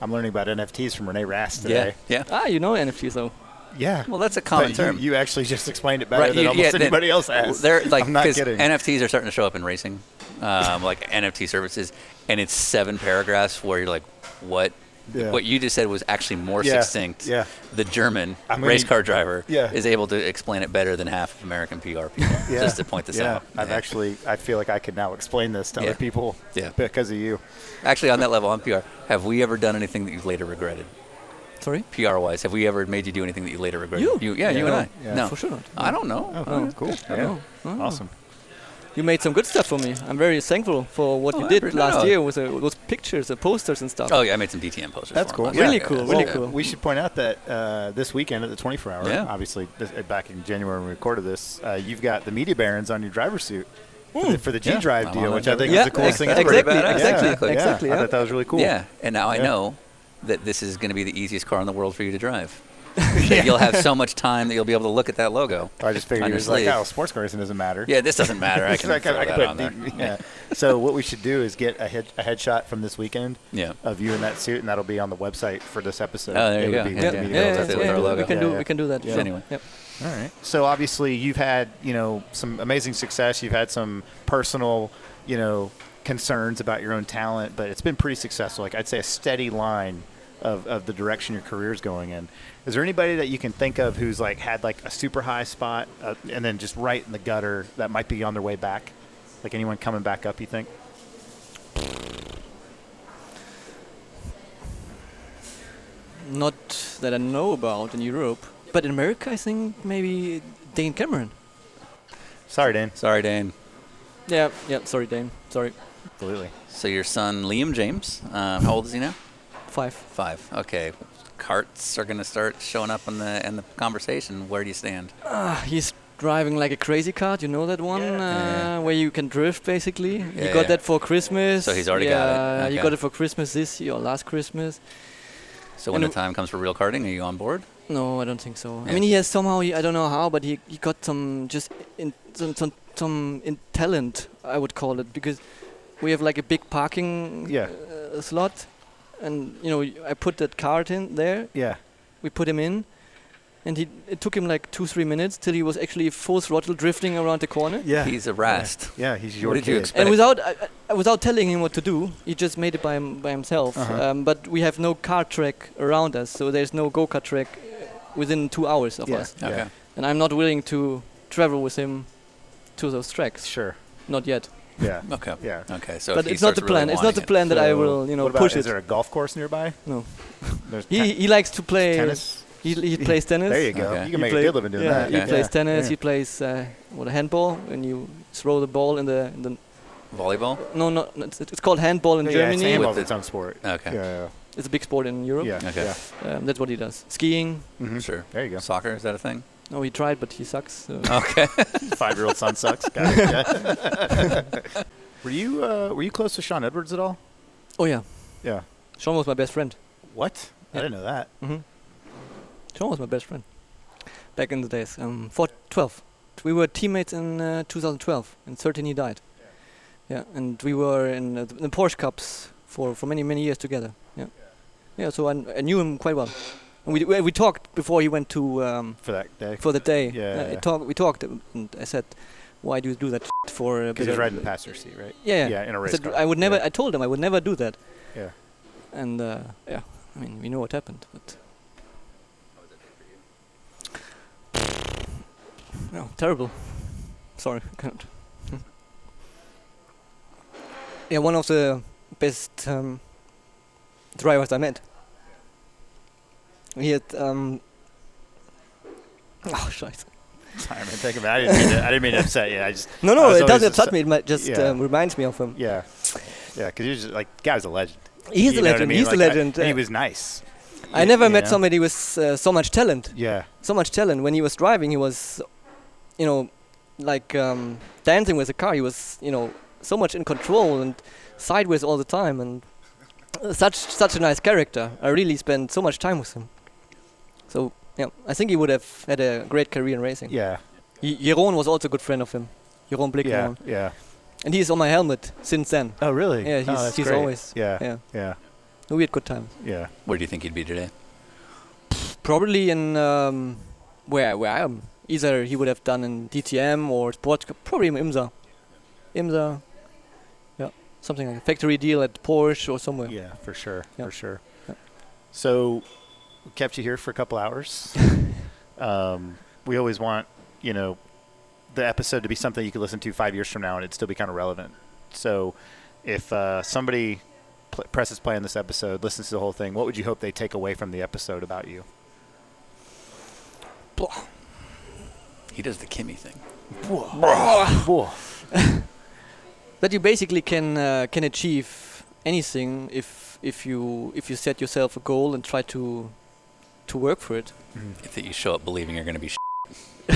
I'm learning about NFTs from Renee Rast yeah. today. Yeah. Ah, you know NFTs though. Yeah. Well, that's a But common you, term. you actually just explained it better than you- almost that- anybody else has. They're like, I'm not 'cause kidding. NFTs are starting to show up in racing, um, like NFT services, and it's seven paragraphs where you're like, what? Yeah. What you just said was actually more Yeah, succinct. yeah. The German I mean, race car driver yeah. is able to explain it better than half of American PR people. Just to point this yeah. out. I've Yeah. actually, I feel like I could now explain this to Yeah. other people Yeah. because of you. actually on that level on PR. Have we ever done anything that you've later regretted? Sorry? PR wise, have we ever made you do anything that you later regretted? You. yeah, you and I. Yeah. No, For sure not. I don't know. Oh, cool. Yeah. Awesome. You made some good stuff for me. I'm very thankful for Oh, what I you did appreciate- last no. year with uh, those pictures, the posters and stuff. Oh yeah, I made some DTM posters. That's for cool. him. Really Yeah, cool, yeah, really yeah. cool. We should point out that uh, this weekend at the 24 hour, Yeah. obviously this, uh, back in January when we recorded this, uh, you've got the media barons on your driver's suit for the- for the G Hmm. Yeah. Drive I'm on deal, that which I think Yeah, is the coolest ex- thing exactly, ever. Pretty badass. exactly, yeah, yeah. exactly, I yeah. thought that was really cool. Yeah, and now I Yeah. know that this is going to be the easiest car in the world for you to drive. That You'll have so much time that you'll be able to look at that logo. I just figured on it your was like, sleeve. oh, sports car racing doesn't matter. Yeah, this doesn't matter. I It's can like, throw I can that on there. put the- yeah. so what we should do is get a, head, a headshot from this weekend Yeah. of you in that suit, and that'll be on the website for this episode. Oh, there It you would go. be Yeah, with yeah, media yeah, barons. yeah, That's yeah, what yeah. we'll do. logo. We can do we can do that. Yeah. sure. Anyway. Yep. All right. So obviously you've had, you know, some amazing success. You've had some personal, you know, concerns about your own talent, but it's been pretty successful. Like I'd say a steady line of, of the direction your career's going in. Is there anybody that you can think of who's like had like a super high spot uh, and then just right in the gutter that might be on their way back? Like anyone coming back up, you think? Not that I know about in Europe, but in America, I think maybe Dane Cameron. Sorry, Dan. Sorry, Dane. Yeah, yeah. Sorry, Dane. Sorry, Absolutely. So your son Liam James, uh, how old is he now? five. Five. Okay. Carts are going to start showing up in the in the conversation. Where do you stand? Ah, he's driving like a crazy cart. You know that one uh, Yeah. where you can drift basically. you Yeah, got yeah. that for Christmas. So he's already yeah, got it. You Okay. got it for Christmas this year or last Christmas. So when And the w- time comes for real karting, are you on board? No, I don't think so. Yeah. I mean, he has somehow, he, I don't know how, but he, he got some just in, some some some in talent, I would call it, because we have like a big parking Yeah. uh, slot, and you know y- I put that cart in there. Yeah. We put him in, and he it took him like two three minutes till he was actually full throttle drifting around the corner. Yeah. He's a rast. yeah, he's your did kid. you expect? And But- without I, I, without telling him what to do, he just made it by him, by himself. Uh-huh. Um, but we have no car track around us, so there's no go kart track uh, within two hours of Yeah. us. Yeah. Okay. and I'm not willing to travel with him to those tracks. Sure. Not yet. Yeah. Okay. Yeah. Okay. So but if he it's not starts the plan. Really it's not the wanting plan that I So will, you know, what about, push Is it. there a golf course nearby? No. There's He he likes to play tennis. He he plays tennis. There you go. Okay. You He can make play- a good living doing yeah, that. He Yeah. plays tennis. Yeah. He plays uh, what a handball, and you throw the ball in the in the it. volleyball. no no no, it's, it's called handball in Yeah, Germany. It's, handball, With the- it's own sport. Okay. Yeah. It's a big sport in Yeah. Europe. yeah. Okay. yeah. Um, that's what he does. Skiing. Mhm. Sure. There you go. Soccer is that a thing? No, he tried, but he sucks. So. Okay. Five-year-old son sucks. Got it. Yeah. were you uh, Were you close to Sean Edwards at all? Oh yeah, Yeah. Sean was my best friend. What? I Yeah. didn't know that. hmm Sean was my best friend back in the days. Um, for 12, we were teammates in uh, 2012, and 13 he died. Yeah, and we were in uh, th- the Porsche Cups for, for many many years together. Yeah, yeah. So I, kn- I knew him quite well, and we d- we- we talked before he went to um, For that day. for the day. Yeah, Uh, I yeah. talk, we talked, um, and I said, "Why do you do that shit for?" a Because bit he was of- riding the passenger seat, right? Yeah, Yeah, in a I, race said, car. I would never. Yeah. I told him I would never do that. Yeah. And uh, yeah, I mean, we know what happened, but. No, terrible. Sorry, I can't. yeah, one of the best um, drivers I met. We had um, oh shit. Sorry, man, think about it. I didn't mean to, I didn't mean to upset you. I just No, I no, was it doesn't always upset me. It might just Yeah. um, reminds me of him. Yeah, yeah, because he was just, like, guy's a legend. He's You know a what I legend. mean? He's Like, a I- legend. and he uh, was nice. I never you met know? somebody with uh, so much talent. Yeah, So much talent. When he was driving, he was, you know, like um, dancing with the car. He was, you know, so much in control and sideways all the time, and uh, such such a nice character. I really spent so much time with him. So yeah, I think he would have had a great career in racing. yeah, Y- Jeroen was also a good friend of him. Jeroen Blickman. yeah, yeah. And he's on my helmet since then. Oh, really? Yeah, he's, oh, that's he's great. always. Yeah, yeah, yeah. yeah, We had good times. yeah. Where do you think he'd be today? probably in um, where where I am. Either he would have done in DTM or sports, c- probably in IMSA, IMSA, yeah, something like a factory deal at Porsche or somewhere. for sure, Yeah. for sure. Yeah. So, we kept you here for a couple hours. um, we always want, you know, the episode to be something you could listen to five years from now and it'd still be kind of relevant. So, if uh, somebody pl- presses play on this episode, listens to the whole thing, what would you hope they take away from the episode about you? He does the Kimmy thing. That you basically can uh, can achieve anything if if you if you set yourself a goal and try to to work for it. If that you show up believing you're going to be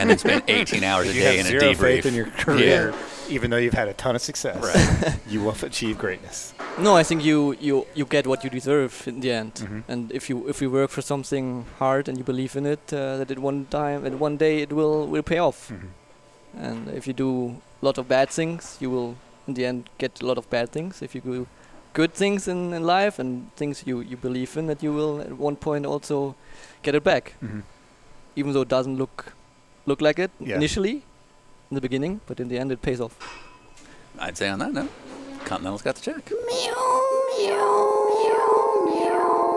and it's been 18 hours a you day have in a zero debrief. faith in your career, even though you've had a ton of success. you will achieve greatness. No, I think you you you get what you deserve in the end. And if you if you work for something hard and you believe in it, uh, that it one time and one day it will will pay off. And if you do a lot of bad things, you will in the end get a lot of bad things. If you do good things in, in life and things you you believe in, that you will at one point also get it back. Mhm. Even though it doesn't look look like it Yeah. initially in the beginning, but in the end it pays off. I'd say on that note, Continental's got the check. meow, meow, meow, meow.